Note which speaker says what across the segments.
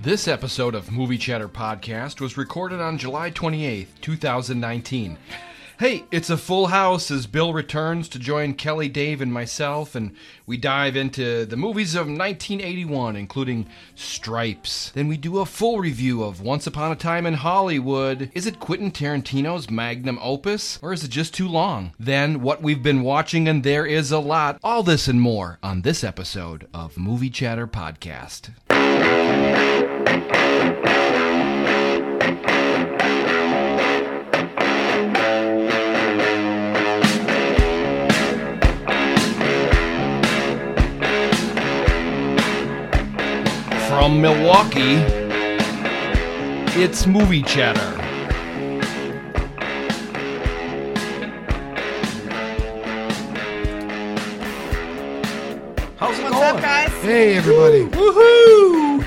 Speaker 1: This episode of Movie Chatter Podcast was recorded on July 28th, 2019. Hey, it's a full house as Bill returns to join Kelly, Dave, and myself, and we dive into the movies of 1981, including Stripes. Then we do a full review of Once Upon a Time in Hollywood. Is it Quentin Tarantino's magnum opus, or is it just too long? Then what we've been watching, and there is a lot. All this and more on this episode of Movie Chatter Podcast. From Milwaukee, it's Movie Chatter. How's it
Speaker 2: What's up, guys?
Speaker 3: Hey everybody!
Speaker 1: Woohoo!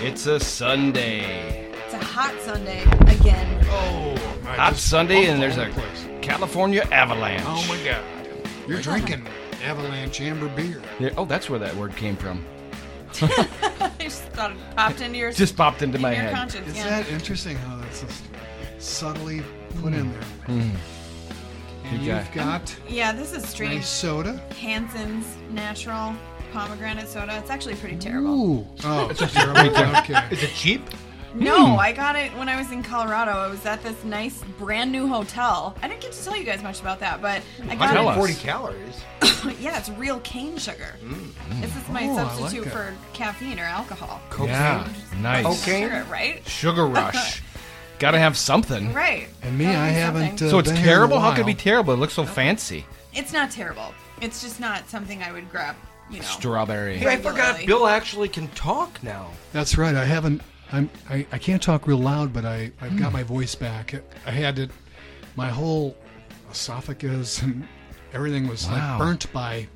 Speaker 1: It's a Sunday.
Speaker 2: It's a hot Sunday again.
Speaker 3: Oh, my,
Speaker 1: Hot
Speaker 3: this is
Speaker 1: Sunday, and
Speaker 3: all
Speaker 1: there's a
Speaker 3: over the place.
Speaker 1: California avalanche.
Speaker 3: Oh my God! You're drinking Avalanche Amber beer.
Speaker 1: Yeah, oh, that's where that word came from.
Speaker 2: I just thought it popped into your
Speaker 1: Just popped into
Speaker 2: into
Speaker 1: my
Speaker 2: your
Speaker 1: head.
Speaker 2: conscience.
Speaker 3: Is
Speaker 2: yeah.
Speaker 3: that interesting? How that's just subtly put in there.
Speaker 1: Hmm.
Speaker 3: And
Speaker 1: You
Speaker 3: you've got
Speaker 2: yeah, this is strange.
Speaker 3: nice soda.
Speaker 2: Hansen's natural pomegranate soda. It's actually pretty terrible.
Speaker 3: Ooh! Oh, it's terrible. okay.
Speaker 1: Is it cheap?
Speaker 2: No, I got it when I was in Colorado. I was at this nice brand new hotel. I didn't get to tell you guys much about that, but I got
Speaker 1: Tell
Speaker 2: it.
Speaker 1: us.
Speaker 4: 40 calories.
Speaker 2: Yeah, it's real cane sugar. This is my
Speaker 3: Oh, I like
Speaker 2: substitute
Speaker 3: that.
Speaker 2: for caffeine or alcohol.
Speaker 1: Yeah, nice.
Speaker 4: Okay.
Speaker 2: Sugar, right?
Speaker 1: Sugar rush. Gotta have something.
Speaker 2: Right.
Speaker 3: And me,
Speaker 2: Gotta
Speaker 3: I
Speaker 2: do
Speaker 3: haven't.
Speaker 2: something.
Speaker 3: Uh,
Speaker 1: So it's
Speaker 3: been here in a
Speaker 1: terrible? How could it be
Speaker 3: while.
Speaker 1: terrible? It looks so fancy.
Speaker 2: It's not terrible. It's just not something I would grab. You know.
Speaker 1: Strawberry.
Speaker 4: Hey, I forgot Bill actually can talk now.
Speaker 3: That's right. I haven't. I'm. I, I can't talk real loud, but I I've got my voice back. I had it. My whole esophagus and everything was
Speaker 1: Wow.
Speaker 3: like burnt by.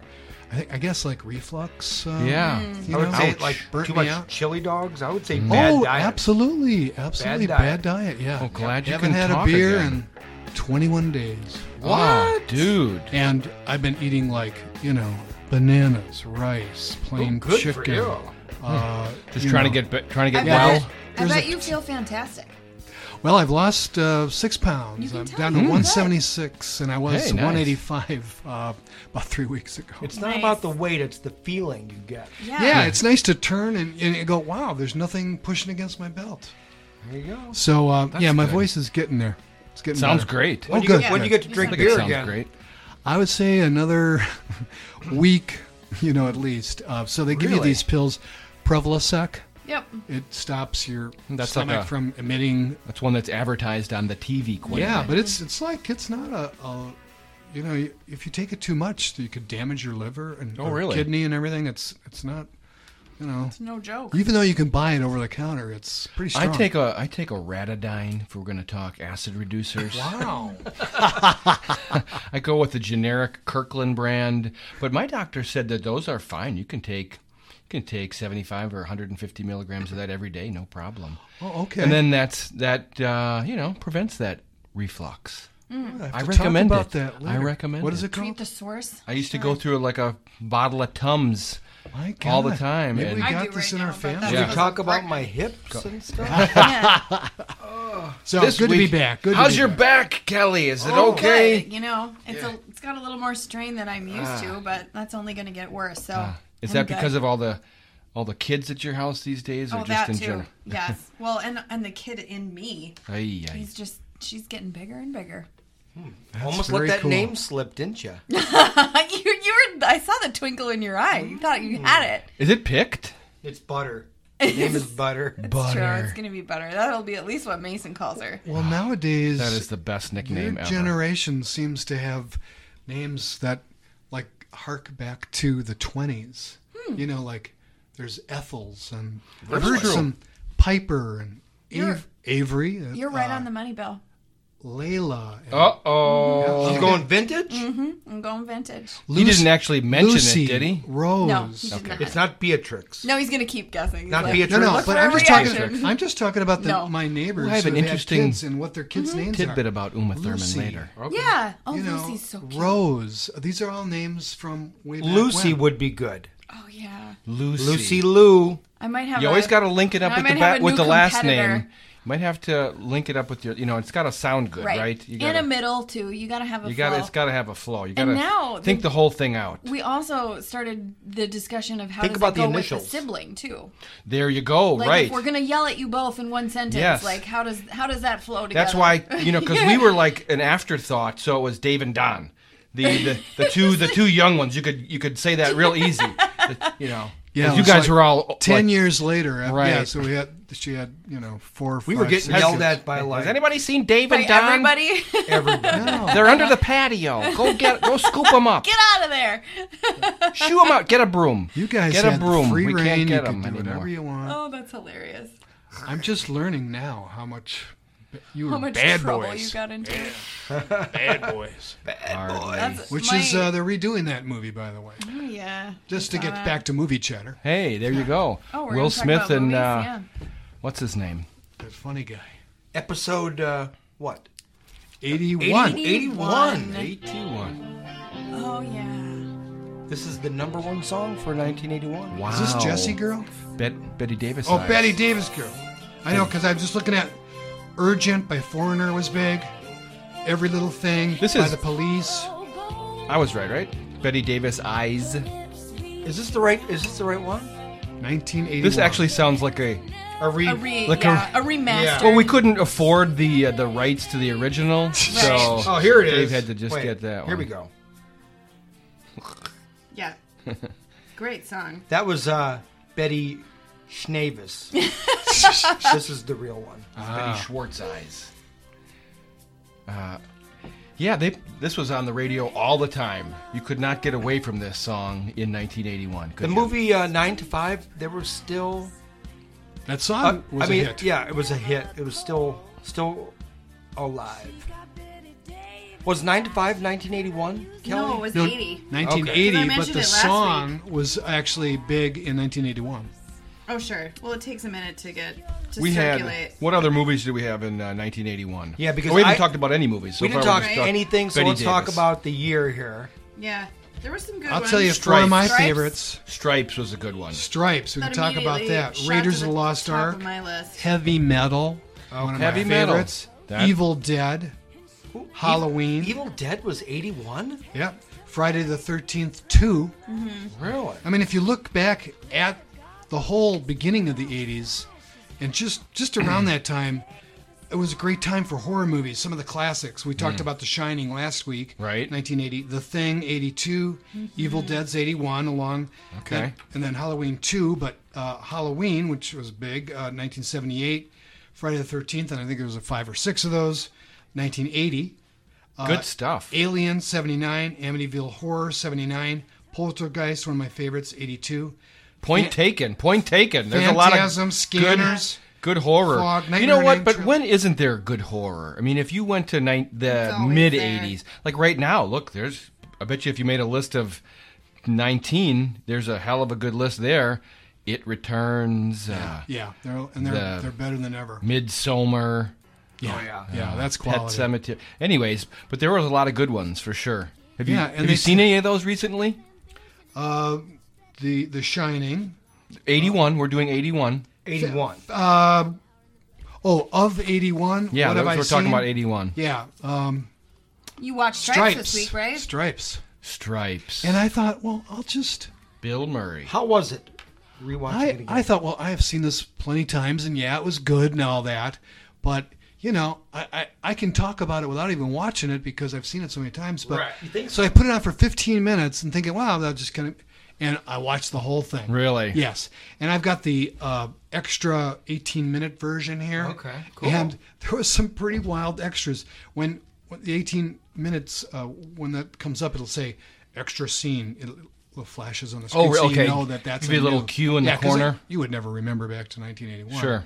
Speaker 3: I think I guess like reflux. Um,
Speaker 1: Yeah.
Speaker 3: You
Speaker 4: Mm. I would
Speaker 3: know?
Speaker 4: say
Speaker 1: Ouch.
Speaker 4: like
Speaker 3: Burnt
Speaker 4: too
Speaker 3: me
Speaker 4: much Mm.
Speaker 3: out.
Speaker 4: chili dogs. I would say bad
Speaker 3: Oh,
Speaker 4: diet.
Speaker 3: absolutely, absolutely
Speaker 4: diet.
Speaker 3: bad diet. Yeah.
Speaker 1: Oh, glad you
Speaker 3: haven't
Speaker 1: can
Speaker 3: had
Speaker 1: talk
Speaker 3: a beer
Speaker 1: again.
Speaker 3: in 21 days,
Speaker 1: Wow, dude.
Speaker 3: and I've been eating like you know bananas, rice, plain
Speaker 4: Oh, good for
Speaker 3: chicken.
Speaker 4: you.
Speaker 3: Uh,
Speaker 1: Hmm. Just
Speaker 3: you
Speaker 1: trying
Speaker 3: know.
Speaker 1: to get be- trying to
Speaker 2: I
Speaker 1: get
Speaker 2: bet,
Speaker 1: well.
Speaker 2: I
Speaker 3: there's
Speaker 2: bet
Speaker 3: a-
Speaker 2: you feel fantastic.
Speaker 3: Well, I've lost uh, six
Speaker 2: You
Speaker 3: pounds.
Speaker 2: can
Speaker 3: I'm
Speaker 2: tell.
Speaker 3: down to
Speaker 2: Mm.
Speaker 3: 176, and I was
Speaker 1: Hmm. Hey, nice.
Speaker 3: 185 uh, about three weeks ago.
Speaker 4: It's not
Speaker 2: Nice.
Speaker 4: about the weight, it's the feeling you get.
Speaker 2: Yeah.
Speaker 3: yeah, it's nice to turn and, and go, wow, there's nothing pushing against my belt.
Speaker 4: There you go.
Speaker 3: So, uh,
Speaker 1: That's
Speaker 3: yeah, my
Speaker 1: good.
Speaker 3: voice is getting there. It's getting
Speaker 1: Sounds
Speaker 3: better.
Speaker 1: great.
Speaker 3: Oh,
Speaker 4: When, you,
Speaker 3: good.
Speaker 4: get, when you
Speaker 3: good.
Speaker 4: get to drink
Speaker 1: I think it
Speaker 4: beer
Speaker 1: sounds
Speaker 4: again,
Speaker 1: great.
Speaker 3: I would say another week, you know, at least. Uh, so they give you
Speaker 4: Really?
Speaker 3: these pills, Prevacid.
Speaker 2: Yep.
Speaker 3: It stops your
Speaker 1: That's like
Speaker 3: stomach
Speaker 1: a-
Speaker 3: from emitting.
Speaker 1: That's one that's advertised on the TV quite a
Speaker 3: Yeah,
Speaker 1: bit.
Speaker 3: but it's it's like it's not a, a you know, you- if you take it too much, you could damage your liver and
Speaker 1: Oh,
Speaker 3: or
Speaker 1: really?
Speaker 3: kidney and everything. It's it's not, you know,
Speaker 2: It's no joke.
Speaker 3: even though you can buy it over the counter, it's pretty
Speaker 1: I
Speaker 3: strong.
Speaker 1: take a I take a Ratadine if we're going to talk acid reducers.
Speaker 3: wow.
Speaker 1: I go with the generic Kirkland brand, but my doctor said that those are fine. You can take you can take 75 or 150 milligrams of that every day, no problem.
Speaker 3: Oh, okay.
Speaker 1: And then that's that uh, you know prevents that reflux.
Speaker 3: I, have
Speaker 1: I
Speaker 3: to
Speaker 1: recommend
Speaker 3: talk about
Speaker 1: it.
Speaker 3: that.
Speaker 1: I
Speaker 3: later.
Speaker 1: recommend
Speaker 3: What is
Speaker 1: it.
Speaker 3: it,
Speaker 2: Treat
Speaker 3: called?
Speaker 2: the source.
Speaker 1: I used to go through like a bottle of Tums.
Speaker 3: My God.
Speaker 1: all the time,
Speaker 3: Maybe
Speaker 1: and-
Speaker 3: we
Speaker 2: I
Speaker 3: got
Speaker 2: do right
Speaker 3: this in
Speaker 2: now,
Speaker 3: our
Speaker 2: but
Speaker 3: family.
Speaker 2: that's-
Speaker 4: did
Speaker 1: Yeah.
Speaker 4: you talk about my hips and stuff?
Speaker 2: Yeah.
Speaker 3: So
Speaker 1: This
Speaker 3: good
Speaker 1: week-
Speaker 3: to be back. Good to
Speaker 1: How's
Speaker 3: be
Speaker 1: your
Speaker 3: back.
Speaker 1: back, Kelly? Is it okay?
Speaker 2: Oh, Good, You know, it's a, it's got a little more strain than I'm used to, but that's only going to get worse. So.
Speaker 1: Is
Speaker 2: I'm
Speaker 1: that
Speaker 2: good.
Speaker 1: because of all the all the kids at your house these days, or
Speaker 2: Oh,
Speaker 1: just
Speaker 2: that
Speaker 1: in
Speaker 2: too.
Speaker 1: general?
Speaker 2: yes. Well, and and the kid in me,
Speaker 1: Ay, ay.
Speaker 2: he's just she's getting bigger and bigger.
Speaker 4: Almost
Speaker 3: very
Speaker 4: let that
Speaker 3: cool.
Speaker 4: name slip, didn't you?
Speaker 2: you you were I saw the twinkle in your eye. You thought you had it.
Speaker 1: Is it picked?
Speaker 4: It's butter. The name is butter.
Speaker 2: It's true. It's
Speaker 3: Butter.
Speaker 2: going to be better. That'll be at least what Mason calls her.
Speaker 3: Well, nowadays
Speaker 1: That is the best nickname
Speaker 3: Your
Speaker 1: ever.
Speaker 3: generation seems to have names that like hark back to the 20s.
Speaker 2: Hmm.
Speaker 3: You know, like there's Ethels and I've heard
Speaker 1: true.
Speaker 3: some Piper and
Speaker 2: You're-
Speaker 3: Ave- Avery. uh,
Speaker 2: You're right on the money, Bill.
Speaker 3: Layla. And
Speaker 1: uh oh.
Speaker 4: She's going vintage?
Speaker 1: Mm-hmm.
Speaker 2: I'm going vintage.
Speaker 1: He
Speaker 3: Lucy-
Speaker 1: didn't actually mention
Speaker 3: Lucy,
Speaker 1: it, did he?
Speaker 3: Rose.
Speaker 2: No, he did not.
Speaker 4: It's not Beatrix.
Speaker 2: No, he's gonna keep guessing. He's
Speaker 4: Not
Speaker 2: like,
Speaker 4: Beatrix.
Speaker 3: No, no,
Speaker 2: Look
Speaker 3: but
Speaker 2: for
Speaker 3: I'm
Speaker 2: a
Speaker 3: just talking.
Speaker 2: reaction.
Speaker 3: I'm just talking about the,
Speaker 2: No.
Speaker 3: my neighbors.
Speaker 1: Well, I have
Speaker 3: who
Speaker 1: an
Speaker 3: had
Speaker 1: interesting
Speaker 3: kids and what their kids' names are.
Speaker 1: Tidbit about Uma Thurman
Speaker 3: Lucy.
Speaker 1: later.
Speaker 2: Yeah. Oh,
Speaker 3: You know,
Speaker 2: Lucy's so cute.
Speaker 3: Rose. These are all names from way back
Speaker 4: Lucy
Speaker 3: when.
Speaker 4: would be good.
Speaker 2: Oh yeah,
Speaker 1: Lucy.
Speaker 4: Lucy Lou.
Speaker 2: I might have.
Speaker 1: You always
Speaker 2: a-
Speaker 1: got to link it
Speaker 2: Now
Speaker 1: up
Speaker 2: I
Speaker 1: with the
Speaker 2: might have
Speaker 1: ba-
Speaker 2: a
Speaker 1: with
Speaker 2: new
Speaker 1: the last
Speaker 2: competitor.
Speaker 1: name. You might have to link it up with your. You know, it's got to sound good, right?
Speaker 2: right,
Speaker 1: You
Speaker 2: in
Speaker 1: gotta,
Speaker 2: a middle too. You gotta have a.
Speaker 1: you gotta,
Speaker 2: flow.
Speaker 1: it's got to have a flow. You got
Speaker 2: And
Speaker 1: to
Speaker 2: now
Speaker 1: think
Speaker 2: the-
Speaker 1: the whole thing out.
Speaker 2: We also started the discussion of how
Speaker 4: Think
Speaker 2: does
Speaker 4: about
Speaker 2: it
Speaker 4: the
Speaker 2: go
Speaker 4: initials.
Speaker 2: with the sibling too.
Speaker 1: There you go.
Speaker 2: Like
Speaker 1: right.
Speaker 2: if we're gonna yell at you both in one sentence,
Speaker 1: Yes.
Speaker 2: like how does how does that flow together?
Speaker 1: That's why you know because we were like an afterthought, so it was Dave and Don, the the, the two the two young ones. You could you could say that real easy, you know.
Speaker 3: Yeah,
Speaker 1: 'Cause
Speaker 3: it
Speaker 1: you
Speaker 3: was
Speaker 1: guys
Speaker 3: like
Speaker 1: were all
Speaker 3: Ten
Speaker 1: like,
Speaker 3: years later, uh, yeah.
Speaker 1: Right.
Speaker 3: So we had she had you know four. Or
Speaker 4: We
Speaker 3: five,
Speaker 4: were getting
Speaker 3: six
Speaker 4: yelled
Speaker 3: kids.
Speaker 4: at by like
Speaker 1: Has anybody seen Dave
Speaker 2: By
Speaker 1: and Don?
Speaker 2: everybody,
Speaker 4: everybody.
Speaker 3: No.
Speaker 1: They're under the patio. Go get go scoop them up.
Speaker 2: get out of there!
Speaker 1: Shoo them out. Get a broom.
Speaker 3: You guys
Speaker 1: get
Speaker 3: had
Speaker 1: a broom.
Speaker 3: free
Speaker 1: we
Speaker 3: reign.
Speaker 1: can't get
Speaker 3: you
Speaker 1: them
Speaker 3: could do
Speaker 1: anymore.
Speaker 3: whatever you want.
Speaker 2: oh, that's hilarious.
Speaker 3: I'm just learning now how much b- you were
Speaker 2: How much
Speaker 3: bad
Speaker 2: trouble
Speaker 3: boys.
Speaker 2: you got into?
Speaker 3: Bad boys.
Speaker 2: That's
Speaker 3: Which
Speaker 2: my-
Speaker 3: is uh, they're redoing that movie, by the way,
Speaker 2: Oh, yeah.
Speaker 3: just to
Speaker 2: Uh,
Speaker 3: get back to movie chatter.
Speaker 1: Hey, there you go.
Speaker 2: Oh, we're
Speaker 1: Will
Speaker 2: gonna talk
Speaker 1: Smith
Speaker 2: about
Speaker 1: and
Speaker 2: movies?
Speaker 1: uh,
Speaker 2: yeah.
Speaker 1: what's his name?
Speaker 3: That funny guy.
Speaker 4: Episode uh, what?
Speaker 3: Eighty-one.
Speaker 4: 81.
Speaker 1: 81.
Speaker 2: Oh yeah.
Speaker 4: This is the number one song for 1981.
Speaker 1: Wow.
Speaker 3: Is this Jessie girl?
Speaker 1: Bet- Betty Davis.
Speaker 3: Oh,
Speaker 1: size.
Speaker 3: Betty Davis girl. I know, because I'm just looking at Urgent by Foreigner was big. Every little thing
Speaker 1: This
Speaker 3: by
Speaker 1: is-
Speaker 3: the police.
Speaker 1: I was right, right? Betty Davis eyes.
Speaker 4: Is this the right? Is this the right one?
Speaker 3: 1981.
Speaker 1: This actually sounds like a
Speaker 4: A re-
Speaker 2: A re
Speaker 1: Like a-
Speaker 2: yeah, a, remaster.
Speaker 4: Yeah.
Speaker 1: well, we couldn't afford the uh, the rights to the original, so
Speaker 4: Oh, here it is.
Speaker 1: Dave had to just
Speaker 4: Wait,
Speaker 1: get that.
Speaker 4: Here
Speaker 1: one.
Speaker 4: we go.
Speaker 2: Yeah. Great song.
Speaker 4: That was uh, Betty Schnavis. this is the real one.
Speaker 1: Betty
Speaker 4: Ah.
Speaker 1: Schwartz eyes. Uh, yeah, they this was on the radio all the time. You could not get away from this song in 1981. could
Speaker 4: The
Speaker 1: you?
Speaker 4: movie uh, Nine to Five. There was still.
Speaker 3: That
Speaker 4: Uh,
Speaker 3: song was
Speaker 4: I mean,
Speaker 3: a hit.
Speaker 4: yeah, it was a hit. It was still still alive. Was Nine to Five 1981? Kelly?
Speaker 2: No, it was
Speaker 3: No,
Speaker 2: eighty.
Speaker 3: 1980,
Speaker 2: Okay. 'Cause I
Speaker 3: but
Speaker 2: mentioned it
Speaker 3: the
Speaker 2: last
Speaker 3: song was actually big in 1981.
Speaker 2: Oh sure. Well, it takes a minute to get to
Speaker 1: we
Speaker 2: circulate.
Speaker 1: had what other movies did we have in uh, 1981?
Speaker 4: Yeah, because
Speaker 1: Oh, we haven't
Speaker 4: I-
Speaker 1: talked about any movies. So
Speaker 4: we didn't
Speaker 1: far
Speaker 4: talk
Speaker 1: just
Speaker 4: anything, so
Speaker 1: Betty
Speaker 4: let's talk
Speaker 1: Davis.
Speaker 4: about the year here.
Speaker 2: Yeah. There were some good
Speaker 3: I'll
Speaker 2: ones.
Speaker 3: tell you four of my
Speaker 2: Stripes.
Speaker 3: favorites.
Speaker 1: Stripes was a good one.
Speaker 3: Stripes. We
Speaker 2: That
Speaker 3: can talk about
Speaker 2: immediately
Speaker 3: that.
Speaker 2: shot
Speaker 3: Raiders
Speaker 2: to
Speaker 3: of the Lost
Speaker 2: top
Speaker 3: Ark.
Speaker 2: Of my list.
Speaker 3: Heavy metal. one of my
Speaker 1: Heavy metal.
Speaker 3: favorites.
Speaker 1: That-
Speaker 3: Evil Dead.
Speaker 4: Who-
Speaker 3: Halloween.
Speaker 4: Evil Dead was 81?
Speaker 3: Yep. Friday the 13th 2.
Speaker 4: Really?
Speaker 3: I mean, if you look back at the whole beginning of the '80s, and just just around that time, it was a great time for horror movies. Some of the classics we talked about, The Shining last week,
Speaker 1: Mm. Right.
Speaker 3: 1980, The Thing, '82, Evil Dead's '81, along,
Speaker 1: Okay.
Speaker 3: and, and then Halloween two, but uh, Halloween, which was big, uh, 1978, Friday the 13th, and I think there was a five or six of those, 1980.
Speaker 4: uh,
Speaker 1: good stuff.
Speaker 3: Alien 79, Amityville Horror 79, Poltergeist, one of my favorites, 82,
Speaker 1: Point taken. Point taken. There's a lot
Speaker 3: Phantasm,
Speaker 1: of
Speaker 3: Scanners,
Speaker 1: good, good horror.
Speaker 3: Fog,
Speaker 1: you
Speaker 3: Nightmare
Speaker 1: know
Speaker 3: on
Speaker 1: what?
Speaker 3: Elm
Speaker 1: But
Speaker 3: Street.
Speaker 1: when isn't there good horror? I mean, if you went to ni- the
Speaker 2: always
Speaker 1: mid
Speaker 2: there.
Speaker 1: '80s, like right now, look, there's. I bet you if you made a list of 19, there's a hell of a good list there. It returns. Uh,
Speaker 3: Yeah, they're, and they're
Speaker 1: The-
Speaker 3: they're better than ever.
Speaker 1: Midsummer.
Speaker 3: Yeah,
Speaker 2: Oh,
Speaker 4: yeah.
Speaker 3: yeah, that's
Speaker 1: Pet
Speaker 3: quality.
Speaker 1: Cemetery. Anyways, but there was a lot of good ones for sure. Have you
Speaker 3: Yeah, and
Speaker 1: have
Speaker 3: they-
Speaker 1: you seen any of those recently?
Speaker 3: Uh, the The Shining.
Speaker 1: 81. We're doing 81.
Speaker 4: 81.
Speaker 3: Uh, oh, of eighty one.
Speaker 1: Yeah,
Speaker 3: what
Speaker 1: those-
Speaker 3: have
Speaker 1: we're
Speaker 3: I
Speaker 1: talking
Speaker 3: seen?
Speaker 1: about 81.
Speaker 3: Yeah, um,
Speaker 2: You watched Stripes,
Speaker 3: Stripes
Speaker 2: this week, right?
Speaker 3: Stripes.
Speaker 1: Stripes.
Speaker 3: And I thought, well, I'll just.
Speaker 1: Bill Murray.
Speaker 4: How was it? Rewatching it
Speaker 3: I
Speaker 4: again.
Speaker 3: I thought, well, I have seen this plenty times, and yeah, it was good and all that, but you know, I, I, I can talk about it without even watching it because I've seen it so many times. But
Speaker 4: Right, you think
Speaker 3: so I put it on for fifteen minutes and thinking, wow, that just kind of, and I watched the whole thing.
Speaker 1: Really?
Speaker 3: Yes, and I've got the uh, extra 18 minute version here.
Speaker 4: Okay, cool.
Speaker 3: And there was some pretty wild extras when, when the 18 minutes uh, when that comes up, it'll say extra scene. It little flashes on the screen,
Speaker 1: Oh, re-
Speaker 3: so
Speaker 1: okay.
Speaker 3: you know that that's
Speaker 1: Maybe a little
Speaker 3: new-
Speaker 1: cue in the
Speaker 3: Yeah, 'cause
Speaker 1: corner.
Speaker 3: it- you would never remember back to 1981.
Speaker 1: Sure.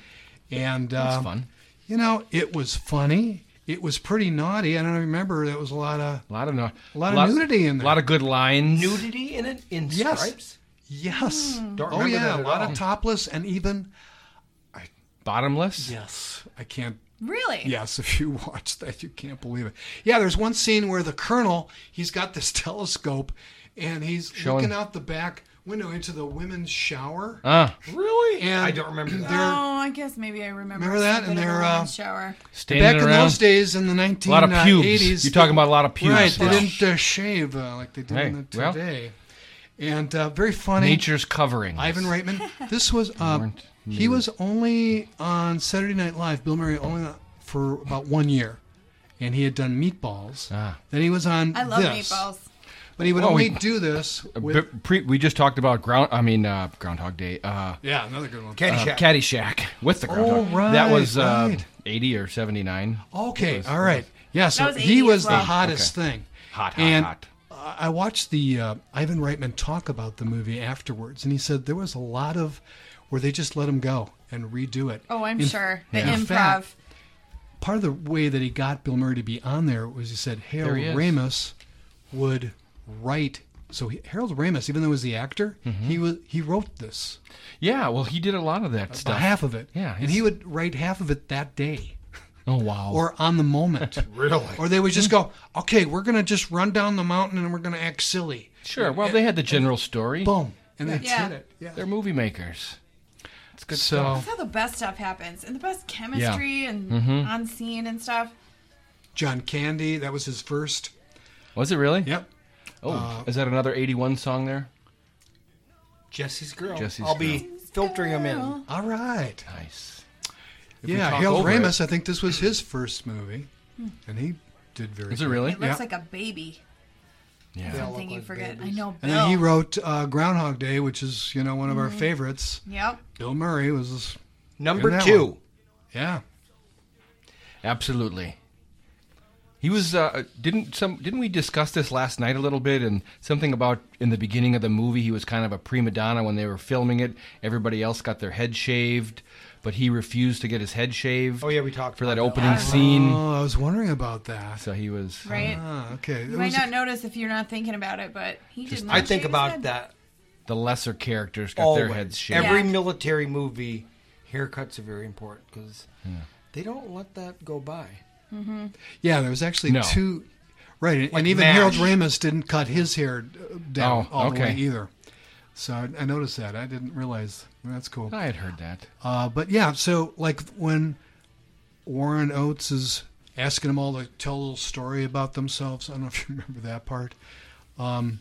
Speaker 3: and uh,
Speaker 1: That's fun.
Speaker 3: You know, it was funny. It was pretty naughty. and I don't remember. There was a lot of
Speaker 1: A lot of no,
Speaker 3: A lot of nudity in there.
Speaker 1: A lot of good lines.
Speaker 4: Nudity in it? In
Speaker 3: Yes.
Speaker 4: Stripes?
Speaker 3: yes.
Speaker 4: Don't
Speaker 3: oh
Speaker 4: remember
Speaker 3: yeah,
Speaker 4: that
Speaker 3: a
Speaker 4: at
Speaker 3: lot
Speaker 4: all.
Speaker 3: of topless and even
Speaker 1: Bottomless.
Speaker 3: yes. I can't
Speaker 2: Really?
Speaker 3: Yes, if you watch that, you can't believe it. Yeah, there's one scene where the colonel he's got this telescope and he's
Speaker 1: Showing-
Speaker 3: looking out the back window into the women's shower.
Speaker 1: Uh,
Speaker 4: Really?
Speaker 3: And
Speaker 4: I don't remember that.
Speaker 3: they're-
Speaker 2: Oh, I guess maybe I remember.
Speaker 3: Remember that?
Speaker 2: something
Speaker 3: And
Speaker 2: in
Speaker 3: they're,
Speaker 2: the
Speaker 3: uh,
Speaker 2: women's shower.
Speaker 1: standing
Speaker 3: Back in
Speaker 1: around.
Speaker 3: those days, in the 1980s,
Speaker 1: a lot of pubes. You're talking about a lot of pubes.
Speaker 3: Right, they
Speaker 1: now.
Speaker 3: didn't uh, shave uh, like they do
Speaker 1: Hey,
Speaker 3: in the
Speaker 1: well.
Speaker 3: today. and uh, very funny.
Speaker 1: Nature's covering.
Speaker 3: Ivan Reitman. This was uh,
Speaker 1: weren't
Speaker 3: he was only on Saturday Night Live. Bill Murray only for about one year, and he had done Meatballs.
Speaker 1: Ah.
Speaker 3: Then he was on
Speaker 2: I love
Speaker 3: this,
Speaker 2: meatballs.
Speaker 3: but he would
Speaker 1: Well,
Speaker 3: only
Speaker 1: we-
Speaker 3: do this with
Speaker 1: B- Uh, pre- we just talked about ground. I mean, uh, Groundhog Day. Uh,
Speaker 3: yeah, another good
Speaker 1: uh,
Speaker 3: one.
Speaker 4: Caddyshack.
Speaker 1: Caddyshack with the groundhog.
Speaker 3: Oh, right,
Speaker 1: that was uh,
Speaker 3: right.
Speaker 1: 80 or 79.
Speaker 3: Okay, all right, yeah. So
Speaker 2: That was
Speaker 3: he
Speaker 2: 80s
Speaker 3: was the
Speaker 2: well.
Speaker 3: hottest thing.
Speaker 1: Hot, hot,
Speaker 3: and
Speaker 1: hot.
Speaker 3: I I watched the uh, Ivan Reitman talk about the movie afterwards, and he said there was a lot of where they just let him go and redo it.
Speaker 2: Oh, I'm
Speaker 3: In-
Speaker 2: sure. The
Speaker 3: in
Speaker 2: improv.
Speaker 3: fact, part of the way that he got Bill Murray to be on there was he said Harold
Speaker 1: There he is.
Speaker 3: Ramis would write. So he, Harold Ramis, even though he was the actor,
Speaker 1: Mm-hmm.
Speaker 3: he was he wrote this
Speaker 1: Yeah, well, he did a lot of that
Speaker 3: about
Speaker 1: stuff.
Speaker 3: half of it.
Speaker 1: Yeah,
Speaker 3: and he would write half of it that day
Speaker 1: oh, wow.
Speaker 3: or on the moment.
Speaker 4: Really?
Speaker 3: Or they would just go, okay, we're gonna just run down the mountain and we're gonna act silly.
Speaker 1: sure. Well, they had the general story.
Speaker 3: Boom, and they
Speaker 2: Yeah.
Speaker 3: did it. Yeah.
Speaker 1: They're movie makers. It's good
Speaker 3: So
Speaker 2: That's how the best stuff happens, and the best chemistry and
Speaker 3: Mm-hmm.
Speaker 2: on scene and stuff.
Speaker 3: John Candy, that was his first.
Speaker 1: stuff. Was it really?
Speaker 3: Yep.
Speaker 1: Oh,
Speaker 3: Uh,
Speaker 1: is that another 81 song there?
Speaker 4: Jesse's girl.
Speaker 1: Jesse's
Speaker 4: I'll be filtering them in.
Speaker 3: All right.
Speaker 1: Nice.
Speaker 3: yeah,
Speaker 1: talk
Speaker 3: Harold
Speaker 1: over it-
Speaker 3: Ramis. I think this was his first movie,
Speaker 2: Hmm.
Speaker 3: and he did very.
Speaker 1: Is it
Speaker 3: good.
Speaker 1: really?
Speaker 2: It looks
Speaker 3: Yeah.
Speaker 2: like a baby.
Speaker 1: Yeah.
Speaker 4: Yeah.
Speaker 2: Something
Speaker 4: look
Speaker 2: you
Speaker 4: like
Speaker 2: forget.
Speaker 4: babies.
Speaker 2: I know. Bill.
Speaker 3: And then he wrote uh, Groundhog Day, which is you know one of our
Speaker 2: Mm-hmm.
Speaker 3: favorites.
Speaker 2: Yep.
Speaker 3: Bill Murray was,
Speaker 4: Number
Speaker 3: that
Speaker 4: two.
Speaker 3: one. yeah,
Speaker 1: Absolutely. He was uh, didn't some didn't we discuss this last night a little bit and something about in the beginning of the movie he was kind of a prima donna when they were filming it. Everybody else got their head shaved, but he refused to get his head shaved.
Speaker 4: Oh, yeah, we talked
Speaker 1: for that
Speaker 4: about that.
Speaker 1: opening scene.
Speaker 3: Oh, I was wondering about that.
Speaker 1: So he was uh,
Speaker 2: Right.
Speaker 3: Ah, okay. It
Speaker 2: you might
Speaker 3: was-
Speaker 2: not notice if you're not thinking about it, but he did not.
Speaker 4: I think
Speaker 2: shave his
Speaker 4: about
Speaker 2: head.
Speaker 4: that
Speaker 1: the lesser characters got
Speaker 4: always.
Speaker 1: their heads shaved.
Speaker 4: Every
Speaker 2: Yeah.
Speaker 4: military movie, haircuts are very important because they don't let that go by.
Speaker 3: Yeah, there was actually
Speaker 1: No.
Speaker 3: two. Right, and,
Speaker 4: Like
Speaker 3: even
Speaker 4: MASH.
Speaker 3: Harold Ramis didn't cut his hair uh, down
Speaker 1: Oh,
Speaker 3: all the
Speaker 1: okay.
Speaker 3: way either. So I, I noticed that. I didn't realize. That's cool.
Speaker 1: I had heard that.
Speaker 3: Uh, but yeah, so like when Warren Oates is asking them all to tell a little story about themselves, I don't know if you remember that part. Um,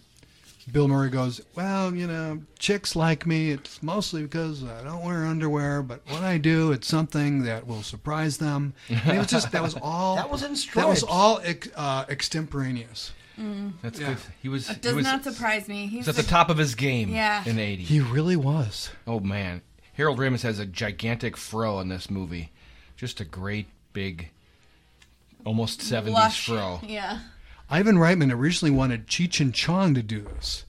Speaker 3: Bill Murray goes, Well, you know, chicks like me. It's mostly because I don't wear underwear, but when I do, it's something that will surprise them. And it was just, that was all.
Speaker 4: That was in
Speaker 3: That was
Speaker 4: Stripes.
Speaker 3: all ex, uh, extemporaneous.
Speaker 1: That's
Speaker 3: Yeah.
Speaker 1: good. He was
Speaker 2: Does
Speaker 1: he was,
Speaker 2: not surprise me. He's
Speaker 1: was at
Speaker 2: a-
Speaker 1: the top of his game
Speaker 2: Yeah.
Speaker 1: in the 80s.
Speaker 3: He really was.
Speaker 1: Oh man, Harold Ramis has a gigantic fro in this movie. Just a great big, almost seventies
Speaker 2: blush.
Speaker 1: fro.
Speaker 2: Yeah.
Speaker 3: Ivan Reitman originally wanted Cheech and Chong to do this,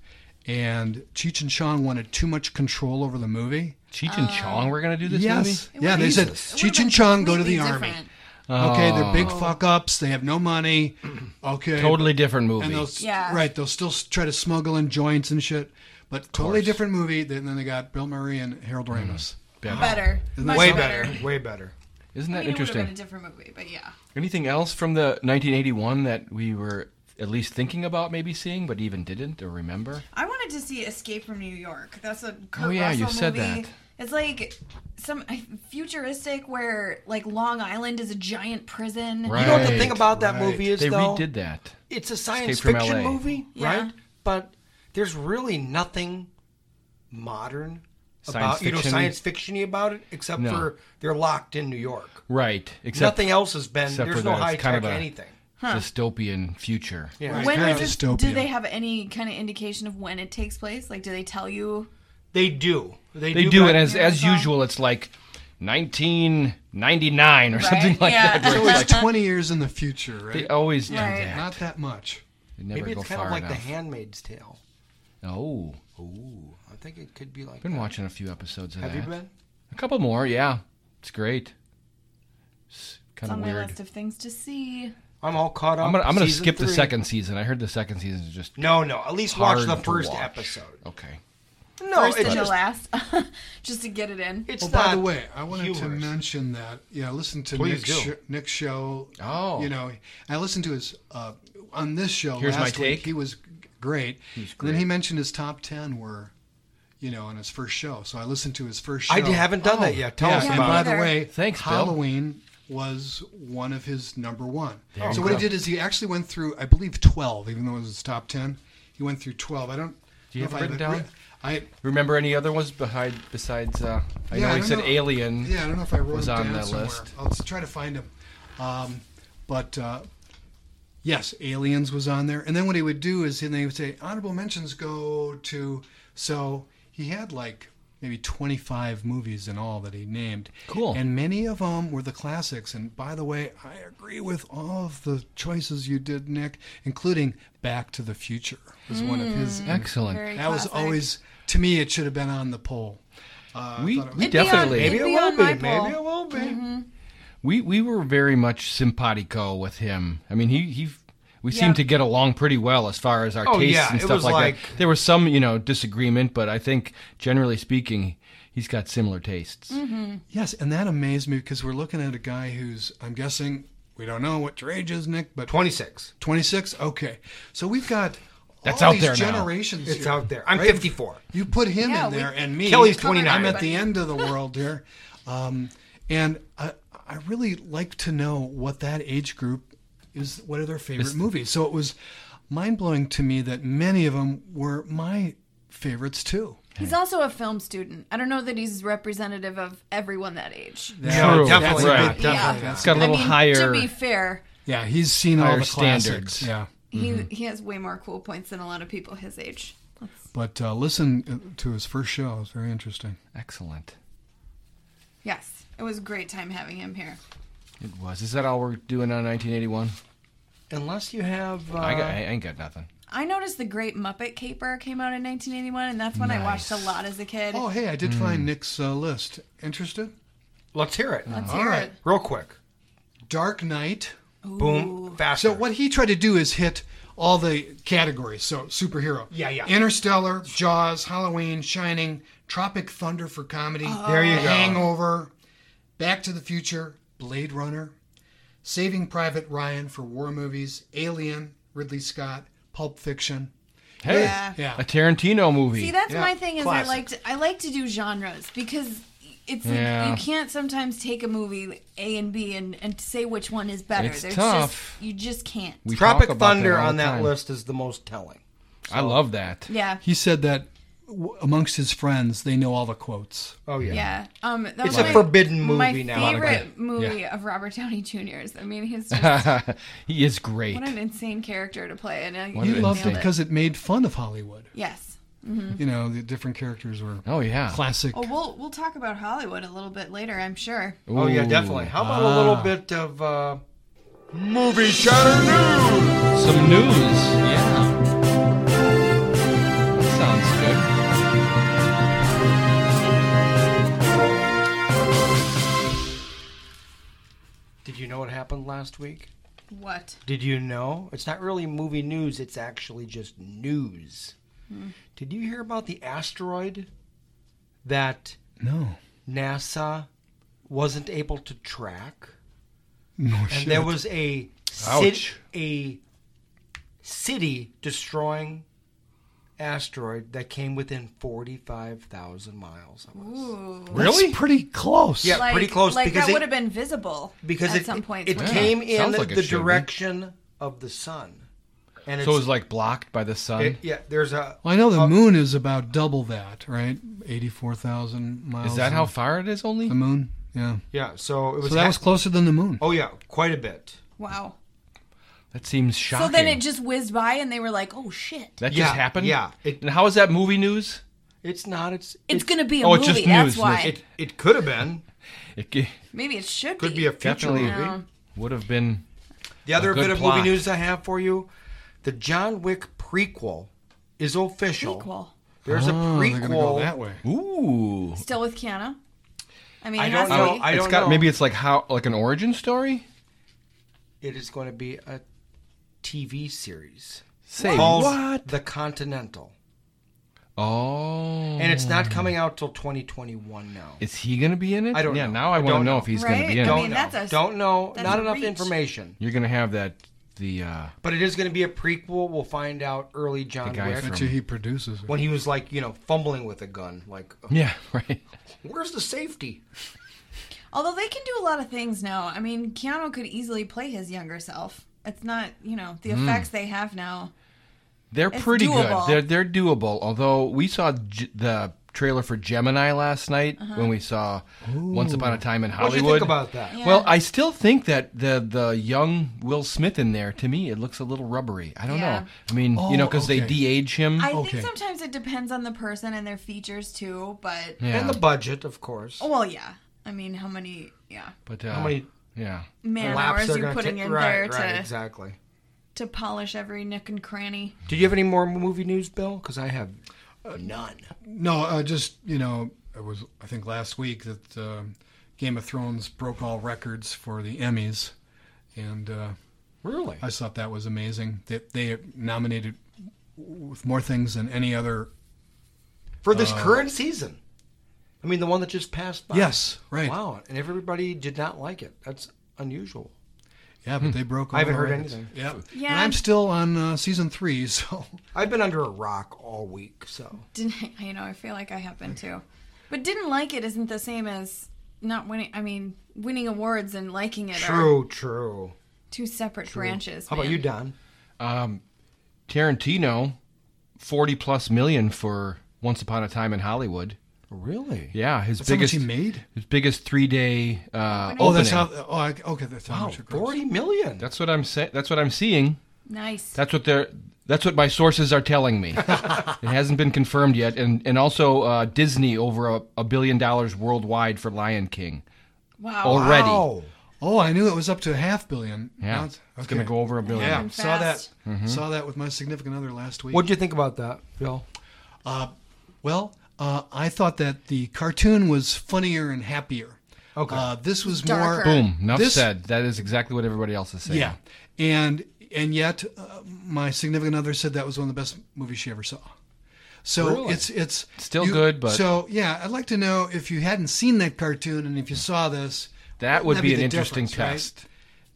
Speaker 3: and Cheech and Chong wanted too much control over the movie.
Speaker 1: Cheech and Chong were gonna do this
Speaker 3: yes,
Speaker 1: movie.
Speaker 3: yeah, they said
Speaker 2: It
Speaker 4: Jesus.
Speaker 2: would've
Speaker 3: Cheech
Speaker 2: been
Speaker 3: and Chong go to the
Speaker 2: completely
Speaker 3: army.
Speaker 2: different.
Speaker 3: Okay, they're big fuck ups. They have no money. Okay,
Speaker 1: Oh. Totally different movie.
Speaker 3: And they'll s-
Speaker 2: Yeah.
Speaker 3: right, they'll still s- try to smuggle in joints and shit, but totally different movie. Then then they got Bill Murray and Harold
Speaker 1: Mm.
Speaker 3: Ramis.
Speaker 1: Better.
Speaker 2: Better. Much
Speaker 4: Way better. Way better.
Speaker 1: Isn't
Speaker 2: I
Speaker 1: that
Speaker 2: mean, it would have
Speaker 1: interesting?
Speaker 2: been a different movie, but yeah.
Speaker 1: Anything else from the 1981 that we were at least thinking about maybe seeing, but even didn't or remember?
Speaker 2: I wanted to see Escape from New York. That's a Kurt
Speaker 1: Oh, yeah,
Speaker 2: Russell
Speaker 1: you said
Speaker 2: movie.
Speaker 1: that.
Speaker 2: It's like some futuristic where like Long Island is a giant prison.
Speaker 1: Right.
Speaker 4: You know what the
Speaker 1: Right,
Speaker 4: thing about that
Speaker 3: right.
Speaker 4: movie is,
Speaker 1: They
Speaker 4: though?
Speaker 1: redid that.
Speaker 4: It's a science
Speaker 1: Escape from
Speaker 4: fiction
Speaker 1: LA.
Speaker 4: movie,
Speaker 2: Yeah.
Speaker 4: right? But there's really nothing modern
Speaker 1: Science
Speaker 4: about you know
Speaker 1: fiction-y?
Speaker 4: science fictiony about it, except
Speaker 1: No.
Speaker 4: for they're locked in New York.
Speaker 1: Right. Except
Speaker 4: Nothing else has been.
Speaker 1: except
Speaker 4: There's
Speaker 1: for
Speaker 4: no
Speaker 1: that it's
Speaker 4: high
Speaker 1: kind of
Speaker 4: tech
Speaker 1: a-
Speaker 4: anything.
Speaker 1: dystopian future.
Speaker 4: Yeah.
Speaker 2: When
Speaker 3: Kind
Speaker 2: is this?
Speaker 3: of dystopia.
Speaker 2: Do they have any kind of indication of when it takes place? Like, do they tell you?
Speaker 4: They do. They,
Speaker 1: They do
Speaker 4: but-
Speaker 1: it as
Speaker 2: Yeah,
Speaker 1: as
Speaker 2: that's all.
Speaker 1: usual. It's like 1999 or something
Speaker 2: Right?
Speaker 1: like
Speaker 2: Yeah.
Speaker 1: that. where
Speaker 3: So
Speaker 1: it's
Speaker 3: it's
Speaker 1: like-
Speaker 3: twenty years in the future,
Speaker 1: They
Speaker 3: right?
Speaker 1: always do
Speaker 2: Right.
Speaker 1: that.
Speaker 3: Not that much.
Speaker 1: They never
Speaker 4: Maybe
Speaker 1: go
Speaker 4: it's kind
Speaker 1: far
Speaker 4: of like The
Speaker 1: enough.
Speaker 4: Handmaid's Tale.
Speaker 1: oh,
Speaker 4: Ooh, I think it could be like.
Speaker 1: been
Speaker 4: that.
Speaker 1: watching a few episodes of
Speaker 4: Have
Speaker 1: that.
Speaker 4: you been?
Speaker 1: A couple more, yeah. It's great. It's
Speaker 2: It's
Speaker 1: kind
Speaker 2: on
Speaker 1: of
Speaker 2: my
Speaker 1: weird.
Speaker 2: list of things to see.
Speaker 4: I'm all caught up.
Speaker 1: I'm gonna I'm gonna
Speaker 4: Season
Speaker 1: skip the
Speaker 4: three.
Speaker 1: second season. I heard the second season is just
Speaker 4: No, no. At least
Speaker 1: hard
Speaker 4: watch the
Speaker 1: to
Speaker 4: first
Speaker 1: watch.
Speaker 4: episode.
Speaker 1: Okay.
Speaker 4: No,
Speaker 2: First
Speaker 4: it's
Speaker 2: and the
Speaker 4: just.
Speaker 2: last, just to get it in.
Speaker 4: It's
Speaker 3: Well,
Speaker 4: not
Speaker 3: Oh, by the way, I wanted to
Speaker 4: humorous.
Speaker 3: mention that. Yeah, I listened to
Speaker 4: Please
Speaker 3: Nick's,
Speaker 4: do.
Speaker 3: sh- Nick's show.
Speaker 1: Oh.
Speaker 3: you know, I listened to his uh, on this show.
Speaker 1: Here's my
Speaker 3: last week,
Speaker 1: take.
Speaker 3: He was g- great.
Speaker 1: He's
Speaker 3: And then he
Speaker 1: great.
Speaker 3: mentioned his top ten were you know, on his first show. So I listened to his first show.
Speaker 4: I haven't done
Speaker 1: Oh,
Speaker 4: that yet. Tell
Speaker 3: yeah,
Speaker 4: us
Speaker 3: and
Speaker 4: about
Speaker 3: by
Speaker 4: it.
Speaker 3: the
Speaker 2: Neither.
Speaker 3: way,
Speaker 1: Thanks, Bill.
Speaker 3: Halloween was one of his number one.
Speaker 1: There
Speaker 3: so
Speaker 1: you
Speaker 3: what
Speaker 1: go.
Speaker 3: he did is he actually went through, I believe, twelve, even though it was his top ten. He went through twelve. I don't.
Speaker 1: Do you
Speaker 3: know
Speaker 1: have
Speaker 3: if
Speaker 1: it
Speaker 3: I,
Speaker 1: written down?
Speaker 3: I
Speaker 1: Remember any other ones behind besides? Uh, I
Speaker 3: Yeah,
Speaker 1: know
Speaker 3: I
Speaker 1: he
Speaker 3: don't
Speaker 1: said
Speaker 3: know.
Speaker 1: Alien.
Speaker 3: yeah, I don't know if I wrote
Speaker 1: Was
Speaker 3: him
Speaker 1: on
Speaker 3: down
Speaker 1: that
Speaker 3: somewhere.
Speaker 1: list.
Speaker 3: I'll s- try to find him. Um, but uh, yes, Aliens was on there. And then what he would do is, and they would say honorable mentions go to. So he had like maybe 25 movies in all that he named.
Speaker 1: Cool.
Speaker 3: And many of them were the classics. And by the way, I agree with all of the choices you did, Nick, including Back to the Future was one of his.
Speaker 1: Mm. Excellent.
Speaker 2: Very
Speaker 3: That was
Speaker 2: classic.
Speaker 3: always to me. It should have been on the poll. Uh, I
Speaker 1: We-
Speaker 3: thought it was-
Speaker 1: we
Speaker 2: It'd be on-
Speaker 1: Definitely.
Speaker 2: it'd
Speaker 4: Maybe it
Speaker 2: be
Speaker 4: will
Speaker 2: on
Speaker 4: be.
Speaker 2: my
Speaker 4: Maybe
Speaker 2: poll.
Speaker 4: it will be.
Speaker 1: We we were very much simpatico with him. I mean, he he. We
Speaker 2: Yeah.
Speaker 1: seemed to get along pretty well as far as our
Speaker 4: Oh,
Speaker 1: tastes
Speaker 4: yeah,
Speaker 1: and
Speaker 4: it
Speaker 1: stuff
Speaker 4: was
Speaker 1: like,
Speaker 4: like-
Speaker 1: that. There was some, you know, disagreement, but I think generally speaking, he's got similar tastes.
Speaker 4: Mm-hmm.
Speaker 3: Yes, and that amazed me because we're looking at a guy who's, I'm guessing, we don't know what your age is, Nick, but
Speaker 4: 26.
Speaker 3: 26? Okay. So we've got
Speaker 1: That's
Speaker 3: all
Speaker 1: out
Speaker 3: these
Speaker 1: there now.
Speaker 3: generations
Speaker 4: It's
Speaker 3: here,
Speaker 4: out there. I'm
Speaker 3: right?
Speaker 4: 54.
Speaker 3: You put him
Speaker 2: Yeah,
Speaker 3: in
Speaker 2: we-
Speaker 3: there and me.
Speaker 4: Kelly's
Speaker 2: Covered
Speaker 4: 29.
Speaker 3: I'm at
Speaker 2: everybody.
Speaker 3: the end of the world here. Um, and I, I really like to know what that age group is, what are their favorite movies. So it was mind blowing to me that many of them were my favorites too.
Speaker 2: He's also a film student. I don't know that he's representative of everyone that age.
Speaker 1: True.
Speaker 4: definitely
Speaker 1: That's
Speaker 4: not.
Speaker 1: right.
Speaker 4: Definitely
Speaker 2: Yeah.
Speaker 4: not.
Speaker 1: It's got a little
Speaker 2: I mean,
Speaker 1: higher.
Speaker 2: To be fair,
Speaker 3: Yeah, he's seen all
Speaker 1: Higher
Speaker 3: the
Speaker 1: standards.
Speaker 3: classics. Yeah.
Speaker 2: he he has way more cool points than a lot of people his age.
Speaker 3: But uh, listen uh, to his first show. It was very interesting.
Speaker 1: Excellent.
Speaker 2: Yes, it was a great time having him here.
Speaker 1: It was. Is that all we're doing on 1981?
Speaker 4: Unless you have. Uh,
Speaker 1: I, got, I ain't got nothing.
Speaker 2: I noticed the Great Muppet Caper came out in 1981, and that's when I watched a lot as a kid.
Speaker 3: Oh, hey, I did find
Speaker 4: Hmm.
Speaker 3: Nick's uh, list. Interested?
Speaker 4: let's hear it.
Speaker 2: Let's
Speaker 3: all
Speaker 2: hear
Speaker 3: right.
Speaker 2: it.
Speaker 4: Real quick.
Speaker 3: Dark Knight.
Speaker 4: Boom. Faster.
Speaker 3: So what he tried to do is hit all the categories. So superhero.
Speaker 4: Yeah, yeah.
Speaker 3: Interstellar, Jaws, Halloween, Shining, Tropic Thunder for comedy.
Speaker 4: Oh. There you go.
Speaker 3: Hangover, Back to the Future, Blade Runner, Saving Private Ryan for war movies, Alien, Ridley Scott, Pulp Fiction.
Speaker 1: Hey,
Speaker 2: Yeah.
Speaker 3: Yeah.
Speaker 1: a Tarantino movie.
Speaker 2: See, that's
Speaker 3: Yeah,
Speaker 2: my thing is I
Speaker 4: classic.
Speaker 2: like to, I like to do genres because it's like,
Speaker 1: Yeah.
Speaker 2: you can't sometimes take a movie A and B and, and say which one is better.
Speaker 1: It's
Speaker 2: There's
Speaker 1: tough.
Speaker 2: Just, you just can't.
Speaker 1: we talk
Speaker 4: Tropic
Speaker 1: about
Speaker 4: Thunder
Speaker 1: all
Speaker 4: on
Speaker 1: the
Speaker 4: that
Speaker 1: time.
Speaker 4: list is the most telling.
Speaker 1: I love that.
Speaker 2: yeah.
Speaker 3: He said that w- amongst his friends, they know all the quotes.
Speaker 4: Oh, yeah.
Speaker 2: Yeah. Um, that
Speaker 4: It's
Speaker 2: was
Speaker 4: a
Speaker 2: my-
Speaker 4: forbidden movie
Speaker 2: my
Speaker 4: now.
Speaker 2: favorite movie
Speaker 1: Yeah.
Speaker 2: of Robert Downey Jr.'s. I mean, he's just
Speaker 1: he is great.
Speaker 2: what an insane character to play, and uh,
Speaker 1: What
Speaker 3: He
Speaker 1: an
Speaker 3: loved it
Speaker 1: instinct.
Speaker 3: because it made fun of Hollywood.
Speaker 2: Yes.
Speaker 3: You know, the different characters were
Speaker 1: Mm-hmm. oh yeah.
Speaker 3: classic.
Speaker 2: Well, we'll we'll talk about Hollywood a little bit later. I'm sure.
Speaker 4: Oh, yeah,
Speaker 1: Ooh. Ah.
Speaker 4: definitely. How about a little bit of uh, movie chatter news?
Speaker 1: Some news. Yeah. That sounds
Speaker 4: Did you know what happened last week?
Speaker 2: What?
Speaker 4: Did you know? It's not really movie news, it's actually just news. Did you hear about the asteroid that
Speaker 3: no,
Speaker 4: NASA wasn't able to track?
Speaker 3: no
Speaker 4: And
Speaker 3: shit.
Speaker 4: there was a city,
Speaker 1: Ouch.
Speaker 4: a city destroying asteroid that came within 45,000 miles of us.
Speaker 2: Ooh.
Speaker 1: good. Really?
Speaker 3: That's pretty close.
Speaker 4: Yeah.
Speaker 2: Like,
Speaker 4: pretty close,
Speaker 2: Like
Speaker 4: because
Speaker 2: that
Speaker 4: it-
Speaker 2: would have been visible
Speaker 4: because
Speaker 2: at
Speaker 4: it,
Speaker 2: some point.
Speaker 4: it
Speaker 1: Yeah.
Speaker 4: came in
Speaker 1: Sounds like it
Speaker 4: the
Speaker 1: should be.
Speaker 4: direction of the sun. And
Speaker 1: good.
Speaker 4: it's,
Speaker 1: So it was like blocked by the sun.
Speaker 4: it- yeah, there's a
Speaker 3: Well, I know the
Speaker 1: Oh.
Speaker 3: moon is about double that, right? Eighty-four thousand miles.
Speaker 1: is that how
Speaker 3: from
Speaker 1: far it is? Only
Speaker 3: the
Speaker 4: Um,
Speaker 3: moon? Yeah.
Speaker 4: yeah. So it was
Speaker 3: So that
Speaker 4: ha-
Speaker 3: was closer than the moon.
Speaker 4: Oh yeah, quite a bit.
Speaker 2: wow.
Speaker 1: that seems shocking.
Speaker 2: So then it just whizzed by, and they were like, "Oh shit!
Speaker 1: that
Speaker 4: Yeah,
Speaker 1: just happened.
Speaker 4: yeah. It-
Speaker 1: and how is that movie news?
Speaker 4: It's not. It's
Speaker 2: It's gonna be a
Speaker 1: oh, it's
Speaker 2: movie.
Speaker 1: just news, news.
Speaker 2: That's why.
Speaker 4: It it could have been.
Speaker 1: It g-
Speaker 2: Maybe it should
Speaker 4: Could
Speaker 2: be.
Speaker 4: be a future
Speaker 1: Definitely.
Speaker 4: movie.
Speaker 2: No.
Speaker 1: would have been.
Speaker 4: The other
Speaker 1: A good
Speaker 4: bit of
Speaker 1: plot.
Speaker 4: movie news I have for you: the John Wick prequel is official.
Speaker 2: sequel.
Speaker 4: There's a
Speaker 3: Oh, they're
Speaker 4: prequel.
Speaker 3: gonna go that way.
Speaker 1: Ooh.
Speaker 2: Still with Keanu. I mean,
Speaker 4: I
Speaker 2: it
Speaker 4: don't
Speaker 2: has
Speaker 4: know.
Speaker 2: to be.
Speaker 4: I
Speaker 1: It's
Speaker 4: don't
Speaker 1: got
Speaker 4: know.
Speaker 1: maybe it's like how like an origin story.
Speaker 4: It is going to be a TV series
Speaker 1: Say
Speaker 4: called
Speaker 1: what?
Speaker 4: The Continental,
Speaker 1: Oh.
Speaker 4: and it's not coming out till 2021 now.
Speaker 1: Is he going to be in it?
Speaker 4: I don't
Speaker 1: yeah,
Speaker 4: know.
Speaker 1: now I
Speaker 4: I
Speaker 1: want to
Speaker 4: don't
Speaker 1: know
Speaker 4: know.
Speaker 1: if he's
Speaker 2: Right?
Speaker 1: going to be in
Speaker 2: I
Speaker 4: don't
Speaker 1: it.
Speaker 2: mean,
Speaker 4: know.
Speaker 2: that's a-
Speaker 4: don't know.
Speaker 2: that's
Speaker 4: Not
Speaker 2: a
Speaker 4: enough
Speaker 2: reach.
Speaker 4: information.
Speaker 1: You're going to have that the uh,
Speaker 4: But it is going to be a prequel. We'll find out early John
Speaker 1: guy
Speaker 4: Wick
Speaker 1: from-
Speaker 3: Actually, he produces it.
Speaker 4: when he was like, you know, fumbling with a gun. Like,
Speaker 1: yeah right.
Speaker 4: where's the safety?
Speaker 2: Although they can do a lot of things now. I mean, Keanu could easily play his younger self. It's not, you know, the
Speaker 4: Hmm.
Speaker 2: effects they have now.
Speaker 1: They're
Speaker 2: It's
Speaker 1: pretty
Speaker 2: doable.
Speaker 1: good. They're they're doable. Although we saw G- the trailer for Gemini last night
Speaker 2: Uh-huh.
Speaker 1: when we saw Once Upon a Time in
Speaker 4: What do
Speaker 1: Hollywood.
Speaker 4: you think about that?
Speaker 2: Yeah.
Speaker 1: Well, I still think that the the young Will Smith in there to me it looks a little rubbery. I don't
Speaker 2: Yeah.
Speaker 1: know. I mean, you know,
Speaker 3: Oh,
Speaker 1: because they
Speaker 3: okay.
Speaker 1: de-age him.
Speaker 2: I
Speaker 3: Okay.
Speaker 2: think sometimes it depends on the person and their features too, but
Speaker 1: yeah,
Speaker 4: And the budget, of course.
Speaker 2: oh, well, yeah. I mean, how many, yeah,
Speaker 1: but uh,
Speaker 4: How many
Speaker 1: yeah,
Speaker 2: man
Speaker 4: laps
Speaker 2: hours
Speaker 4: they're
Speaker 2: you
Speaker 4: gonna
Speaker 2: putting
Speaker 4: take-
Speaker 2: in
Speaker 4: right,
Speaker 2: there
Speaker 4: right,
Speaker 2: to
Speaker 4: exactly.
Speaker 2: to polish every nook and cranny.
Speaker 4: Did you have any more movie news, Bill? Because I have none.
Speaker 3: No, uh, just you know, it was I think last week that um Game of Thrones broke all records for the Emmys, and uh,
Speaker 4: Really?
Speaker 3: I just thought that was amazing. That they nominated with more things than any other.
Speaker 4: For this current season. I mean, the one that just passed by.
Speaker 3: Yes, right.
Speaker 4: Wow. And everybody did not like it. That's unusual.
Speaker 3: Yeah,
Speaker 1: Hmm.
Speaker 3: but they broke. All
Speaker 4: I haven't
Speaker 3: the
Speaker 4: heard
Speaker 3: records.
Speaker 4: anything.
Speaker 3: Yeah,
Speaker 2: Yeah.
Speaker 3: And I'm still on uh, season three, so
Speaker 4: I've been under a rock all week, so.
Speaker 2: Didn't I know? I feel like I have been too, but didn't like it isn't the same as not winning. I mean, winning awards and liking it are
Speaker 4: True, true.
Speaker 2: two separate branches.
Speaker 4: How about
Speaker 2: man.
Speaker 4: you, Don?
Speaker 1: Um, Tarantino, forty plus million for Once Upon a Time in Hollywood.
Speaker 4: Really?
Speaker 1: Yeah, his
Speaker 3: that's how much
Speaker 1: biggest
Speaker 3: he made.
Speaker 1: his biggest three day. Uh,
Speaker 3: Oh, that's
Speaker 1: opening.
Speaker 3: how. Oh, I, okay, that's how
Speaker 4: Wow,
Speaker 3: much it grossed.
Speaker 4: 40 million.
Speaker 1: That's what I'm saying. That's what I'm seeing.
Speaker 2: Nice.
Speaker 1: That's what they're. That's what my sources are telling me. it hasn't been confirmed yet, and and also uh, Disney over a, a billion dollars worldwide for Lion King
Speaker 2: wow.
Speaker 1: already.
Speaker 4: Wow.
Speaker 3: Oh, I knew it was up to a half billion.
Speaker 1: Yeah,
Speaker 3: Now
Speaker 1: it's going to go Mm-hmm. over a billion.
Speaker 3: Yeah,
Speaker 2: Happened
Speaker 3: saw that.
Speaker 2: fast.
Speaker 3: Saw that with my significant other last week.
Speaker 4: What'd you think about that, Bill?
Speaker 3: Well, uh, I thought that the cartoon was funnier and happier.
Speaker 4: Okay.
Speaker 3: Uh, this was more
Speaker 2: Darker.
Speaker 1: Boom. Enough
Speaker 3: This-
Speaker 1: said. That is exactly what everybody else is saying.
Speaker 3: Yeah, and and yet uh, my significant other said that was one of the best movies she ever saw. So it's it's
Speaker 1: Still good, but-
Speaker 3: so yeah, I'd like to know if you hadn't seen that cartoon and if you saw this,
Speaker 1: That
Speaker 3: what
Speaker 1: would be
Speaker 3: the
Speaker 1: an interesting
Speaker 3: difference, right?
Speaker 1: test.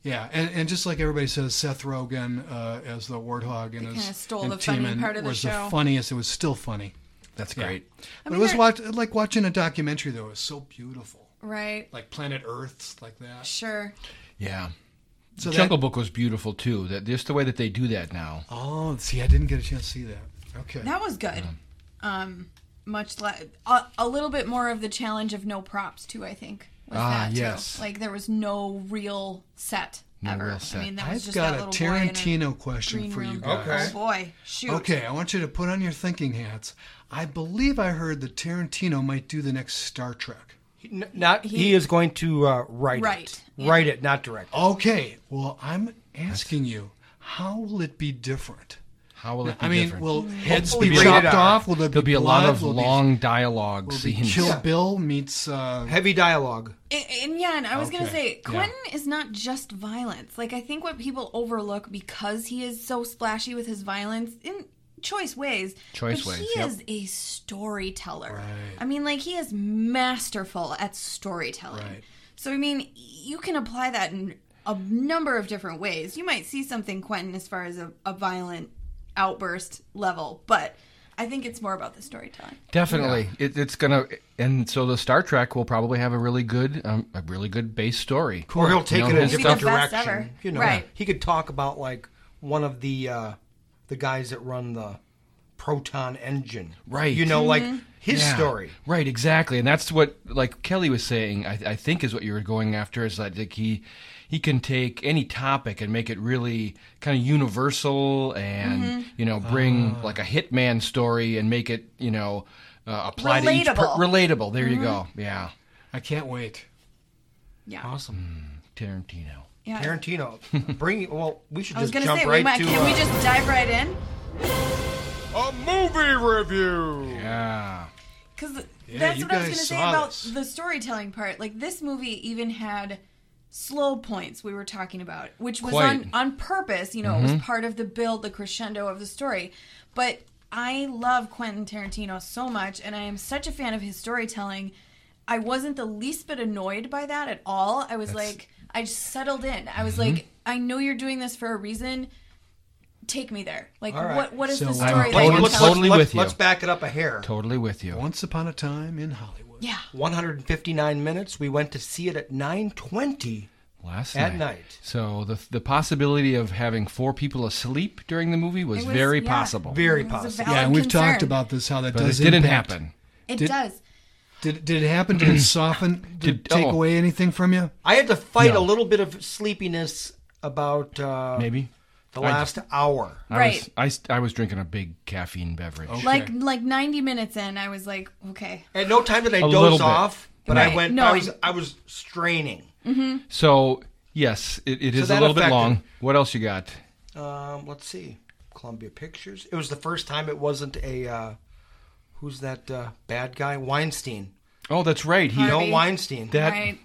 Speaker 3: Yeah, and, and just like everybody says, Seth Rogen uh, as the warthog and
Speaker 2: kinda
Speaker 3: his
Speaker 2: stole
Speaker 3: and
Speaker 2: the funny
Speaker 3: Timon
Speaker 2: part of the
Speaker 3: was
Speaker 2: show.
Speaker 3: the funniest. It was still funny.
Speaker 1: That's
Speaker 3: Yeah.
Speaker 1: great.
Speaker 3: But
Speaker 2: mean,
Speaker 3: it was
Speaker 2: there-
Speaker 3: watch, like watching a documentary though. It was so beautiful,
Speaker 2: Right.
Speaker 3: like Planet Earth's like that.
Speaker 2: Sure.
Speaker 1: Yeah.
Speaker 3: So
Speaker 1: Jungle Book was beautiful too. That just the way that they do that now.
Speaker 3: That, oh, see, I didn't get a chance to see that. Okay.
Speaker 2: That was good. Um, much le- a, a little bit more of the challenge of no props too. I think. Was
Speaker 1: Ah,
Speaker 2: that, too.
Speaker 1: yes.
Speaker 2: Like there was no real set ever.
Speaker 1: real set.
Speaker 2: I mean, that was
Speaker 3: I've
Speaker 2: just that
Speaker 3: got a
Speaker 2: little boy in
Speaker 3: Tarantino question
Speaker 2: green
Speaker 3: for
Speaker 2: room.
Speaker 3: you guys.
Speaker 4: Okay.
Speaker 2: Oh boy, shoot.
Speaker 3: Okay, I want you to put on your thinking hats. I believe I heard that Tarantino might do the next Star Trek.
Speaker 4: N- not he, is going to uh, write it.
Speaker 2: Write, yeah.
Speaker 4: Write it, not direct. it.
Speaker 3: Okay, well, I'm asking you, how will it be different?
Speaker 1: How will it be
Speaker 3: I mean,
Speaker 1: different?
Speaker 3: will heads
Speaker 4: Hopefully
Speaker 3: be
Speaker 4: rated
Speaker 3: chopped
Speaker 4: R.
Speaker 3: off? Will there
Speaker 1: There'll be a lot
Speaker 3: blood?
Speaker 1: of
Speaker 3: Will it be-
Speaker 1: long dialogue
Speaker 3: Will it be
Speaker 1: scenes.
Speaker 3: Kill Bill meets uh,
Speaker 4: Heavy dialogue.
Speaker 2: And, and yeah, and I was gonna
Speaker 3: Okay,
Speaker 2: say, Quentin is not just violence. Like I think what people overlook because he is so splashy with his violence in choice ways.
Speaker 1: Choice ways,
Speaker 2: but He
Speaker 1: yep.
Speaker 2: is a storyteller.
Speaker 3: Right.
Speaker 2: I mean, like he is masterful at storytelling.
Speaker 3: Right.
Speaker 2: So I mean, you can apply that in a number of different ways. You might see something Quentin as far as a, a violent outburst level, but I think it's more about the storytelling.
Speaker 1: Definitely, it, it's gonna, and so the Star Trek will probably have a really good, um, a really good base story.
Speaker 4: Or he'll take
Speaker 1: You
Speaker 4: it
Speaker 1: know,
Speaker 4: in a
Speaker 1: Maybe
Speaker 4: different
Speaker 2: the best
Speaker 4: direction.
Speaker 2: ever.
Speaker 4: You know,
Speaker 2: Right.
Speaker 4: he could talk about like one of the uh, the guys that run the proton engine.
Speaker 1: Right.
Speaker 4: You know, like his
Speaker 1: Yeah.
Speaker 4: story.
Speaker 1: right? Exactly, and that's what like Kelly was saying. I, I think is what you were going after is that like he, he can take any topic and make it really kind of universal, and you know, bring
Speaker 2: Ah.
Speaker 1: like a hitman story and make it you know uh, apply to each
Speaker 2: Relatable. Mm-hmm.
Speaker 1: relatable. There you go. Yeah,
Speaker 3: I can't wait.
Speaker 2: Yeah.
Speaker 4: Awesome.
Speaker 1: Tarantino.
Speaker 2: yeah.
Speaker 4: Tarantino, bring well. We should
Speaker 2: I was
Speaker 4: just
Speaker 2: gonna
Speaker 4: jump
Speaker 2: say, we
Speaker 4: right
Speaker 2: might,
Speaker 4: to.
Speaker 2: can we
Speaker 4: uh,
Speaker 2: just dive right in?
Speaker 5: A movie review.
Speaker 1: Yeah,
Speaker 2: Because
Speaker 3: Yeah,
Speaker 2: that's
Speaker 3: you
Speaker 2: what I was
Speaker 3: guys
Speaker 2: going to say
Speaker 3: saw
Speaker 2: about
Speaker 3: this.
Speaker 2: the storytelling part. Like, this movie even had slow points we were talking about, which was
Speaker 1: Quite.
Speaker 2: on, on purpose. You know, it
Speaker 3: Mm-hmm.
Speaker 2: was part of the build, the crescendo of the story. But I love Quentin Tarantino so much, and I am such a fan of his storytelling.
Speaker 3: Mm-hmm.
Speaker 2: I wasn't the least bit annoyed by that at all. I was like, I just settled in. I was like, I know you're doing this for a reason. Take me there. Like,
Speaker 4: All right.
Speaker 2: what what is
Speaker 3: So,
Speaker 2: the
Speaker 3: I'm
Speaker 2: story? that
Speaker 1: totally-
Speaker 2: you're
Speaker 1: let's-
Speaker 2: telling?
Speaker 1: totally
Speaker 4: let's-
Speaker 1: with you.
Speaker 4: Let's back it up a hair.
Speaker 1: Totally with you.
Speaker 3: Once upon a time in Hollywood.
Speaker 2: Yeah.
Speaker 4: 159 minutes. We went to see it at 9:20.
Speaker 1: Last
Speaker 4: At
Speaker 1: night.
Speaker 4: night.
Speaker 1: So the the possibility of having four people asleep during the movie was,
Speaker 2: It was-
Speaker 1: very
Speaker 2: yeah.
Speaker 1: possible.
Speaker 4: Very
Speaker 2: It was a
Speaker 4: possible.
Speaker 2: valid
Speaker 3: Yeah, and we've
Speaker 2: concern.
Speaker 3: talked about this how that
Speaker 1: but it
Speaker 3: does
Speaker 1: didn't
Speaker 3: impact.
Speaker 1: happen.
Speaker 2: It
Speaker 3: Did-
Speaker 2: does.
Speaker 3: Did did it happen? Did it soften? Did,
Speaker 1: Did-
Speaker 3: it take
Speaker 1: oh.
Speaker 3: away anything from you?
Speaker 4: I had to fight
Speaker 1: No.
Speaker 4: a little bit of sleepiness about uh,
Speaker 1: Maybe.
Speaker 4: the last hour.
Speaker 2: Right.
Speaker 1: I was I, I was drinking a big caffeine beverage.
Speaker 2: Like like 90 minutes in, I was like, okay.
Speaker 4: At no time did I
Speaker 1: little
Speaker 4: doze
Speaker 1: bit.
Speaker 4: off, but I
Speaker 2: Right.
Speaker 4: went.
Speaker 2: No,
Speaker 4: I
Speaker 2: I-
Speaker 4: was I was straining.
Speaker 1: So yes, it, it is a
Speaker 4: that
Speaker 1: little bit
Speaker 4: affected-
Speaker 1: long. What else you got?
Speaker 4: Um, let's see, Columbia Pictures. It was the first time it wasn't a uh, who's that uh, bad guy Weinstein.
Speaker 1: Oh, that's right. He
Speaker 4: No
Speaker 2: Harvey.
Speaker 4: Weinstein.
Speaker 1: that
Speaker 2: Right.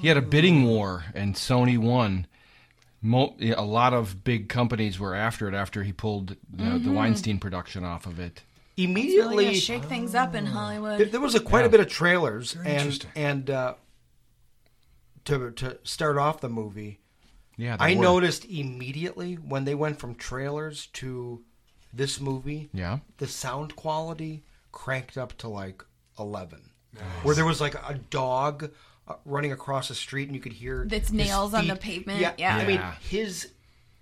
Speaker 1: he had a bidding war, and Sony won. Mo- a lot of big companies were after it after he pulled the,
Speaker 2: Mm-hmm.
Speaker 1: the Weinstein production off of it.
Speaker 2: Really
Speaker 4: immediately
Speaker 2: gonna shake things up in
Speaker 4: There,
Speaker 2: Hollywood.
Speaker 4: there was a quite a bit of trailers and
Speaker 3: interesting.
Speaker 4: and uh, to to start off the movie,
Speaker 1: Yeah, there
Speaker 4: I
Speaker 1: were.
Speaker 4: noticed immediately when they went from trailers to this movie.
Speaker 1: Yeah.
Speaker 4: the sound quality cranked up to like eleven, where there was like a dog uh, running across the street and you could hear
Speaker 2: That's
Speaker 4: his
Speaker 2: nails on the
Speaker 4: feet.
Speaker 2: pavement, yeah.
Speaker 4: I mean
Speaker 1: Yeah.
Speaker 4: his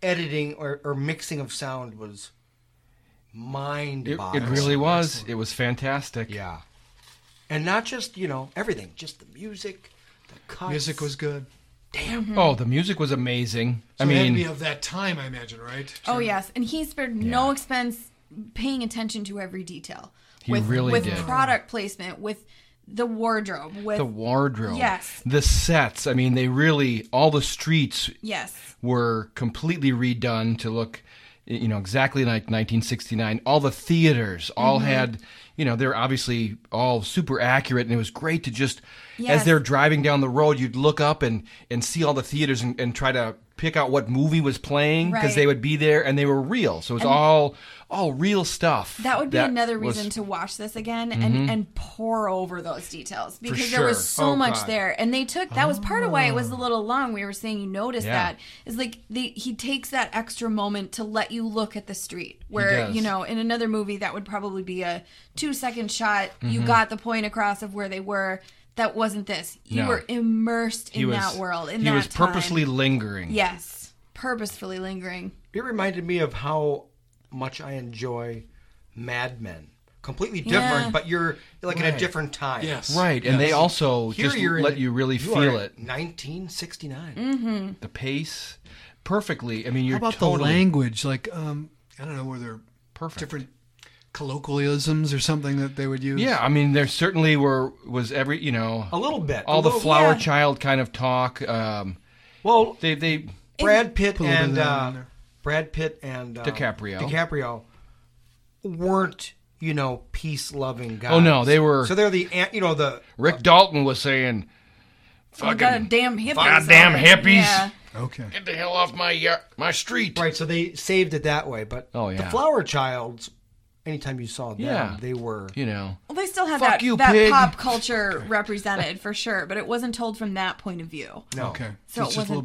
Speaker 4: editing or, or mixing of sound was mind
Speaker 1: It,
Speaker 4: boggling.
Speaker 1: it really was. It was fantastic.
Speaker 4: Yeah. And not just, you know, everything, just the music, the cuts.
Speaker 3: Music was good.
Speaker 2: Mm-hmm.
Speaker 1: Oh, the music was amazing. I
Speaker 3: So it had to
Speaker 1: mean,
Speaker 3: be of that time, I imagine, right?
Speaker 2: Oh yes, and he spared no expense paying attention to every detail.
Speaker 1: He
Speaker 2: with,
Speaker 1: really
Speaker 2: with
Speaker 1: did.
Speaker 2: product placement, with the wardrobe, with
Speaker 1: the wardrobe.
Speaker 2: Yes.
Speaker 1: The sets. I mean, they really all the streets
Speaker 2: yes,
Speaker 1: were completely redone to look you know exactly like 1969 all the theaters all
Speaker 2: Mm-hmm.
Speaker 1: had you know they're obviously all super accurate and it was great to just as
Speaker 2: Yes.
Speaker 1: they're driving down the road you'd look up and and see all the theaters and, and try to pick out what movie was playing because
Speaker 2: Right.
Speaker 1: they would be there and they were real so it was all all real stuff
Speaker 2: that would be another
Speaker 1: was- Mm-hmm.
Speaker 2: reason to watch this again and and pour over those details because there
Speaker 1: sure.
Speaker 2: was so
Speaker 1: Oh,
Speaker 2: much
Speaker 1: God. Oh.
Speaker 2: there, and they took that was part of why it was a little long. We were saying you noticed
Speaker 1: Yeah.
Speaker 2: that is like the, he takes that extra moment to let you look at the street where
Speaker 1: does.
Speaker 2: you know in another movie that would probably be a two second shot. You
Speaker 1: Mm-hmm.
Speaker 2: got the point across of where they were. That wasn't this. You
Speaker 1: No.
Speaker 2: were immersed in that world. In
Speaker 1: he
Speaker 2: that
Speaker 1: was
Speaker 2: time.
Speaker 1: purposely lingering
Speaker 2: yes, purposefully lingering.
Speaker 4: It reminded me of how much I enjoy Mad Men. Completely different,
Speaker 2: Yeah.
Speaker 4: but you're like in a
Speaker 3: Right.
Speaker 4: different time.
Speaker 3: Yes.
Speaker 1: right and they
Speaker 3: Yes.
Speaker 1: also
Speaker 4: Here
Speaker 1: just
Speaker 4: you're
Speaker 1: let
Speaker 4: in,
Speaker 1: you really
Speaker 4: are
Speaker 1: feel
Speaker 4: in
Speaker 1: it
Speaker 4: 1969.
Speaker 1: the pace perfectly. I mean, you're
Speaker 3: How about
Speaker 1: totally
Speaker 3: the language? Like, um, I don't know, were there
Speaker 1: perfect.
Speaker 3: different colloquialisms or something that they would use?
Speaker 1: Yeah, I mean, there certainly were was every you know
Speaker 4: A little bit.
Speaker 1: all
Speaker 4: a
Speaker 1: the
Speaker 4: little-
Speaker 1: flower
Speaker 2: yeah.
Speaker 1: child kind of talk. Um,
Speaker 4: Well,
Speaker 1: they they
Speaker 4: Brad Pitt
Speaker 3: a little bit of
Speaker 4: and
Speaker 3: that
Speaker 4: uh,
Speaker 3: in there.
Speaker 4: Brad Pitt and uh,
Speaker 1: DiCaprio.
Speaker 4: DiCaprio weren't you know peace loving guys.
Speaker 1: Oh, no, they were-
Speaker 4: So they're the an- you know the
Speaker 1: Rick Dalton was saying,
Speaker 2: Oh,
Speaker 1: "Fucking
Speaker 2: goddamn hippies!
Speaker 1: goddamn
Speaker 2: are-
Speaker 1: hippies."
Speaker 2: Yeah.
Speaker 3: Okay.
Speaker 1: get the hell off my yard, my street.
Speaker 4: Right, so they saved it that way, but
Speaker 1: Oh,
Speaker 4: the
Speaker 1: yeah.
Speaker 4: Flower Childs, anytime you saw them,
Speaker 1: Yeah.
Speaker 4: they were
Speaker 1: You know,
Speaker 2: Well, they still had
Speaker 1: Fuck
Speaker 2: that,
Speaker 1: you,
Speaker 2: that
Speaker 1: pig.
Speaker 2: pop culture represented for sure, but it wasn't told from that point of view.
Speaker 4: no.
Speaker 3: Okay.
Speaker 2: So
Speaker 3: Just- just a
Speaker 2: it
Speaker 3: little
Speaker 2: wasn't
Speaker 3: bit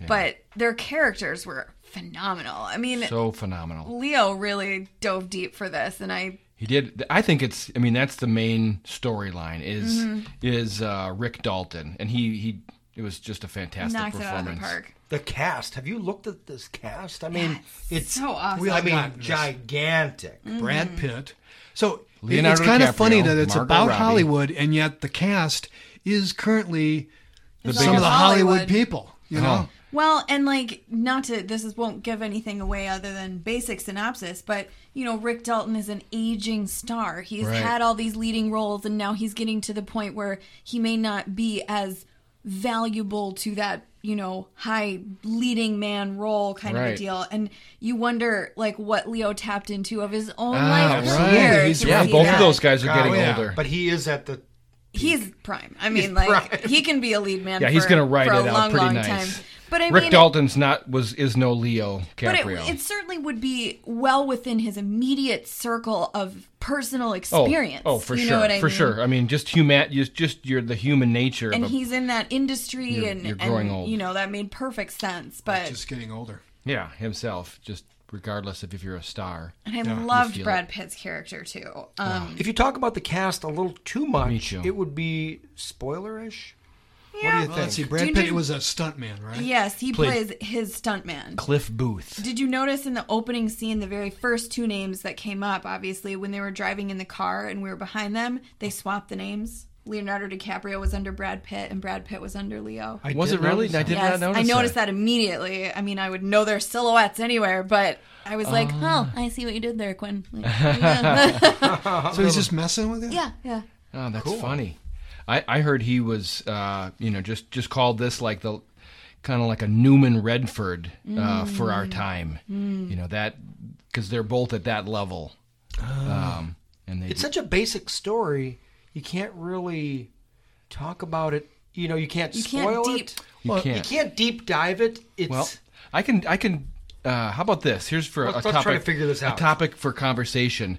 Speaker 2: that. But their characters were phenomenal. I mean,
Speaker 1: so phenomenal.
Speaker 2: Leo really dove deep for this, and I.
Speaker 1: He did. I think it's. I mean, that's the main storyline is is uh, Rick Dalton, and he he. It was just a fantastic
Speaker 2: Knocked it out of
Speaker 1: performance.
Speaker 2: the park.
Speaker 4: The cast. Have you looked at this cast? I mean, it's
Speaker 2: so uh, awesome.
Speaker 4: I
Speaker 3: I've
Speaker 4: mean,
Speaker 3: gotten this.
Speaker 4: gigantic.
Speaker 2: Mm-hmm.
Speaker 3: Brad Pitt. So it-
Speaker 1: Leonardo
Speaker 3: it's kind
Speaker 1: DiCaprio,
Speaker 3: of funny that it's
Speaker 1: Margot
Speaker 3: about
Speaker 1: Robbie.
Speaker 3: Hollywood, and yet the cast is currently some
Speaker 1: biggest- Uh-huh.
Speaker 3: of the Hollywood,
Speaker 2: Hollywood.
Speaker 3: people. You know,
Speaker 2: Well, and like, not to. This is, won't give anything away other than basic synopsis, but, you know, Rick Dalton is an aging star. He's
Speaker 1: Right.
Speaker 2: had all these leading roles, and now he's getting to the point where he may not be as valuable to that you know high leading man role kind of
Speaker 1: Right.
Speaker 2: a deal and you wonder like what leo tapped into of his own
Speaker 1: Ah,
Speaker 2: life
Speaker 1: right.
Speaker 2: career
Speaker 3: He's
Speaker 2: to
Speaker 1: Yeah,
Speaker 2: be
Speaker 1: both of
Speaker 2: that.
Speaker 1: those guys are
Speaker 4: God,
Speaker 1: getting
Speaker 4: yeah.
Speaker 1: older.
Speaker 4: But he is at the
Speaker 2: he's prime i mean like he can be a lead man
Speaker 1: Yeah, he's
Speaker 2: for-
Speaker 1: going to write
Speaker 2: for a
Speaker 1: it out
Speaker 2: long,
Speaker 1: pretty
Speaker 2: long
Speaker 1: nice.
Speaker 2: time. but i
Speaker 1: Rick
Speaker 2: mean
Speaker 1: Dalton's not was is no Leo
Speaker 2: but
Speaker 1: Caprio.
Speaker 2: it, it certainly would be well within his immediate circle of personal experience.
Speaker 1: Oh, oh for
Speaker 2: you
Speaker 1: sure,
Speaker 2: Know what I
Speaker 1: for
Speaker 2: mean?
Speaker 1: sure. I mean, just human, just just your the human nature.
Speaker 2: And
Speaker 1: of a,
Speaker 2: he's in that industry,
Speaker 1: You're-
Speaker 2: and,
Speaker 1: you're
Speaker 2: and,
Speaker 1: growing old.
Speaker 2: you know that made perfect sense. But
Speaker 3: Just getting older.
Speaker 1: yeah, himself. Just regardless of if you're a star.
Speaker 2: and I loved
Speaker 1: feel it.
Speaker 2: Brad Pitt's character too. Um,
Speaker 4: If you talk about the cast a little too much,
Speaker 1: too.
Speaker 4: it would be spoilerish.
Speaker 2: yeah.
Speaker 4: What do
Speaker 3: Well,
Speaker 4: you
Speaker 3: let's see.
Speaker 4: think?
Speaker 2: Do you
Speaker 3: Brad Pitt
Speaker 2: know-
Speaker 3: was a stuntman, right?
Speaker 2: Yes, he
Speaker 1: Played-
Speaker 2: plays his stuntman.
Speaker 1: Cliff Booth.
Speaker 2: Did you notice in the opening scene, the very first two names that came up, obviously, when they were driving in the car and we were behind them, they swapped the names. Leonardo DiCaprio was under Brad Pitt and Brad Pitt was under Leo.
Speaker 4: I
Speaker 1: Was
Speaker 4: did
Speaker 1: it really?
Speaker 4: notice
Speaker 1: I
Speaker 4: that.
Speaker 1: did
Speaker 2: yes,
Speaker 1: not notice.
Speaker 2: I noticed that. immediately. I mean, I would know their silhouettes anywhere, but I was like, oh, I see what you did there, Quinn. Like, yeah.
Speaker 3: So he's just messing with it.
Speaker 2: yeah, yeah.
Speaker 1: Oh, that's funny. I, I heard he was, uh, you know, just just called this like the kind of like a Newman Redford
Speaker 2: Mm.
Speaker 1: uh, for our time. You know that because they're both at that level. Um, and they
Speaker 4: Ah. It's such a basic story. You can't really talk about it. You know, you can't
Speaker 2: You
Speaker 4: spoil
Speaker 2: can't deep.
Speaker 4: it.
Speaker 1: you
Speaker 4: You
Speaker 1: can't.
Speaker 4: can't deep dive it. It's
Speaker 1: Well, I can I can. Uh, how about this? Here's for
Speaker 4: Let's-
Speaker 1: a
Speaker 4: let's
Speaker 1: topic.
Speaker 4: try to figure this out.
Speaker 1: A topic for conversation.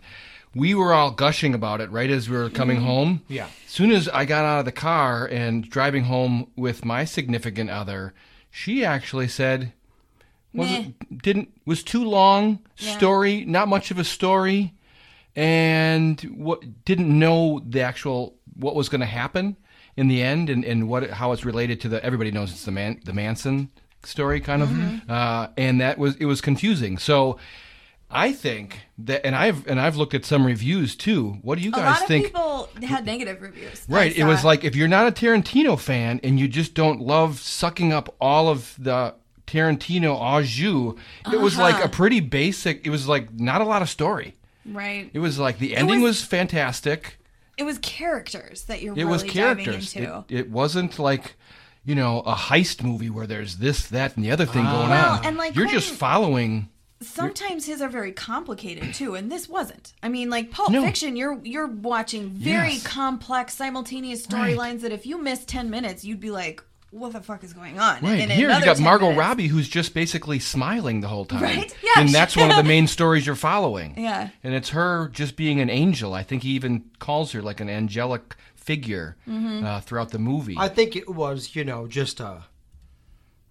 Speaker 1: We were all gushing about it right as we were coming home.
Speaker 4: Mm-hmm. Yeah.
Speaker 1: Soon as I got out of the car and driving home with my significant other, she actually said, wasn't didn't was too long
Speaker 2: Yeah.
Speaker 1: story, not much of a story, and what didn't know the actual what was going to happen in the end and and what how it's related to the everybody knows it's the man the Manson story kind of,
Speaker 2: Mm-hmm.
Speaker 1: uh, and that was it was confusing. So. I think that, and I've and I've looked at some reviews too. What do you
Speaker 2: A
Speaker 1: guys
Speaker 2: lot of
Speaker 1: think?
Speaker 2: people had negative reviews.
Speaker 1: Right.
Speaker 2: I
Speaker 1: It was
Speaker 2: saw
Speaker 1: like if you're not a Tarantino fan and you just don't love sucking up all of the Tarantino au jus, it was like
Speaker 2: Uh-huh.
Speaker 1: a pretty basic. It was like not a lot of story.
Speaker 2: Right.
Speaker 1: It was like the ending was,
Speaker 2: was-
Speaker 1: fantastic.
Speaker 2: It was characters that you're
Speaker 1: It
Speaker 2: really
Speaker 1: was characters.
Speaker 2: diving into.
Speaker 1: It, it wasn't like. You know, a heist movie where there's this, that, and the other thing going
Speaker 2: Oh. Well,
Speaker 1: on.
Speaker 2: and, like,
Speaker 1: You're just
Speaker 2: Quentin-
Speaker 1: following.
Speaker 2: sometimes his are very complicated too, and this wasn't. I mean, like Pulp
Speaker 1: No.
Speaker 2: Fiction, you're you're watching very
Speaker 1: Yes.
Speaker 2: complex, simultaneous
Speaker 1: Right.
Speaker 2: storylines that if you miss ten minutes, you'd be like, "What the fuck is going on?" And
Speaker 1: Right
Speaker 2: then
Speaker 1: here, you
Speaker 2: another
Speaker 1: got
Speaker 2: 10
Speaker 1: Margot
Speaker 2: minutes-
Speaker 1: Robbie, who's just basically smiling the whole time.
Speaker 2: Right? Yeah,
Speaker 1: And
Speaker 2: she-
Speaker 1: that's one of the main stories you're following.
Speaker 2: Yeah.
Speaker 1: And it's her just being an angel. I think he even calls her like an angelic figure
Speaker 2: Mm-hmm.
Speaker 1: uh, throughout the movie.
Speaker 4: I think it was, you know, just a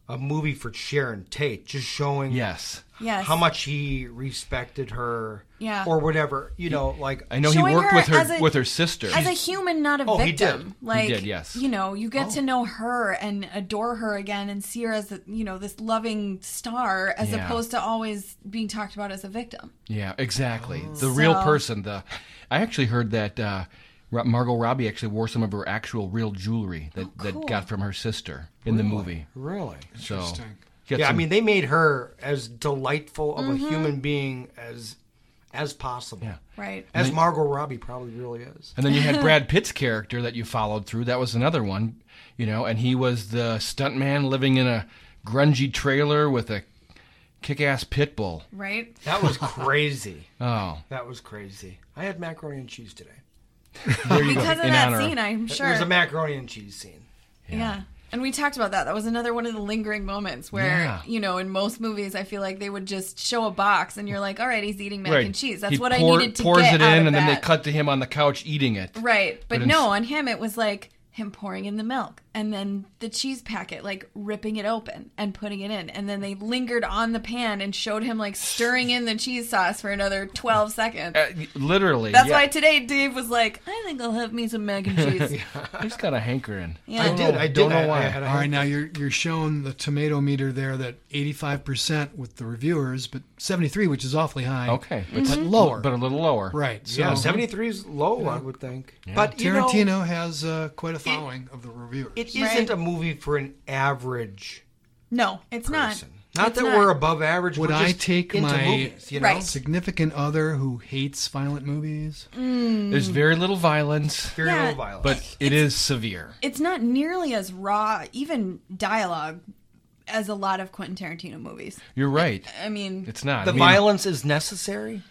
Speaker 4: a movie for Sharon Tate, just showing
Speaker 1: yes.
Speaker 2: Yes.
Speaker 4: how much he respected her,
Speaker 2: Yeah.
Speaker 4: or whatever. You know, like
Speaker 1: I know he
Speaker 2: Showing
Speaker 1: worked
Speaker 2: her
Speaker 1: with
Speaker 2: as
Speaker 1: her
Speaker 2: a-
Speaker 1: with her sister.
Speaker 2: As a human, not a
Speaker 4: Oh, he
Speaker 2: victim.
Speaker 4: did.
Speaker 2: Like
Speaker 1: did, yes. Oh.
Speaker 2: You know, you get to know her and adore her again, and see her as the, you know this loving star, as
Speaker 1: Yeah.
Speaker 2: opposed to always being talked about as a victim.
Speaker 1: Yeah, exactly. The real
Speaker 2: So-
Speaker 1: person. The I actually heard that uh, Ra- Margot Robbie actually wore some of her actual real jewelry that, that
Speaker 2: Oh, cool.
Speaker 1: got from her sister in the movie.
Speaker 4: really.
Speaker 1: So
Speaker 3: Interesting.
Speaker 1: she got
Speaker 4: Yeah, I
Speaker 1: some-
Speaker 4: mean, they made her as delightful of
Speaker 2: Mm-hmm.
Speaker 4: a human being as as possible.
Speaker 1: Yeah.
Speaker 2: Right.
Speaker 4: As Margot Robbie probably really is.
Speaker 1: And then you had Brad Pitt's character that you followed through. That was another one, you know, and he was the stuntman living in a grungy trailer with a kick ass pit bull.
Speaker 2: Right.
Speaker 4: That was crazy.
Speaker 1: Oh.
Speaker 4: that was crazy. I had macaroni and cheese today.
Speaker 2: Because of
Speaker 1: In
Speaker 2: that
Speaker 1: honor of-
Speaker 2: scene, I'm sure.
Speaker 4: There's a macaroni and cheese scene.
Speaker 2: Yeah. And we talked about that. That was another one of the lingering moments where,
Speaker 1: Yeah.
Speaker 2: you know, in most movies, I feel like they would just show a box and you're like, all right, he's eating mac and cheese. That's
Speaker 1: He
Speaker 2: what
Speaker 1: pour-
Speaker 2: I needed to
Speaker 1: pours
Speaker 2: get
Speaker 1: it
Speaker 2: out
Speaker 1: in,
Speaker 2: of
Speaker 1: and then they
Speaker 2: that.
Speaker 1: cut to him on the couch eating it.
Speaker 2: Right. But,
Speaker 1: But in-
Speaker 2: no, on him, it was like him pouring in the milk and then the cheese packet, like ripping it open and putting it in. And then they lingered on the pan and showed him like stirring in the cheese sauce for another 12 seconds.
Speaker 1: Uh, literally.
Speaker 2: That's
Speaker 1: yeah.
Speaker 2: why today Dave was like, I think I'll have me some mac and cheese.
Speaker 1: He's got a hankering.
Speaker 2: Yeah.
Speaker 4: I did. I
Speaker 1: Don't
Speaker 4: did.
Speaker 1: know
Speaker 4: I- I
Speaker 1: why.
Speaker 4: had a-
Speaker 3: All right, now you're you're showing the tomato meter there that 85% with the reviewers, but 73, which is awfully high.
Speaker 1: Okay. But,
Speaker 3: But lower.
Speaker 1: but a little lower.
Speaker 3: right. So
Speaker 4: yeah, 73 is low, I would think. But you know,
Speaker 3: Tarantino has uh, quite a following of the reviewers.
Speaker 4: it
Speaker 2: Right.
Speaker 4: isn't a movie for an average
Speaker 2: No, it's
Speaker 4: person.
Speaker 2: not.
Speaker 4: Not
Speaker 2: It's
Speaker 4: that
Speaker 2: not.
Speaker 4: we're above average.
Speaker 3: Would
Speaker 4: we're
Speaker 3: I
Speaker 4: just
Speaker 3: take
Speaker 4: into
Speaker 3: my-
Speaker 4: movies, you know?
Speaker 2: Right.
Speaker 3: Significant other who hates violent movies.
Speaker 1: There's
Speaker 2: Mm.
Speaker 1: very little violence,
Speaker 4: Very
Speaker 2: Yeah.
Speaker 4: little violence.
Speaker 1: but it is severe.
Speaker 2: it's not nearly as raw, even dialogue, as a lot of Quentin Tarantino movies.
Speaker 1: You're right.
Speaker 2: I mean,
Speaker 1: It's not.
Speaker 4: the
Speaker 1: I mean,
Speaker 4: violence is necessary.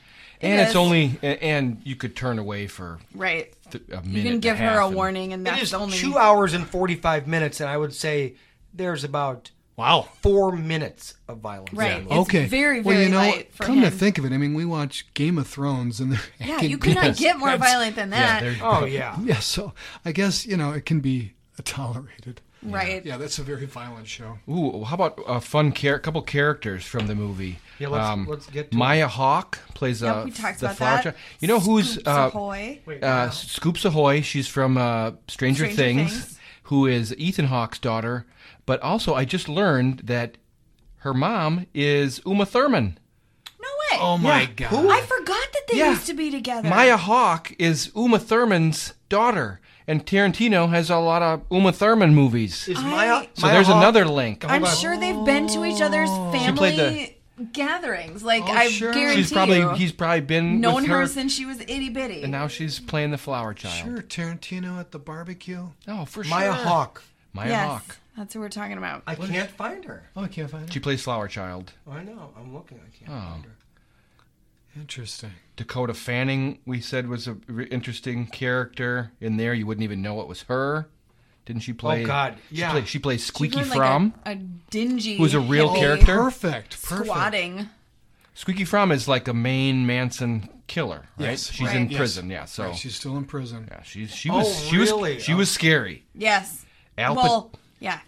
Speaker 1: And it's
Speaker 2: is.
Speaker 1: only. a- And you could turn away for
Speaker 2: right.
Speaker 1: th- a minute.
Speaker 2: You can
Speaker 1: and
Speaker 2: give
Speaker 1: half
Speaker 2: her a
Speaker 1: and-
Speaker 2: warning, and
Speaker 4: It is
Speaker 2: that's only
Speaker 4: two hours and 45 minutes, and I would say there's about
Speaker 3: Wow.
Speaker 4: Four minutes of violence. in the
Speaker 2: Right.
Speaker 4: movie.
Speaker 2: It's
Speaker 3: okay.
Speaker 2: very,
Speaker 3: well,
Speaker 2: very
Speaker 3: you know,
Speaker 2: light for
Speaker 3: come to
Speaker 2: him.
Speaker 3: think of it, I mean, we watch Game of Thrones, and they're
Speaker 2: Yeah,
Speaker 3: acting
Speaker 2: you could not
Speaker 3: peanuts.
Speaker 2: get more violent than
Speaker 1: Yeah,
Speaker 2: that.
Speaker 1: there-
Speaker 4: Oh yeah.
Speaker 3: Yeah, so I guess you know it can be tolerated.
Speaker 2: right.
Speaker 3: Yeah, that's a very violent show.
Speaker 1: Ooh, how about a fun char- couple characters from the movie? Um,
Speaker 4: Yeah, let's- let's get to
Speaker 1: Maya Hawk plays
Speaker 2: Yep,
Speaker 1: uh,
Speaker 2: we talked
Speaker 1: the
Speaker 2: about
Speaker 1: flower
Speaker 2: that.
Speaker 1: child. You know who's
Speaker 2: Scoops
Speaker 1: uh,
Speaker 2: Ahoy.
Speaker 1: uh, Scoops Ahoy? She's from uh, Stranger,
Speaker 2: Stranger
Speaker 1: Things,
Speaker 2: Things.
Speaker 1: who is Ethan Hawke's daughter. But also, I just learned that her mom is Uma Thurman.
Speaker 2: No way.
Speaker 3: Oh my
Speaker 1: Yeah.
Speaker 3: god!
Speaker 2: I forgot that they
Speaker 1: Yeah.
Speaker 2: used to be together.
Speaker 1: Maya Hawk is Uma Thurman's daughter, and Tarantino has a lot of Uma Thurman movies.
Speaker 4: Is
Speaker 2: I-
Speaker 4: Maya?
Speaker 1: so there's
Speaker 4: Maya Hawke-
Speaker 1: another link.
Speaker 2: I'm sure they've been to each other's
Speaker 1: played Oh,
Speaker 2: family gatherings. Like I
Speaker 3: sure.
Speaker 2: guarantee
Speaker 1: She's probably
Speaker 2: you,
Speaker 1: he's probably been
Speaker 2: known
Speaker 1: with
Speaker 2: her,
Speaker 1: her,
Speaker 2: since she was itty bitty.
Speaker 1: and now she's playing the flower child.
Speaker 3: Sure, Tarantino at the barbecue.
Speaker 1: Oh, for
Speaker 4: Maya
Speaker 1: sure.
Speaker 4: Hawk.
Speaker 1: Maya
Speaker 2: yes,
Speaker 1: Hawk. Uh,
Speaker 2: that's what we're talking about.
Speaker 4: I can't find her. Oh,
Speaker 3: Oh, I can't find it.
Speaker 1: She plays Flower Child.
Speaker 4: I know. I'm looking. I can't find her.
Speaker 3: Interesting.
Speaker 1: Dakota Fanning, we said, was a r- interesting character in there. You wouldn't even know it was her. Didn't she play?
Speaker 4: God,
Speaker 1: she
Speaker 4: yeah.
Speaker 1: play- she plays
Speaker 2: She
Speaker 1: Squeaky
Speaker 2: played, like,
Speaker 1: Fromm.
Speaker 2: a, a dingy,
Speaker 1: who's a real
Speaker 2: hippie
Speaker 1: character.
Speaker 3: Perfect. Perfect.
Speaker 2: squatting.
Speaker 1: Squeaky Fromm is like a Maine Manson killer, right?
Speaker 3: Yes,
Speaker 1: she's
Speaker 2: right.
Speaker 1: in
Speaker 3: Yes.
Speaker 1: prison. Yeah, so
Speaker 3: Right, she's still in prison.
Speaker 1: yeah, she's she
Speaker 4: Oh,
Speaker 1: was she
Speaker 4: really?
Speaker 1: was she was scary.
Speaker 2: Yes.
Speaker 1: Al, Pa-
Speaker 2: well, yeah,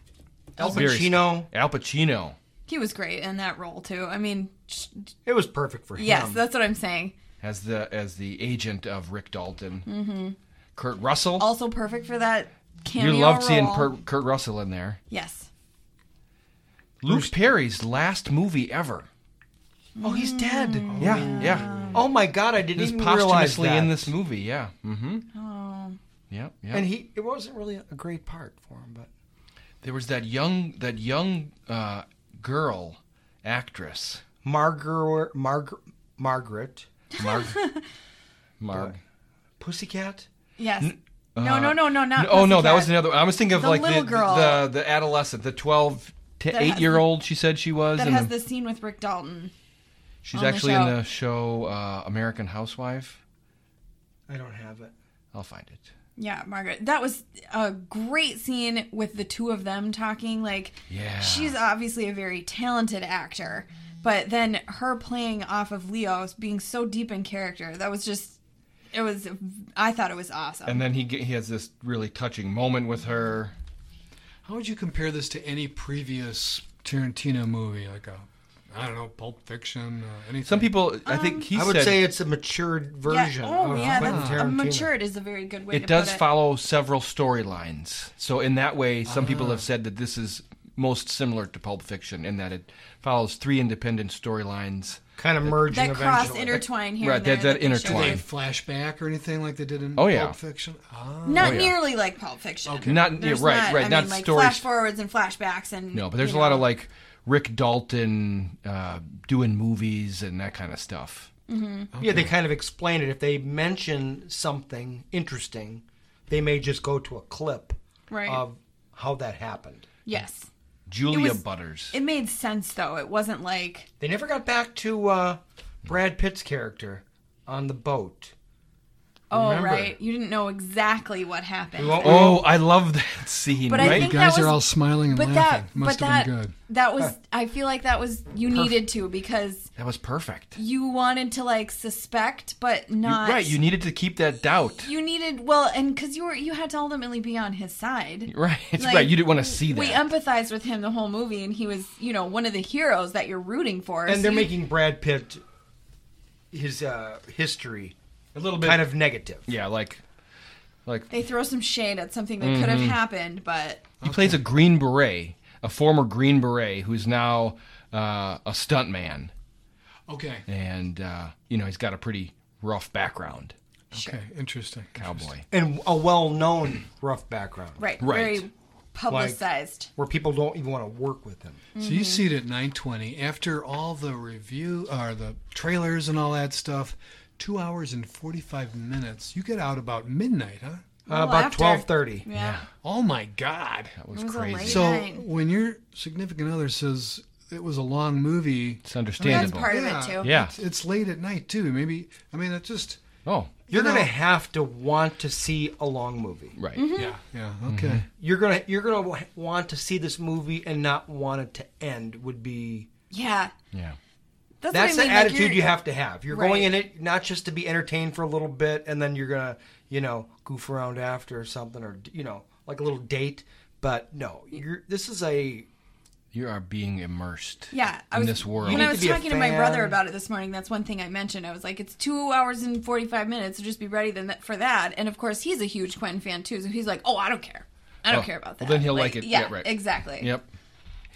Speaker 4: Al
Speaker 1: very sc-
Speaker 4: Pacino.
Speaker 1: Al Pacino.
Speaker 2: he was great in that role too. I mean, sh-
Speaker 4: It was perfect for him.
Speaker 2: yes, that's what I'm saying.
Speaker 1: as the as the agent of Rick Dalton. Mm-hmm. Kurt Russell.
Speaker 2: Also perfect for that cameo
Speaker 1: you loved seeing
Speaker 2: role.
Speaker 1: Kurt, Kurt Russell in there.
Speaker 2: Yes.
Speaker 1: Luke Perry's last movie ever.
Speaker 4: Oh, he's dead.
Speaker 2: Mm.
Speaker 1: Yeah, yeah.
Speaker 4: Oh my God, I didn't
Speaker 1: He's
Speaker 4: even realize
Speaker 1: posthumously
Speaker 4: that.
Speaker 1: in this movie. Yeah. Mm-hmm.
Speaker 2: Oh.
Speaker 1: Yeah, yeah.
Speaker 4: and he it wasn't really a great part for him, but
Speaker 1: there was that young that young uh, girl actress.
Speaker 4: Margaret, Margaret, Margaret,
Speaker 1: Marg. Marg.
Speaker 4: Pussycat.
Speaker 2: Yes. no, no, no, no, not.
Speaker 1: oh no, that was
Speaker 2: Pussycat.
Speaker 1: another. I was thinking of
Speaker 2: The
Speaker 1: like the,
Speaker 2: little girl.
Speaker 1: the the adolescent, the twelve to
Speaker 2: That
Speaker 1: eight
Speaker 2: has-
Speaker 1: year old. She said she was.
Speaker 2: that
Speaker 1: and
Speaker 2: has
Speaker 1: then
Speaker 2: the scene with Rick Dalton.
Speaker 1: she's
Speaker 2: on the
Speaker 1: actually in
Speaker 2: show.
Speaker 1: the show uh, American Housewife.
Speaker 4: I don't have it.
Speaker 1: I'll find it.
Speaker 2: Yeah, Margaret. That was a great scene with the two of them talking. Like,
Speaker 1: Yeah.
Speaker 2: she's obviously a very talented actor, but then her playing off of Leo being so deep in character, that was just, it was, I thought it was awesome.
Speaker 1: And then he ge- he has this really touching moment with her.
Speaker 3: How would you compare this to any previous Tarantino movie, like a, I don't know, Pulp Fiction, uh, anything?
Speaker 1: Some people, I think he
Speaker 4: I would
Speaker 1: said
Speaker 4: say it's a matured
Speaker 2: yeah.
Speaker 4: version.
Speaker 2: Oh,
Speaker 4: of
Speaker 2: yeah.
Speaker 4: Quentin
Speaker 2: That's,
Speaker 4: Tarantino.
Speaker 2: matured is a very good way to
Speaker 1: it does
Speaker 2: put it.
Speaker 1: follow several storylines. So in that way, some people
Speaker 2: Ah.
Speaker 1: have said that this is most similar to Pulp Fiction in that it follows three independent storylines.
Speaker 4: Kind of merging
Speaker 2: that cross
Speaker 4: eventually.
Speaker 2: intertwine here.
Speaker 1: Right,
Speaker 2: and there
Speaker 1: that- that
Speaker 2: they showed.
Speaker 3: Do they
Speaker 1: intertwine.
Speaker 3: flashback or anything like they did in
Speaker 1: Oh, yeah.
Speaker 3: Pulp Fiction? Ah,
Speaker 1: Oh,
Speaker 2: Not
Speaker 1: yeah.
Speaker 2: nearly like Pulp Fiction.
Speaker 1: Not yeah,
Speaker 2: There's
Speaker 1: right,
Speaker 2: not,
Speaker 1: right,
Speaker 2: I
Speaker 1: not
Speaker 2: mean, like
Speaker 1: stories.
Speaker 2: flash forwards and flashbacks and
Speaker 1: no, but there's
Speaker 2: you
Speaker 1: a lot of
Speaker 2: know.
Speaker 1: like Rick Dalton uh, doing movies and that kind of stuff.
Speaker 4: Yeah, they kind of explain it. If they mention something interesting, they may just go to a clip
Speaker 2: Right.
Speaker 4: of how that happened.
Speaker 2: yes.
Speaker 1: Julia
Speaker 2: was-
Speaker 1: Butters.
Speaker 2: It made sense though. It wasn't like
Speaker 4: They never got back to uh, Brad Pitt's character on the boat.
Speaker 2: oh
Speaker 4: Remember.
Speaker 2: right, you didn't know exactly what happened.
Speaker 4: We won't-
Speaker 1: oh, I love that scene.
Speaker 2: But I
Speaker 1: right?
Speaker 2: think
Speaker 3: you guys
Speaker 2: that was-
Speaker 3: are all smiling and
Speaker 2: but
Speaker 3: laughing.
Speaker 2: that,
Speaker 3: Must
Speaker 2: but
Speaker 3: have
Speaker 2: that,
Speaker 3: been good.
Speaker 2: that was. I feel like that was you needed to because
Speaker 1: that was perfect.
Speaker 2: you wanted to like suspect, but not
Speaker 1: You- right, you needed to keep that doubt.
Speaker 2: You needed well, and because you were you had to ultimately be on his side.
Speaker 1: Right,
Speaker 2: Like,
Speaker 1: right. You didn't want to see that.
Speaker 2: We empathized with him the whole movie, and he was, you know, one of the heroes that you're rooting for. so
Speaker 4: And they're
Speaker 2: you-
Speaker 4: making Brad Pitt his uh, history
Speaker 1: a little
Speaker 4: kind of negative.
Speaker 1: Yeah, like like
Speaker 2: they throw some shade at something that could have happened, but
Speaker 1: he plays a Green Beret, a former Green Beret who's now uh, a stuntman,
Speaker 3: Okay.
Speaker 1: and uh, you know he's got a pretty rough background,
Speaker 3: Okay. Interesting.
Speaker 1: cowboy.
Speaker 4: And a well known rough background
Speaker 2: right,
Speaker 1: Right.
Speaker 2: very publicized.
Speaker 4: where people don't even want to work with him.
Speaker 2: Mm.
Speaker 4: Uh,
Speaker 3: So
Speaker 2: Mm-hmm.
Speaker 3: you see it at 9:20 after all the review or the trailers and all that stuff. Two hours and 45 minutes. You get out about midnight, huh?
Speaker 4: Uh,
Speaker 2: Well,
Speaker 4: about
Speaker 2: after-
Speaker 4: 12.30.
Speaker 2: yeah.
Speaker 3: Oh my God!
Speaker 1: That was,
Speaker 2: It was a
Speaker 1: crazy.
Speaker 2: late-
Speaker 1: So,
Speaker 3: So
Speaker 2: Right.
Speaker 3: when your significant other says it was a long movie,
Speaker 1: it's
Speaker 2: That's
Speaker 1: understandable.
Speaker 2: part of it
Speaker 3: Yeah.
Speaker 2: too.
Speaker 1: yeah,
Speaker 3: it's late at night too. Maybe I mean it just
Speaker 1: Oh,
Speaker 4: You're
Speaker 3: You know-
Speaker 4: gonna have to want to see a long movie.
Speaker 1: right.
Speaker 2: Mm-hmm.
Speaker 3: Yeah, yeah,
Speaker 4: Mm-hmm.
Speaker 3: okay.
Speaker 4: You're gonna you're gonna wa- want to see this movie and not want it to end. Would be
Speaker 2: Yeah.
Speaker 1: Yeah.
Speaker 2: That's,
Speaker 4: that's
Speaker 2: what I mean.
Speaker 4: the
Speaker 2: like,
Speaker 4: attitude
Speaker 2: you're-
Speaker 4: you have to have. You're
Speaker 2: Right.
Speaker 4: going in it not just to be entertained for a little bit and then you're gonna you know goof around after or something or you know like a little date. But no, you're this is a
Speaker 1: You are being immersed
Speaker 2: Yeah, I
Speaker 1: in
Speaker 2: was,
Speaker 1: this world.
Speaker 2: When
Speaker 4: need
Speaker 2: I
Speaker 4: to
Speaker 2: was
Speaker 4: be a
Speaker 2: talking to my
Speaker 4: fan.
Speaker 2: brother about it this morning, that's one thing I mentioned. I was like, "It's two hours and forty-five minutes, so just be ready then for that." And of course, he's a huge Quentin fan too, so he's like, "Oh, I don't care. I don't
Speaker 1: Oh,
Speaker 2: care about that."
Speaker 1: well, then he'll like it.
Speaker 2: Yeah,
Speaker 1: Yeah, right.
Speaker 2: exactly.
Speaker 1: Yep.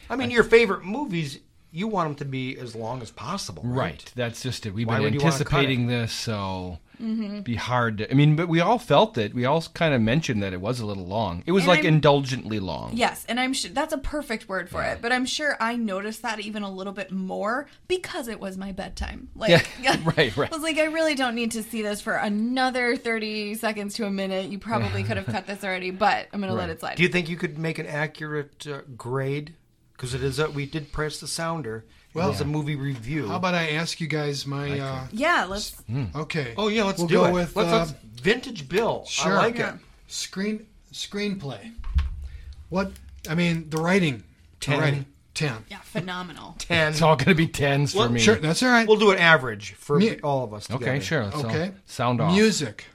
Speaker 4: I mean your favorite movies. You want them to be as long as possible, right?
Speaker 1: Right. That's just it. We've
Speaker 4: Why
Speaker 1: been
Speaker 4: would you wanna cut it?
Speaker 1: anticipating this, so
Speaker 2: Mm-hmm.
Speaker 1: it'd be hard to. I mean, but we all felt it. We all kind of mentioned that it was a little long. It was
Speaker 2: And
Speaker 1: like
Speaker 2: I'm-
Speaker 1: indulgently long.
Speaker 2: Yes, and I'm sure that's a perfect word for it. But I'm sure I noticed that even a little bit more because it was my bedtime. Like,
Speaker 1: Yeah, right, right.
Speaker 2: I was like, I really don't need to see this for another thirty seconds to a minute. You probably could have cut this already, but I'm gonna let it slide.
Speaker 4: Do you think you could make an accurate uh, grade? Because it is a, we did press the sounder. it
Speaker 3: Well-
Speaker 4: was a movie review.
Speaker 3: How about I ask you guys my? Uh,
Speaker 2: yeah, let's.
Speaker 1: Hmm?
Speaker 3: okay.
Speaker 4: Oh yeah, let's
Speaker 3: we'll
Speaker 4: do
Speaker 3: go
Speaker 4: it.
Speaker 3: With,
Speaker 4: let's,
Speaker 3: uh,
Speaker 4: let's- vintage Bill.
Speaker 3: Sure.
Speaker 4: I like
Speaker 2: Yeah.
Speaker 4: it.
Speaker 3: Screen screenplay. What I mean, the writing.
Speaker 4: Ten.
Speaker 3: The writing. Ten.
Speaker 2: Yeah, phenomenal.
Speaker 4: Ten.
Speaker 1: It's all going to be tens for
Speaker 4: Well,
Speaker 1: me.
Speaker 3: Sure, that's all right.
Speaker 4: We'll do an average for
Speaker 3: Me-
Speaker 4: all of us.
Speaker 1: Okay,
Speaker 4: together.
Speaker 1: sure. So,
Speaker 3: okay.
Speaker 1: Sound off.
Speaker 3: Music.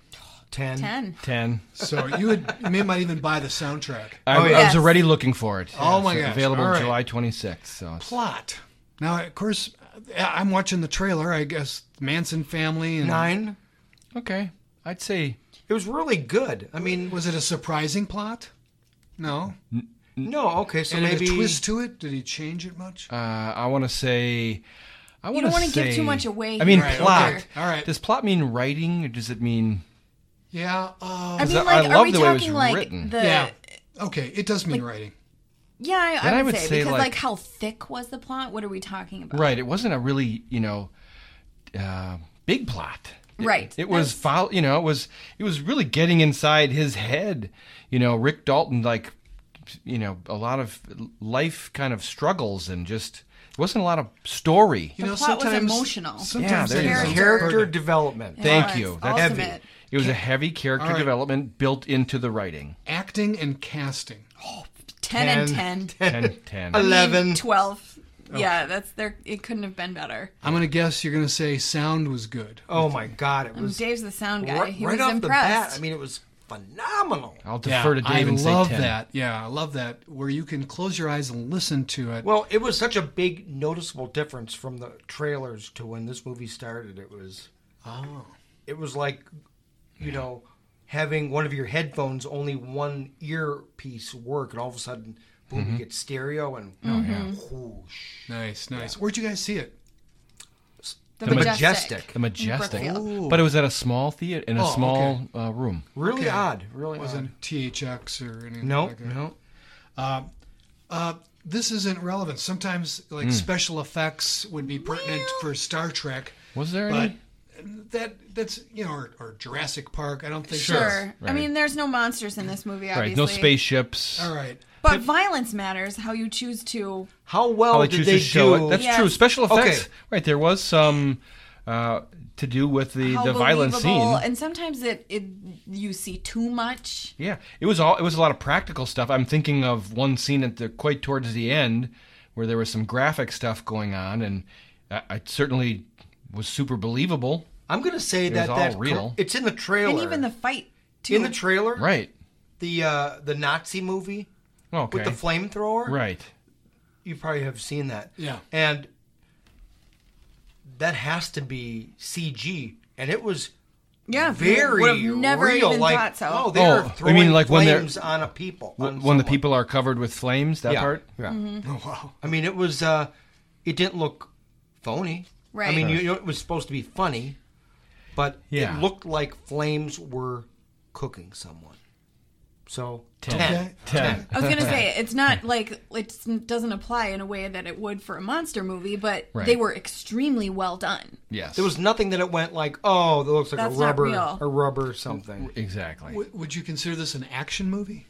Speaker 4: Ten.
Speaker 2: Ten.
Speaker 1: Ten.
Speaker 3: So you would you may might even buy the soundtrack.
Speaker 1: I, I
Speaker 2: Oh, yes.
Speaker 1: was already looking for it.
Speaker 3: Oh,
Speaker 1: It's
Speaker 3: my gosh.
Speaker 1: Available
Speaker 3: All right.
Speaker 1: July 26th. So it's-
Speaker 3: Plot. Now, of course, I- I'm watching the trailer. I guess Manson family and
Speaker 4: Nine.
Speaker 1: okay, I'd say
Speaker 4: It was really good. I mean,
Speaker 3: was it a surprising plot? No.
Speaker 4: no. Okay, so
Speaker 3: and
Speaker 4: maybe
Speaker 3: a twist to it. Did he change it much?
Speaker 1: uh, I want to say. I
Speaker 2: don't
Speaker 1: wanna
Speaker 2: wanna give
Speaker 1: say-
Speaker 2: too much away
Speaker 1: I mean,
Speaker 2: here. Right,
Speaker 1: plot.
Speaker 2: okay.
Speaker 3: All right.
Speaker 1: Does plot mean writing, or does it mean?
Speaker 3: yeah. Uh,
Speaker 2: I mean, uh,
Speaker 1: I- I
Speaker 2: like, are
Speaker 1: love
Speaker 2: we
Speaker 1: the way it was
Speaker 2: talking like
Speaker 1: written.
Speaker 2: the?
Speaker 3: yeah.
Speaker 2: Yeah,
Speaker 3: Okay. It does mean writing.
Speaker 2: I,
Speaker 1: Then
Speaker 2: I,
Speaker 1: I
Speaker 2: would
Speaker 1: would
Speaker 2: say,
Speaker 1: say,
Speaker 2: because
Speaker 1: like-
Speaker 2: like, how thick was the plot? What are we talking about?
Speaker 1: Right. It wasn't a really, you know, uh, big plot. It-
Speaker 2: Right.
Speaker 1: It, was follow, you know, it was it was really getting inside his head. You know, Rick Dalton like you know, a lot of life kind of struggles and just it wasn't a lot of story.
Speaker 3: You know,
Speaker 2: plot was
Speaker 3: sometimes
Speaker 2: emotional.
Speaker 1: Yeah,
Speaker 3: Sometimes
Speaker 1: there
Speaker 3: they-
Speaker 1: you go.
Speaker 4: character development.
Speaker 1: Thank
Speaker 2: was
Speaker 1: you. That's
Speaker 2: ultimate.
Speaker 1: heavy. It was a heavy character
Speaker 3: All right.
Speaker 1: development built into the writing.
Speaker 3: acting and casting.
Speaker 2: Ten, and ten.
Speaker 1: 10 10.
Speaker 4: Eleven. Oh.
Speaker 2: Twelve. Yeah, that's there. It couldn't have been better.
Speaker 3: I'm gonna guess you're gonna say sound was good.
Speaker 4: Oh my God! It was
Speaker 2: Dave's the sound guy.
Speaker 4: right,
Speaker 2: he
Speaker 4: right
Speaker 2: was
Speaker 4: off the bat.
Speaker 2: impressed.
Speaker 4: I mean, it was phenomenal.
Speaker 1: I'll defer to Dave
Speaker 3: I
Speaker 1: and say
Speaker 3: love
Speaker 1: 10.
Speaker 3: that. Yeah, I love that. Where you can close your eyes and listen to it.
Speaker 4: Well, it was such a big noticeable difference from the trailers to when this movie started. It was
Speaker 3: oh,
Speaker 4: it was like you know, having one of your headphones only one earpiece work and all of a sudden boom
Speaker 1: Mm-hmm.
Speaker 4: you get stereo and
Speaker 2: Oh,
Speaker 4: whoosh.
Speaker 3: nice, nice. Where'd you guys see it?
Speaker 2: the,
Speaker 1: The majestic.
Speaker 2: Brookfield.
Speaker 1: But it was at a small theater in a
Speaker 3: Oh,
Speaker 1: small uh, room.
Speaker 4: Really
Speaker 3: Okay.
Speaker 4: odd. Really odd.
Speaker 3: Wasn't THX or anything?
Speaker 4: No,
Speaker 3: like that?
Speaker 4: no.
Speaker 3: Uh, this isn't relevant. Sometimes,
Speaker 1: Hmm.
Speaker 3: like special effects would be pertinent for Star Trek,
Speaker 1: Was there
Speaker 3: but
Speaker 1: any?
Speaker 3: that that's you know, or, or Jurassic Park. I don't think
Speaker 2: Sure.
Speaker 3: that's-
Speaker 2: I mean, there's no monsters in this movie, obviously.
Speaker 1: Right, no spaceships.
Speaker 3: All right.
Speaker 2: But violence matters. How you choose to.
Speaker 4: How well
Speaker 1: how they
Speaker 4: Oh, did
Speaker 1: choose
Speaker 4: they
Speaker 1: to show
Speaker 4: do
Speaker 1: it. That's
Speaker 2: Yeah.
Speaker 1: true. Special
Speaker 4: Okay.
Speaker 1: effects, right? There was some uh, to do with the
Speaker 2: How
Speaker 1: the violent scene.
Speaker 2: believable- And sometimes it, it you see too much.
Speaker 1: yeah, it was all. It was a lot of practical stuff. I'm thinking of one scene at the quite towards the end where there was some graphic stuff going on, and I, I certainly was super believable.
Speaker 4: I'm gonna say that
Speaker 1: all
Speaker 4: that
Speaker 1: real.
Speaker 4: it's in the trailer.
Speaker 2: And even the fight too.
Speaker 4: in the trailer,
Speaker 1: Right.
Speaker 4: the uh, the Nazi movie
Speaker 1: Okay.
Speaker 4: with the flamethrower.
Speaker 1: right.
Speaker 4: you probably have seen that.
Speaker 3: Yeah.
Speaker 4: And that has to be CG, and it was
Speaker 2: yeah,
Speaker 4: very
Speaker 2: would have never
Speaker 4: real.
Speaker 2: even
Speaker 4: like,
Speaker 2: thought so.
Speaker 4: oh, they're
Speaker 1: Oh, you
Speaker 4: throwing
Speaker 1: mean like when they're-
Speaker 4: flames on a people. on
Speaker 1: When the
Speaker 4: someone.
Speaker 1: people are covered with flames, that
Speaker 4: yeah.
Speaker 1: part.
Speaker 4: Yeah.
Speaker 2: Mm-hmm.
Speaker 4: Oh wow. I mean, it was. Uh, it didn't look phony.
Speaker 2: Right.
Speaker 4: I mean, you, you know, it was supposed to be funny, but
Speaker 1: Yeah.
Speaker 4: it looked like flames were cooking someone. So ten.
Speaker 3: Okay.
Speaker 1: Ten.
Speaker 4: oh.
Speaker 2: I was gonna say it's not like it doesn't apply in a way that it would for a monster movie, but
Speaker 1: Right.
Speaker 2: they were extremely well done.
Speaker 1: Yes.
Speaker 4: There was nothing that it went like, oh, that looks like
Speaker 2: That's
Speaker 4: a
Speaker 2: not
Speaker 4: rubber,
Speaker 2: real.
Speaker 4: a rubber something.
Speaker 1: exactly.
Speaker 3: W- would you consider this an action movie?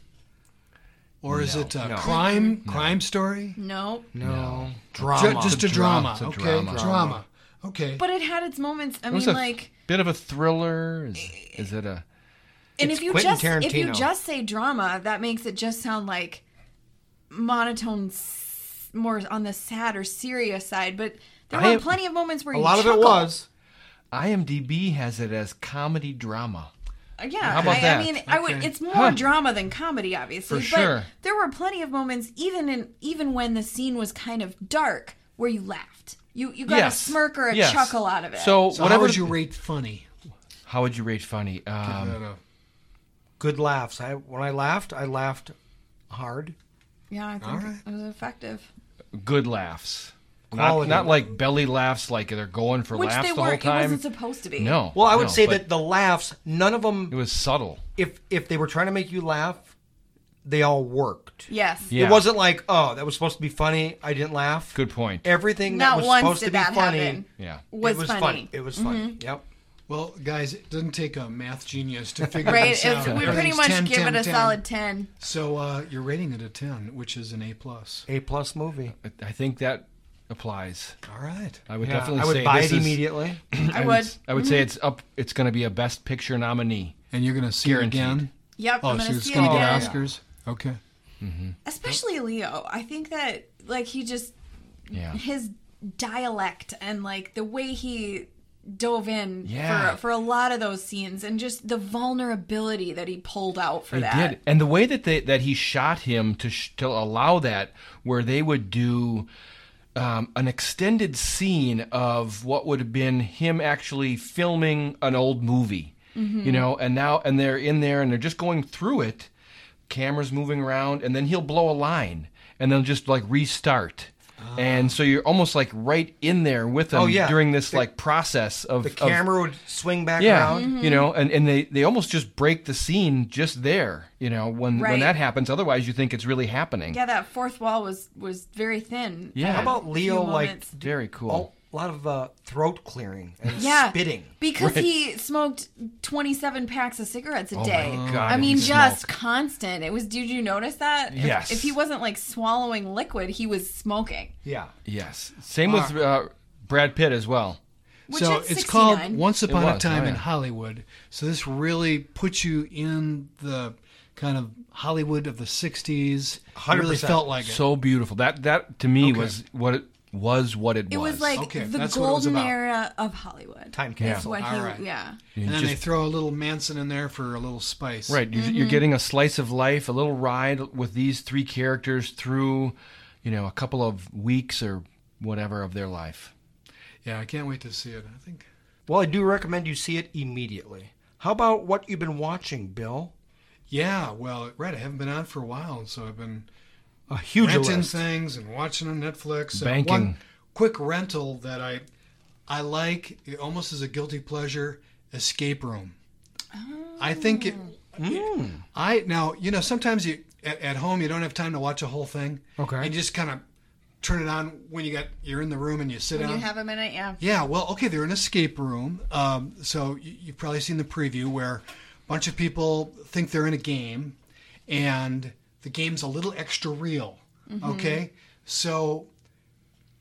Speaker 3: Or is it a
Speaker 4: no.
Speaker 3: crime crime story?
Speaker 2: No,
Speaker 4: No,
Speaker 3: Ju-
Speaker 4: drama.
Speaker 3: just
Speaker 1: a
Speaker 3: a drama.
Speaker 1: drama. It's a
Speaker 3: okay,
Speaker 1: drama.
Speaker 3: drama. okay.
Speaker 2: But it had its moments. I
Speaker 1: It was
Speaker 2: mean,
Speaker 1: a
Speaker 2: like, eh,
Speaker 1: bit of a thriller. Is, is it a?
Speaker 2: and
Speaker 4: It's
Speaker 2: if you
Speaker 4: Quentin
Speaker 2: just if you
Speaker 4: Tarantino.
Speaker 2: just say drama, that makes it just sound like monotone, s- more on the sad or serious side. But there
Speaker 1: I
Speaker 2: were
Speaker 1: am-
Speaker 2: plenty of moments where
Speaker 4: A
Speaker 2: you
Speaker 4: lot of it
Speaker 2: chuckled.
Speaker 4: was.
Speaker 1: IMDb has it as comedy drama.
Speaker 2: Uh, Yeah,
Speaker 1: How about
Speaker 2: I,
Speaker 1: that?
Speaker 2: I mean, I would.
Speaker 3: Okay.
Speaker 2: It's more
Speaker 1: Huh.
Speaker 2: drama than comedy, obviously.
Speaker 1: For
Speaker 2: but
Speaker 1: sure.
Speaker 2: There were plenty of moments, even in even when the scene was kind of dark, where you laughed. You you got
Speaker 1: yes.
Speaker 2: a smirk or a
Speaker 1: Yes.
Speaker 2: chuckle out of it.
Speaker 1: So,
Speaker 3: So
Speaker 1: whatever
Speaker 3: how would you rate funny?
Speaker 1: How would you rate funny? Um,
Speaker 3: That, uh,
Speaker 4: Good laughs. I when I laughed, I laughed hard.
Speaker 2: yeah, I
Speaker 3: All
Speaker 2: think
Speaker 3: right.
Speaker 2: it was effective.
Speaker 1: good laughs. Not,
Speaker 4: Quality.
Speaker 1: not like belly laughs, like they're going for
Speaker 2: Which
Speaker 1: laughs
Speaker 2: they
Speaker 1: the whole
Speaker 2: weren't. It
Speaker 1: time.
Speaker 2: wasn't supposed to be.
Speaker 1: no.
Speaker 4: Well, I would
Speaker 1: no,
Speaker 4: say
Speaker 1: but
Speaker 4: that the laughs, none of them
Speaker 1: it was subtle.
Speaker 4: if if they were trying to make you laugh, they all worked.
Speaker 2: Yes.
Speaker 1: Yeah.
Speaker 4: It wasn't like, oh, that was supposed to be funny. I didn't laugh.
Speaker 1: Good point.
Speaker 4: Everything
Speaker 2: Not
Speaker 4: that was
Speaker 2: once
Speaker 4: supposed
Speaker 2: did
Speaker 4: to be
Speaker 2: that
Speaker 4: funny
Speaker 2: happen.
Speaker 1: yeah.
Speaker 2: Was,
Speaker 4: it was
Speaker 2: funny. Mm-hmm.
Speaker 4: funny. It was funny. Yep.
Speaker 3: well, guys, it doesn't take a math genius to figure
Speaker 2: Right.
Speaker 3: this
Speaker 2: It's,
Speaker 3: out.
Speaker 2: we pretty
Speaker 3: Everything's
Speaker 2: much
Speaker 3: 10,
Speaker 2: give
Speaker 3: 10,
Speaker 2: it a
Speaker 3: 10.
Speaker 2: solid ten.
Speaker 3: So uh, you're rating it a ten, which is an A plus.
Speaker 4: A plus movie.
Speaker 1: I- I think that applies.
Speaker 3: All right.
Speaker 1: I would
Speaker 4: Yeah,
Speaker 1: definitely
Speaker 4: I would
Speaker 1: say
Speaker 4: buy
Speaker 1: this
Speaker 4: it
Speaker 1: is-
Speaker 4: immediately.
Speaker 1: I
Speaker 2: I
Speaker 1: would.
Speaker 2: would. Mm-hmm.
Speaker 1: s- I would say it's up. It's going to be a best picture nominee.
Speaker 3: And you're gonna see
Speaker 1: Guaranteed.
Speaker 3: it again.
Speaker 2: Yep.
Speaker 3: Oh,
Speaker 2: I'm
Speaker 3: so
Speaker 2: gonna
Speaker 3: it's
Speaker 2: see
Speaker 3: gonna
Speaker 2: it
Speaker 3: get
Speaker 2: again.
Speaker 3: Oscars. Okay.
Speaker 2: Especially Leo. I think that like he just
Speaker 1: Yeah.
Speaker 2: his dialect and like the way he dove in
Speaker 1: Yeah.
Speaker 2: for, for a lot of those scenes and just the vulnerability that he pulled out for
Speaker 1: They
Speaker 2: that.
Speaker 1: did, and the way that they that he shot him to sh- to allow that, where they would do um, an extended scene of what would have been him actually filming an old movie,
Speaker 4: Mm-hmm.
Speaker 1: you know, and now and they're in there and they're just going through it, cameras moving around, and then he'll blow a line, and they'll just like restart. And so you're almost like right in there with them
Speaker 4: Ah. Oh, yeah.
Speaker 1: during this
Speaker 4: The-
Speaker 1: like process of
Speaker 4: The
Speaker 1: of-
Speaker 4: camera would swing back
Speaker 1: yeah,
Speaker 4: around.
Speaker 2: Mm-hmm.
Speaker 1: you know, and, and they, they almost just break the scene just there, you know, when when
Speaker 2: Right.
Speaker 1: that happens. Otherwise, you think it's really happening.
Speaker 2: Yeah, that fourth wall was was very thin.
Speaker 1: Yeah.
Speaker 4: How about Leo
Speaker 2: Few
Speaker 4: like
Speaker 2: moments.
Speaker 1: Very cool.
Speaker 4: oh, a lot of uh, throat clearing and
Speaker 2: Yeah,
Speaker 4: spitting?
Speaker 2: because he smoked twenty-seven packs of cigarettes
Speaker 3: Oh
Speaker 2: a
Speaker 1: my
Speaker 2: day.
Speaker 1: God,
Speaker 2: I
Speaker 1: did
Speaker 2: mean,
Speaker 1: he
Speaker 2: just
Speaker 1: smoke.
Speaker 2: constant. It was. Did you notice that? If-
Speaker 1: Yes.
Speaker 2: If, he wasn't like swallowing liquid, he was smoking.
Speaker 4: Yeah.
Speaker 1: Yes. Same with uh, Brad Pitt as well.
Speaker 2: Which
Speaker 3: so
Speaker 2: is
Speaker 3: it's
Speaker 2: 69.
Speaker 3: called Once Upon
Speaker 1: was,
Speaker 3: a Time
Speaker 1: oh,
Speaker 3: in
Speaker 1: yeah.
Speaker 3: Hollywood. So this really puts you in the kind of Hollywood of the '60s. It really
Speaker 4: 100%.
Speaker 3: felt like it.
Speaker 1: So beautiful. That that to me was what it was what it,
Speaker 2: It was like
Speaker 3: Okay,
Speaker 2: the
Speaker 3: that's what it was
Speaker 2: golden
Speaker 3: about.
Speaker 2: era of Hollywood.
Speaker 4: Time
Speaker 2: That's
Speaker 4: capsule.
Speaker 2: what he,
Speaker 3: All right.
Speaker 2: yeah.
Speaker 3: and then
Speaker 1: just-
Speaker 3: they throw a little Manson in there for a little spice.
Speaker 1: Oh, Right. You're,
Speaker 2: Mm-hmm.
Speaker 1: you're getting a slice of life, a little ride with these three characters through, you know, a couple of weeks or whatever of their life.
Speaker 3: Yeah, I can't wait to see it. I think.
Speaker 4: Well, I do recommend you see it immediately. How about what you've been watching, Bill?
Speaker 3: Yeah. Well, right. I haven't been on for a while, and so I've been
Speaker 4: A huge
Speaker 3: renting
Speaker 4: list.
Speaker 3: things and watching on Netflix. And
Speaker 1: Banking.
Speaker 3: One quick rental that I I like it almost as a guilty pleasure. Escape Room. I think it.
Speaker 4: Oh. Hmm.
Speaker 3: I now you know sometimes you at, at home you don't have time to watch a whole thing.
Speaker 4: Okay.
Speaker 3: And you just kind of turn it on when you got you're in the room and you sit
Speaker 2: When
Speaker 3: down.
Speaker 2: you have a minute, yeah.
Speaker 3: Yeah, well, okay, they're in an escape room. Um, so you, you've probably seen the preview where a bunch of people think they're in a game and the game's a little extra real. Okay? So,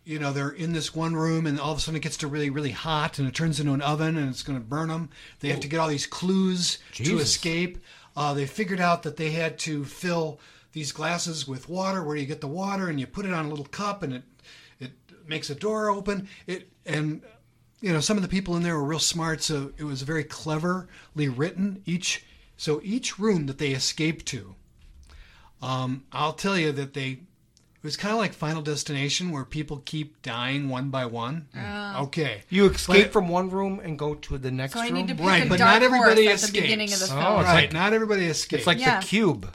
Speaker 3: you know, they're in this one room and all of a sudden it gets to really, really hot and it turns into an oven and it's going to burn them. They have to get all these clues to escape. Uh, they figured out that they had to fill these glasses with water where you get the water and you put it on a little cup and it it makes a door open it and you know some of the people in there were real smart so it was very cleverly written each so each room that they escaped to um, i'll tell you that they it was kind of like final destination where people keep dying one by one
Speaker 2: Oh.
Speaker 3: okay
Speaker 4: You escape from one room and go to the next
Speaker 2: So I
Speaker 4: room.
Speaker 2: need to pick
Speaker 3: Right,
Speaker 2: a
Speaker 3: but
Speaker 2: dark
Speaker 3: not everybody
Speaker 2: horse at the beginning of the
Speaker 3: escapes.
Speaker 2: film.
Speaker 1: Oh,
Speaker 3: all
Speaker 1: it's
Speaker 3: right
Speaker 1: like-
Speaker 3: not everybody escapes
Speaker 4: It's like
Speaker 2: Yeah.
Speaker 4: the cube.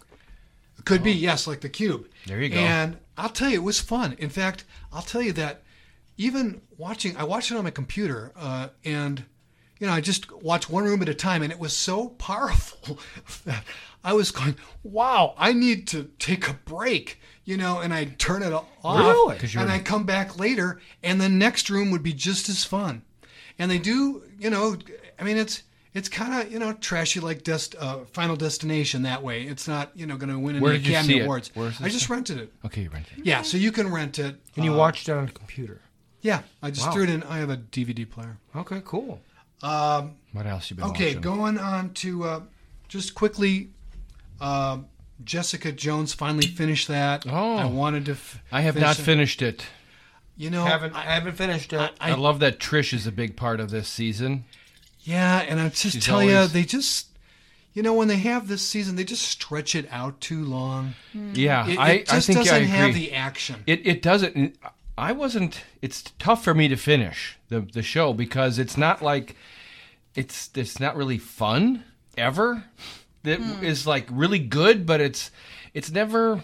Speaker 3: Could be, yes, like the cube.
Speaker 1: Oh. There you go.
Speaker 3: And I'll tell you, it was fun. In fact, I'll tell you that even watching, I watched it on my computer, uh, and you know, I just watched one room at a time, and it was so powerful that I was going, "Wow, I need to take a break," you know, and I'd turn it off,
Speaker 1: Really? 'Cause you
Speaker 3: and
Speaker 1: were-
Speaker 3: I'd come back later, and the next room would be just as fun. And they do, you know, I mean, it's. It's kind of you know trashy like Dest, uh, Final Destination that way. It's not you know going to win any
Speaker 1: Where did you
Speaker 3: Academy
Speaker 1: see it?
Speaker 3: Awards.
Speaker 1: Where's
Speaker 3: I
Speaker 1: this?
Speaker 3: just rented it.
Speaker 1: Okay, you rented.
Speaker 3: Yeah, so you can rent it.
Speaker 4: And you
Speaker 3: uh,
Speaker 4: watched it on a computer.
Speaker 3: Yeah, I just
Speaker 4: Wow.
Speaker 3: threw it in. I have a DVD player.
Speaker 4: Okay, cool.
Speaker 3: Um,
Speaker 1: What else you been
Speaker 3: okay,
Speaker 1: watching?
Speaker 3: going on to uh, just quickly. Uh, Jessica Jones finally finished that.
Speaker 1: Oh.
Speaker 3: I wanted to. F-
Speaker 1: I have not
Speaker 3: it.
Speaker 1: finished it.
Speaker 3: You know,
Speaker 4: haven't I haven't finished it.
Speaker 1: I, love that Trish is a big part of this season.
Speaker 3: Yeah, and I just
Speaker 1: She's
Speaker 3: tell you,
Speaker 1: always-
Speaker 3: they just, you know, when they have this season, they just stretch it out too long.
Speaker 1: Yeah,
Speaker 3: It,
Speaker 1: I,
Speaker 3: it just
Speaker 1: I think
Speaker 3: doesn't
Speaker 1: I agree.
Speaker 3: have the action.
Speaker 1: it it doesn't. I wasn't. It's tough for me to finish the the show because it's not like it's it's not really fun ever. That is
Speaker 3: Hmm.
Speaker 1: like really good, but it's it's never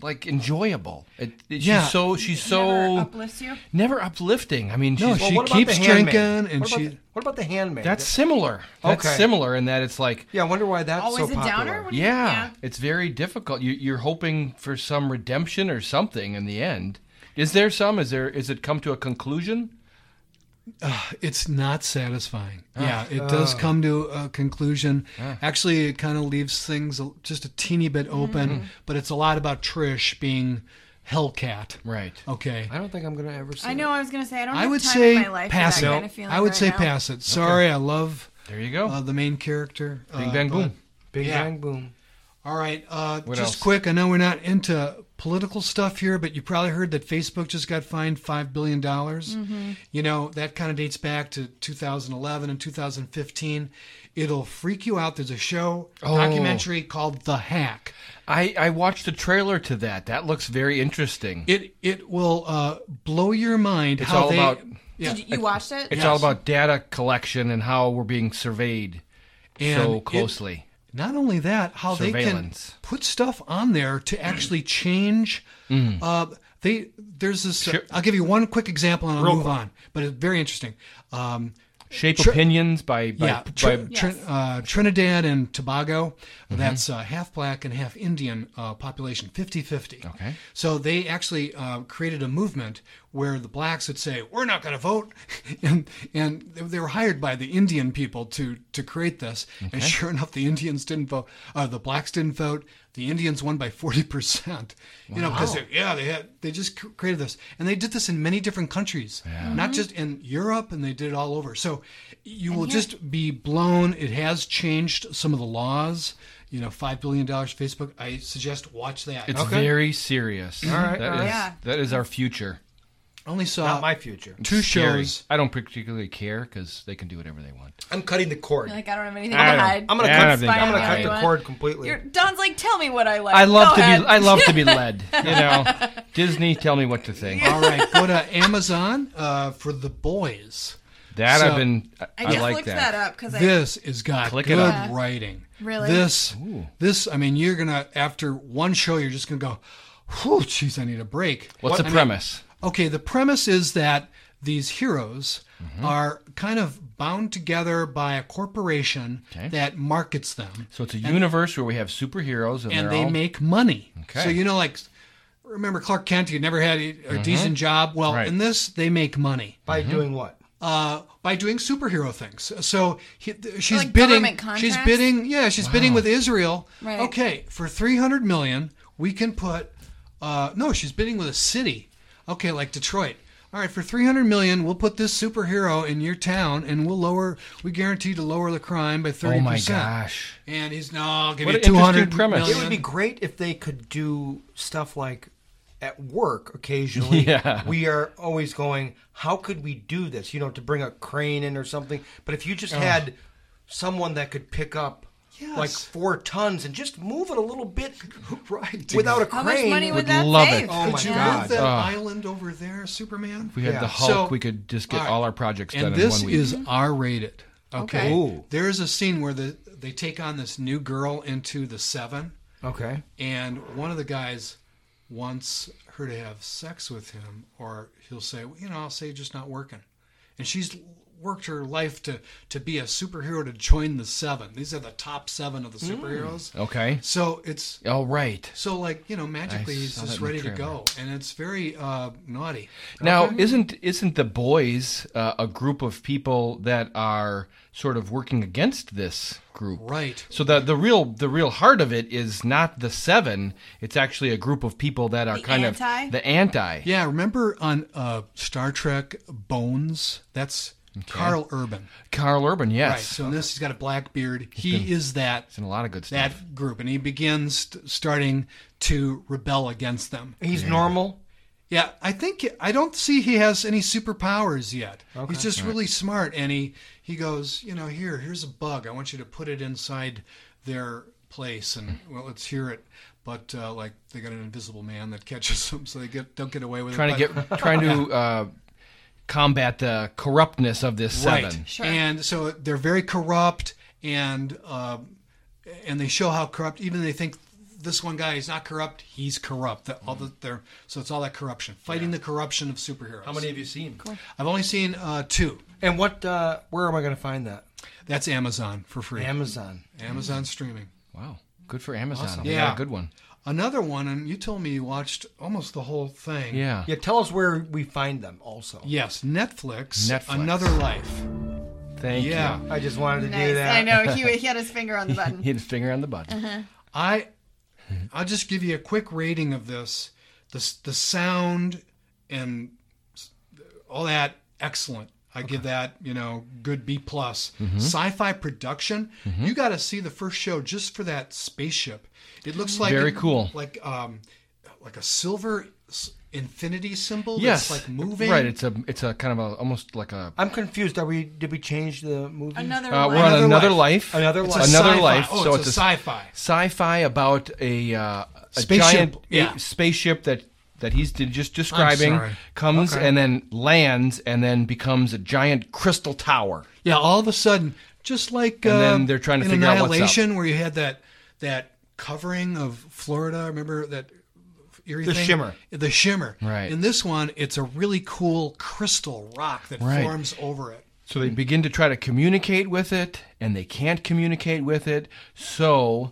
Speaker 1: like enjoyable. It, it-
Speaker 3: Yeah.
Speaker 1: She's so she's
Speaker 2: Never
Speaker 1: so
Speaker 2: uplifts you.
Speaker 1: never uplifting. I mean,
Speaker 3: No,
Speaker 1: she's,
Speaker 3: she
Speaker 4: what about
Speaker 3: keeps
Speaker 4: The Handmaid?
Speaker 3: drinking, and
Speaker 4: what about
Speaker 3: she-
Speaker 4: the- what about the handmaid?
Speaker 1: that's similar. That's
Speaker 4: Okay.
Speaker 1: similar in that it's like
Speaker 4: yeah. I wonder why that's
Speaker 2: Always
Speaker 4: so
Speaker 2: a
Speaker 4: popular.
Speaker 2: Oh, downer. What do you-
Speaker 1: Yeah, it's very difficult. You, you're hoping for some redemption or something in the end. Is there some? Is there? Is it come to a conclusion?
Speaker 3: It's not satisfying. yeah, it
Speaker 1: Oh.
Speaker 3: does come to a conclusion. Actually, it kind of leaves things a- just a teeny bit
Speaker 2: Mm-hmm.
Speaker 3: open, but it's a lot about Trish being Hellcat.
Speaker 1: Right.
Speaker 3: Okay.
Speaker 4: I don't think I'm gonna ever see.
Speaker 2: I know. I was gonna say I don't.
Speaker 3: I
Speaker 2: have
Speaker 3: would
Speaker 2: time
Speaker 3: say
Speaker 2: in my life for
Speaker 3: pass
Speaker 2: that
Speaker 3: it.
Speaker 2: Kind of feeling
Speaker 3: I would
Speaker 2: right
Speaker 3: say
Speaker 2: now.
Speaker 3: pass it. Sorry, I love
Speaker 1: There you go.
Speaker 3: uh, the main character.
Speaker 1: Bing
Speaker 3: uh,
Speaker 1: bang
Speaker 3: but-
Speaker 1: boom.
Speaker 4: it. Big
Speaker 3: yeah.
Speaker 4: Bang Boom.
Speaker 3: All right, uh,
Speaker 1: What
Speaker 3: just
Speaker 1: else?
Speaker 3: quick. I know we're not into political stuff here, but you probably heard that Facebook just got fined five billion dollars.
Speaker 1: Mm-hmm.
Speaker 3: You know that kind of dates back to 2011 and 2015. It'll freak you out. There's a show
Speaker 1: Oh.
Speaker 3: documentary called The Hack.
Speaker 1: I I watched a trailer to that. That looks very interesting.
Speaker 3: It it will uh, blow your mind.
Speaker 1: It's
Speaker 3: how
Speaker 1: all
Speaker 3: they,
Speaker 1: about-
Speaker 3: yeah,
Speaker 2: Did you, you watched it?
Speaker 1: it's
Speaker 3: yes.
Speaker 1: all about data collection and how we're being surveyed
Speaker 3: And
Speaker 1: so
Speaker 3: it-
Speaker 1: closely.
Speaker 3: not only that, how they can
Speaker 1: Surveillance.
Speaker 3: put stuff on there to actually change. Uh, they there's this.
Speaker 1: Mm. Sure.
Speaker 3: I'll give you one quick example and I'll
Speaker 1: Real
Speaker 3: move
Speaker 1: quick.
Speaker 3: on, but it's very interesting. Um,
Speaker 1: Shape
Speaker 3: Tr-
Speaker 1: opinions by by,
Speaker 3: yeah,
Speaker 1: by
Speaker 3: Tr- Tr-
Speaker 2: Yes.
Speaker 3: uh, Trinidad and Tobago.
Speaker 1: Mm-hmm.
Speaker 3: That's uh, half black and half Indian uh, population, 50-50.
Speaker 1: Okay.
Speaker 3: So they actually uh, created a movement where the blacks would say, "We're not going to vote," and and they- they were hired by the Indian people to to create this. And sure enough, the Indians didn't vote. Uh, the blacks didn't vote. The Indians won by forty percent. You know, because yeah, they had they just c- created this, and they did this in many different countries,
Speaker 4: Mm-hmm.
Speaker 3: not just in Europe, and they did it all over. So you will just be blown. It has changed some of the laws. You know, five billion dollars Facebook. I suggest watch that.
Speaker 1: it's
Speaker 4: Okay.
Speaker 1: very serious. All
Speaker 4: right, all right.
Speaker 2: Yeah.
Speaker 1: that is our future.
Speaker 3: I only saw
Speaker 4: Not my future.
Speaker 3: two
Speaker 1: Scary.
Speaker 3: shows.
Speaker 1: I don't particularly care because they can do whatever they want.
Speaker 4: I'm cutting the cord.
Speaker 2: Like I don't have anything
Speaker 1: I
Speaker 2: to
Speaker 1: don't-
Speaker 2: hide.
Speaker 4: I'm gonna
Speaker 1: Yeah, I don't
Speaker 4: cut.
Speaker 1: think
Speaker 4: I'm gonna
Speaker 1: I-
Speaker 4: cut the
Speaker 2: I-
Speaker 4: cord completely.
Speaker 2: You're, Don's like, tell me what I like.
Speaker 1: I love
Speaker 2: Go
Speaker 1: to
Speaker 2: ahead.
Speaker 1: be I love to be led. You know, Disney, tell me what to think.
Speaker 3: All right, go to Amazon uh, for the boys.
Speaker 1: That
Speaker 3: So-
Speaker 1: I've been. I,
Speaker 2: I
Speaker 1: I
Speaker 2: just
Speaker 1: like
Speaker 2: looked
Speaker 1: that.
Speaker 2: that, up because I.
Speaker 3: This is got
Speaker 1: Click it
Speaker 3: good
Speaker 1: up.
Speaker 2: Yeah.
Speaker 3: writing.
Speaker 2: Really?
Speaker 3: This, this. I mean, you're gonna after one show, you're just gonna go, "Whew, jeez, I need a break."
Speaker 1: What's the
Speaker 3: I mean,
Speaker 1: premise?
Speaker 3: Okay, the premise is that these heroes
Speaker 1: Mm-hmm.
Speaker 3: are kind of bound together by a corporation
Speaker 1: Okay.
Speaker 3: that markets them,
Speaker 1: so it's a universe where we have superheroes and,
Speaker 3: and
Speaker 1: they're
Speaker 3: they
Speaker 1: all-
Speaker 3: make money.
Speaker 1: Okay. Mm-hmm.
Speaker 3: So you know, like, remember Clark Kent? He never had a, a decent job. Well,
Speaker 1: Right.
Speaker 3: in this, they make money.
Speaker 4: By doing what?
Speaker 3: uh, by doing superhero things. So he, th- she's
Speaker 2: like
Speaker 3: bidding.
Speaker 2: government contracts?
Speaker 3: She's bidding. Yeah, she's bidding with Israel.
Speaker 2: Right.
Speaker 3: Okay, for three hundred million, we can put. Uh, no, she's bidding with a city. Okay, like Detroit. All right, for three hundred million, we'll put this superhero in your town, and we'll lower. We guarantee to lower the crime by thirty
Speaker 1: oh
Speaker 3: percent.
Speaker 1: my gosh!
Speaker 3: And he's no, I'll give
Speaker 1: What
Speaker 3: you
Speaker 1: an interesting
Speaker 3: two hundred
Speaker 1: premise.
Speaker 4: It would be great if they could do stuff like at work occasionally.
Speaker 1: Yeah.
Speaker 4: We are always going, how could we do this? You know, to bring a crane in or something. But if you just had someone that could pick up like
Speaker 3: Yes.
Speaker 4: four tons and just move it a little bit
Speaker 3: right
Speaker 4: without a
Speaker 2: How much
Speaker 4: crane.
Speaker 2: money would
Speaker 1: would
Speaker 2: that
Speaker 1: love
Speaker 2: save?
Speaker 1: it.
Speaker 4: Oh my
Speaker 3: Could you
Speaker 4: God.
Speaker 3: move that
Speaker 1: Oh.
Speaker 3: island over there, Superman?
Speaker 1: If we had
Speaker 4: Yeah.
Speaker 1: the Hulk,
Speaker 3: So-
Speaker 1: we could just get
Speaker 3: all right.
Speaker 1: all our projects done
Speaker 3: and
Speaker 1: in
Speaker 3: this
Speaker 1: one week.
Speaker 3: is R-rated. Okay.
Speaker 2: Okay.
Speaker 4: Ooh.
Speaker 3: There's a scene where the they take on this new girl into the Seven,
Speaker 4: okay.
Speaker 3: and one of the guys wants her to have sex with him, or he'll say, "Well, you know, I'll say just not working, and she's worked her life to to be a superhero to join the seven. These are the top seven of the
Speaker 1: Mm.
Speaker 3: superheroes.
Speaker 1: Okay.
Speaker 3: So it's
Speaker 1: All right.
Speaker 3: so like you know magically
Speaker 1: I
Speaker 3: he's
Speaker 1: saw that
Speaker 3: just
Speaker 1: in the
Speaker 3: ready to
Speaker 1: trailer.
Speaker 3: go, and it's very uh, naughty.
Speaker 1: Now, isn't isn't the boys uh, a group of people that are sort of working against this group?
Speaker 3: Right.
Speaker 1: So the the real the real heart of it is not the seven. It's actually a group of people that are
Speaker 2: The
Speaker 1: kind
Speaker 2: anti?
Speaker 1: of the anti.
Speaker 3: Yeah, remember on uh, Star Trek Bones? That's Carl Urban.
Speaker 1: Carl Urban,
Speaker 3: Right.
Speaker 1: yes,
Speaker 3: So in this, he's got a black beard. He is that
Speaker 1: and a lot of good stuff.
Speaker 3: that group, and he begins t- starting to rebel against them.
Speaker 4: He's normal.
Speaker 3: Yeah, I think I don't see he has any superpowers yet. He's just really smart, and he he goes, you know, here, here's a bug. I want you to put it inside their place, and
Speaker 1: Mm-hmm.
Speaker 3: well, let's hear it. But uh, like they got an invisible man that catches them, so they get don't get away with
Speaker 1: trying
Speaker 3: it.
Speaker 1: to
Speaker 3: but-
Speaker 1: get trying to uh, combat the corruptness of this seven.
Speaker 3: Right. And so they're very corrupt, and uh, and they show how corrupt. Even they think this one guy is not corrupt; he's corrupt. That all
Speaker 1: Mm-hmm.
Speaker 3: the they're so it's all that corruption, fighting the corruption of superheroes. How
Speaker 1: have you seen?
Speaker 3: I've only seen uh, two.
Speaker 4: And what? Uh, where am I going to find that?
Speaker 3: That's Amazon for free.
Speaker 4: Amazon.
Speaker 1: Mm-hmm.
Speaker 3: Amazon streaming.
Speaker 1: Wow, good for Amazon.
Speaker 3: Yeah.
Speaker 1: Yeah, good one.
Speaker 3: Another one, and you told me you watched almost the whole thing.
Speaker 1: Yeah.
Speaker 4: Yeah, tell us where we find them. Also,
Speaker 3: Yes, Netflix.
Speaker 1: Netflix.
Speaker 3: Another life.
Speaker 1: Thank
Speaker 3: Yeah.
Speaker 1: you.
Speaker 4: I just wanted to do
Speaker 2: Nice.
Speaker 4: that.
Speaker 2: I know. He, he had his finger on the button.
Speaker 1: Hit his finger on the
Speaker 2: Uh-huh.
Speaker 1: button.
Speaker 3: I I'll just give you a quick rating of this. The s- the sound and s- all that excellent. I give that you know good B plus.
Speaker 1: Mm-hmm.
Speaker 3: Sci-fi production. You got to see the first show just for that spaceship. It looks like
Speaker 1: Very cool.
Speaker 3: Like um like a silver s- infinity symbol.
Speaker 1: Yes,
Speaker 3: that's like moving.
Speaker 1: Right, it's a it's a kind of a almost like a
Speaker 4: I'm confused. Are we? Did we change the movie?
Speaker 2: Another
Speaker 1: Uh,
Speaker 2: one.
Speaker 1: we're on another life.
Speaker 4: Life. Another
Speaker 3: It's
Speaker 4: Life.
Speaker 1: Another
Speaker 3: sci-fi.
Speaker 1: life.
Speaker 3: Oh,
Speaker 1: so
Speaker 3: it's, a, sci-fi.
Speaker 1: sci-fi about a, uh, a
Speaker 3: Spaceship,
Speaker 1: giant
Speaker 3: yeah.
Speaker 1: a- spaceship that that he's de- just describing
Speaker 3: sorry.
Speaker 1: comes and then lands and then becomes a giant crystal tower.
Speaker 3: Yeah, all of a sudden, just like
Speaker 1: And
Speaker 3: uh,
Speaker 1: then they're trying to
Speaker 3: in
Speaker 1: figure out what's up.
Speaker 3: Annihilation, where you had that that covering of Florida. Remember that eerie
Speaker 4: The
Speaker 3: thing?
Speaker 4: shimmer.
Speaker 3: the shimmer.
Speaker 1: Right.
Speaker 3: In this one, it's a really cool crystal rock that
Speaker 1: Right.
Speaker 3: forms over it.
Speaker 1: So they begin to try to communicate with it and they can't communicate with it. So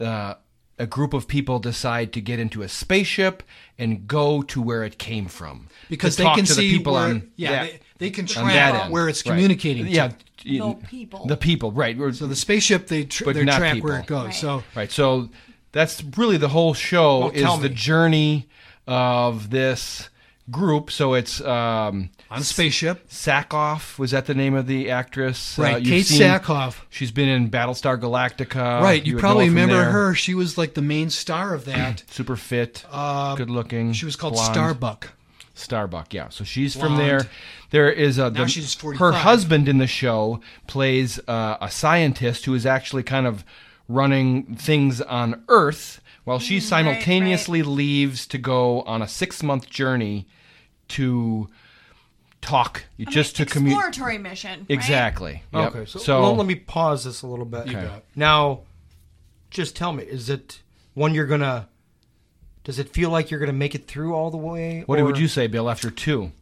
Speaker 1: uh, a group of people decide to get into a spaceship and go to where it came from
Speaker 3: Because
Speaker 1: To
Speaker 3: they
Speaker 1: talk
Speaker 3: can
Speaker 1: to
Speaker 3: see
Speaker 1: the people
Speaker 3: where,
Speaker 1: on
Speaker 3: yeah,
Speaker 1: that-
Speaker 3: they, they can
Speaker 1: on that
Speaker 3: track
Speaker 1: end.
Speaker 3: where it's
Speaker 1: Right.
Speaker 3: communicating. to.
Speaker 1: Yeah,
Speaker 2: The people.
Speaker 1: The people, right? We're-
Speaker 3: So the spaceship they tr-
Speaker 1: But
Speaker 3: they
Speaker 1: not
Speaker 3: track
Speaker 1: people.
Speaker 3: where it goes.
Speaker 2: Right.
Speaker 3: So
Speaker 1: Right. So that's really the whole show
Speaker 4: Well,
Speaker 1: is
Speaker 4: tell
Speaker 1: the
Speaker 4: me.
Speaker 1: journey of this group. So it's um,
Speaker 3: on a spaceship,
Speaker 1: Sackhoff. Was that the name of the actress? Uh,
Speaker 3: Right,
Speaker 1: you've
Speaker 3: Kate
Speaker 1: seen-
Speaker 3: Sackhoff.
Speaker 1: She's been in Battlestar Galactica.
Speaker 3: right?
Speaker 1: Oh,
Speaker 3: You,
Speaker 1: would know
Speaker 3: probably
Speaker 1: from
Speaker 3: remember
Speaker 1: there.
Speaker 3: her. She was like the main star of that.
Speaker 1: Super fit, good looking.
Speaker 3: Uh, She was called
Speaker 1: blonde.
Speaker 3: Starbuck.
Speaker 1: Starbuck, yeah. So she's from
Speaker 3: Blonde.
Speaker 1: there. There is a the,
Speaker 3: Now she's 45.
Speaker 1: her husband in the show plays uh, a scientist who is actually kind of running things on Earth while
Speaker 3: Mm,
Speaker 1: she simultaneously leaves to go on a six month journey to talk, just to communicate.
Speaker 2: Exploratory mission. right?
Speaker 1: Exactly. Yep.
Speaker 4: Okay. So, let- let me pause this a little bit.
Speaker 3: You bet.
Speaker 4: Now, just tell me, is it one you're gonna? Does it feel like you're gonna make it through all the way?
Speaker 1: what
Speaker 4: or-
Speaker 1: would you say, Bill? After two,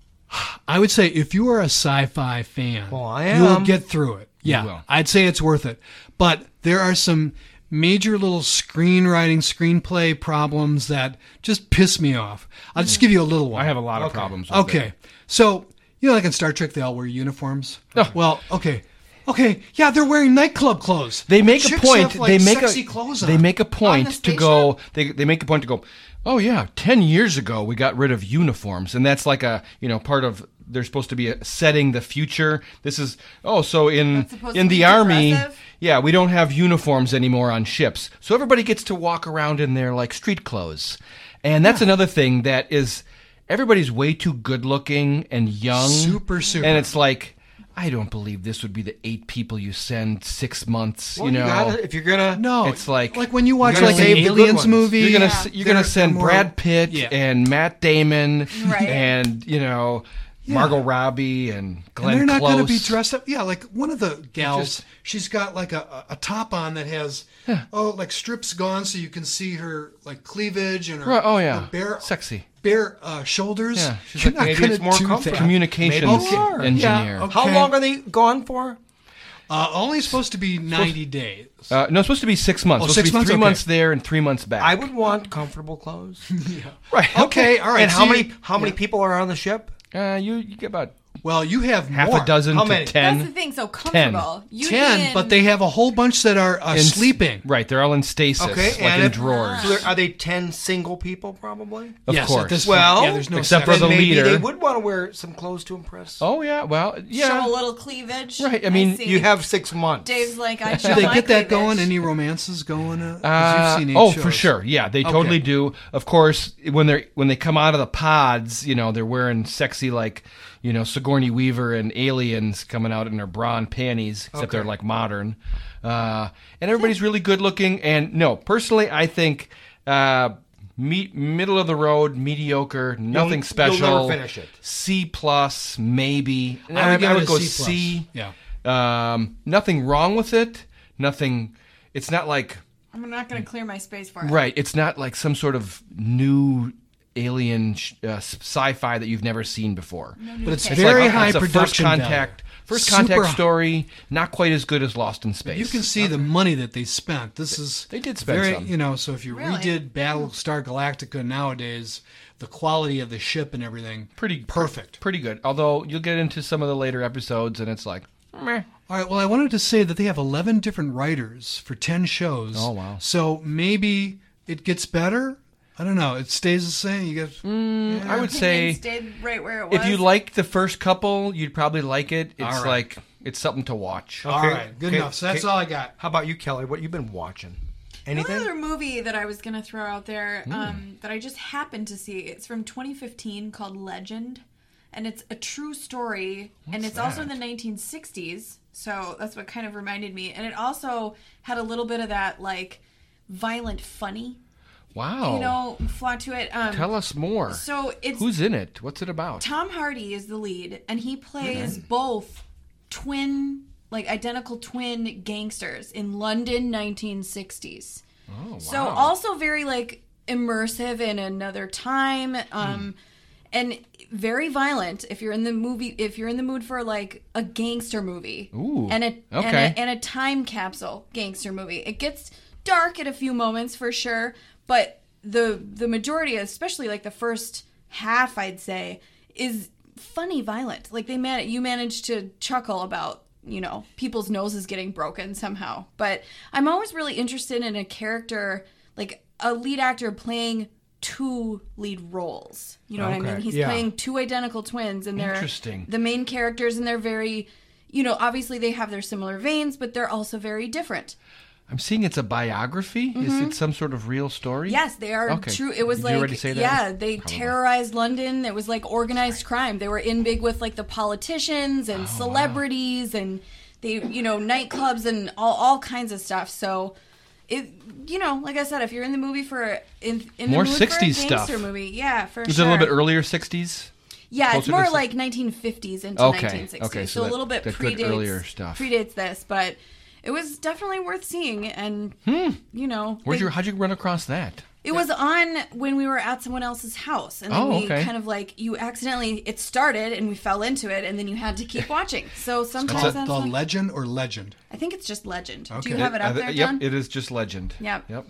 Speaker 3: I would say if you are a sci-fi fan,
Speaker 4: Well, I
Speaker 3: you'll
Speaker 4: am.
Speaker 3: get through it. Yeah,
Speaker 1: will.
Speaker 3: I'd say it's worth it. But there are some major little screenwriting, screenplay problems that just piss me off. I'll just give you a little one.
Speaker 1: Hmm. I have a lot of problems. With
Speaker 3: Okay,
Speaker 1: it.
Speaker 3: so you know, like in Star Trek, they all wear uniforms.
Speaker 1: Oh.
Speaker 3: Well, okay, okay, yeah, they're wearing nightclub clothes.
Speaker 1: They make a
Speaker 3: Chicks
Speaker 1: point.
Speaker 3: Have, like,
Speaker 1: they make
Speaker 3: sexy
Speaker 1: a
Speaker 3: clothes.
Speaker 1: they
Speaker 3: on.
Speaker 1: make a
Speaker 2: On the
Speaker 1: point to go. They they make a point to go. Oh yeah, ten years ago we got rid of uniforms, and that's like a you know part of they're supposed to be a setting the future. This is oh so in
Speaker 2: That's supposed
Speaker 1: in
Speaker 2: to
Speaker 1: the
Speaker 2: be
Speaker 1: army.
Speaker 2: progressive?
Speaker 1: Yeah, we don't have uniforms anymore on ships, so everybody gets to walk around in their like street clothes, and that's another thing that is everybody's way too good looking and young,
Speaker 3: Super, super.
Speaker 1: and it's like. I don't believe this would be the eight people you send six months.
Speaker 4: Well,
Speaker 1: you know,
Speaker 4: gotta, if you're gonna
Speaker 3: no,
Speaker 1: it's like-
Speaker 3: like when you watch
Speaker 4: gotta
Speaker 3: like an
Speaker 4: save the good
Speaker 3: aliens
Speaker 4: ones.
Speaker 3: movie.
Speaker 1: you're gonna s you're gonna
Speaker 3: they're-
Speaker 1: send
Speaker 3: they're more-
Speaker 1: Brad Pitt
Speaker 3: Yeah.
Speaker 1: and Matt Damon
Speaker 2: Right.
Speaker 1: and you know Margot Robbie and Glenn
Speaker 3: and they're not going
Speaker 1: Close.
Speaker 3: to be dressed up. Yeah, like one of the gals,
Speaker 1: just-
Speaker 3: she's got like a, a a top on that has oh like strips gone so you can see her like cleavage and her
Speaker 1: Right, oh yeah,
Speaker 3: her bare
Speaker 1: sexy.
Speaker 3: bare uh, shoulders.
Speaker 1: Yeah, she's
Speaker 3: You're
Speaker 1: like,
Speaker 3: not
Speaker 4: maybe
Speaker 3: gonna
Speaker 4: it's more
Speaker 3: do
Speaker 4: comfort.
Speaker 3: that.
Speaker 1: Communications
Speaker 3: Maybe you are.
Speaker 1: engineer.
Speaker 3: Yeah, okay.
Speaker 4: How long are they gone for?
Speaker 3: Uh, only supposed to be 90 days.
Speaker 1: Uh, no, it's supposed to be six months.
Speaker 3: Oh,
Speaker 1: supposed
Speaker 3: six
Speaker 1: to be
Speaker 3: months?
Speaker 1: three
Speaker 3: Okay.
Speaker 1: months there and three months back.
Speaker 4: I would want comfortable clothes.
Speaker 1: right.
Speaker 3: Okay, all right.
Speaker 4: and how
Speaker 3: see-
Speaker 4: many how many people are on the ship?
Speaker 1: Uh, you, you get about
Speaker 3: Well, you have
Speaker 1: half
Speaker 3: more.
Speaker 1: a dozen
Speaker 4: How
Speaker 1: to
Speaker 4: many?
Speaker 1: ten.
Speaker 2: That's the thing. So comfortable. You
Speaker 3: Ten,
Speaker 2: didn't-
Speaker 3: but they have a whole bunch that are uh,
Speaker 1: In-
Speaker 3: sleeping.
Speaker 1: Right, they're all in stasis,
Speaker 4: Okay,
Speaker 1: like
Speaker 4: and
Speaker 1: in
Speaker 4: if-
Speaker 1: drawers.
Speaker 4: So uh, there, are they ten single people probably?
Speaker 1: Of
Speaker 3: yes,
Speaker 1: course.
Speaker 3: At this
Speaker 4: Well,
Speaker 3: point, yeah, there's no
Speaker 1: except
Speaker 3: sex.
Speaker 1: for the
Speaker 4: Maybe
Speaker 1: leader.
Speaker 4: they would want to wear some clothes to impress.
Speaker 1: oh yeah, well yeah.
Speaker 2: show a little cleavage.
Speaker 1: Right, I mean,
Speaker 2: see.
Speaker 4: You have six months.
Speaker 2: Dave's like I show
Speaker 3: Do they
Speaker 2: my
Speaker 3: get that
Speaker 2: cleavage.
Speaker 3: going? Any romances going? Uh, 'cause
Speaker 1: Uh,
Speaker 3: you've seen eight
Speaker 1: oh, for
Speaker 3: shows.
Speaker 1: sure. Yeah, they totally do. Of course, when they're when they come out of the pods, you know, they're wearing sexy like, you know, Sigourney Weaver and aliens coming out in their bra and panties, except they're like modern. Uh, and everybody's really good looking. And no, personally, I think uh, me- middle of the road, mediocre, nothing
Speaker 4: you'll
Speaker 1: special.
Speaker 4: never finish it.
Speaker 1: C plus, maybe.
Speaker 3: I would give it a
Speaker 1: go
Speaker 3: C plus. Yeah.
Speaker 1: Um, nothing wrong with it. Nothing. It's not like
Speaker 2: I'm not going to clear my space for it.
Speaker 1: Right. It's not like some sort of new alien sh- uh, sci-fi that you've never seen before.
Speaker 3: But it's
Speaker 1: It's
Speaker 3: very
Speaker 1: like, okay,
Speaker 3: high
Speaker 1: it's a
Speaker 3: production
Speaker 1: First contact.
Speaker 3: value.
Speaker 1: First
Speaker 3: Super
Speaker 1: contact
Speaker 3: high.
Speaker 1: story. Not quite as good as Lost in Space.
Speaker 3: You can see the money that they spent. This is
Speaker 1: They did spend
Speaker 3: very,
Speaker 1: some.
Speaker 3: you know. So if you
Speaker 2: Really?
Speaker 3: redid Battlestar Galactica nowadays, the quality of the ship and everything,
Speaker 1: Pretty-
Speaker 3: perfect.
Speaker 1: pretty good. Although you'll get into some of the later episodes, and it's like, meh.
Speaker 3: All right. Well, I wanted to say that they have eleven different writers for ten shows.
Speaker 1: Oh, wow.
Speaker 3: So maybe it gets better. I don't know. It stays the same. You get
Speaker 1: Mm. I would
Speaker 2: Say,
Speaker 1: say
Speaker 2: stayed right where it was.
Speaker 1: if you liked the first couple, you'd probably like it. It's
Speaker 3: All right. Oh.
Speaker 1: like it's something to watch.
Speaker 3: all
Speaker 4: Okay,
Speaker 3: right. Good
Speaker 4: okay,
Speaker 3: enough. So that's
Speaker 4: okay.
Speaker 3: all I got.
Speaker 4: How about you, Kelly? What you been watching?
Speaker 2: One
Speaker 4: Anything?
Speaker 2: other movie that I was going to throw out there
Speaker 1: Hmm.
Speaker 2: um, that I just happened to see. It's from 2015 called Legend, and it's a true story, and it's also in the 1960s. So that's what kind of reminded me. And it also had a little bit of that like violent funny,
Speaker 1: Wow.
Speaker 2: you know, flaw to it. Um,
Speaker 1: Oh. Tell us more.
Speaker 2: so it's
Speaker 1: Who's in it? What's it about?
Speaker 2: Tom Hardy is the lead, and he plays both twin, like identical twin gangsters in London 1960s.
Speaker 1: Oh, wow.
Speaker 2: So also very like immersive in another time, um,
Speaker 1: Hmm.
Speaker 2: and very violent. If you're in the movie, if you're in the mood for like a gangster movie,
Speaker 1: Ooh,
Speaker 2: and a, and,
Speaker 1: okay.
Speaker 2: a and a time capsule gangster movie, it gets dark at a few moments for sure, but the the majority, especially like the first half, I'd say, is funny violent. Like they man you manage to chuckle about you know people's noses getting broken somehow but i'm always really interested in a character like a lead actor playing two lead roles you know what i mean he's
Speaker 4: yeah.
Speaker 2: playing two identical twins and they're
Speaker 1: Interesting.
Speaker 2: the main characters and they're very you know obviously they have their similar veins but they're also very different
Speaker 1: I'm seeing it's a biography. Is
Speaker 3: Mm-hmm.
Speaker 1: it some sort of real story?
Speaker 2: yes they are
Speaker 1: Okay.
Speaker 2: true it was
Speaker 1: Did you
Speaker 2: like
Speaker 1: already say that?
Speaker 2: yeah they
Speaker 1: Probably.
Speaker 2: terrorized london it was like organized crime they were in big with like the politicians
Speaker 1: Oh,
Speaker 2: and celebrities and they you know nightclubs and all, all kinds of stuff so it you know like i said if you're in the movie for in, in
Speaker 1: More
Speaker 2: the mood
Speaker 1: 60s
Speaker 2: for a
Speaker 1: stuff.
Speaker 2: gangster movie yeah for
Speaker 1: Is
Speaker 2: sure
Speaker 1: it a little bit earlier 60s?
Speaker 2: Yeah, it's
Speaker 1: Closer
Speaker 2: more
Speaker 1: to-
Speaker 2: like 1950s into
Speaker 1: Okay,
Speaker 2: 1960s.
Speaker 1: okay, so
Speaker 2: so,
Speaker 1: that-
Speaker 2: a little bit
Speaker 1: that good
Speaker 2: predates
Speaker 1: earlier stuff.
Speaker 2: predates this, but it was definitely worth seeing. And
Speaker 1: Hmm.
Speaker 2: you know,
Speaker 1: Where'd
Speaker 2: they-
Speaker 1: you, how'd you run across that?
Speaker 2: it was on when we were at someone else's house, and then
Speaker 1: Oh,
Speaker 2: we
Speaker 1: okay.
Speaker 2: kind of like you accidentally it started, and we fell into it, and then you had to keep watching. So sometimes
Speaker 3: Called
Speaker 2: that's
Speaker 3: the
Speaker 2: like-
Speaker 3: legend or legend.
Speaker 2: I think it's just legend. Do
Speaker 3: Okay.
Speaker 2: you have it
Speaker 1: Uh,
Speaker 2: up
Speaker 1: th-
Speaker 2: there,
Speaker 1: yep,
Speaker 2: John?
Speaker 1: it is just legend.
Speaker 2: Yep.
Speaker 1: Yep.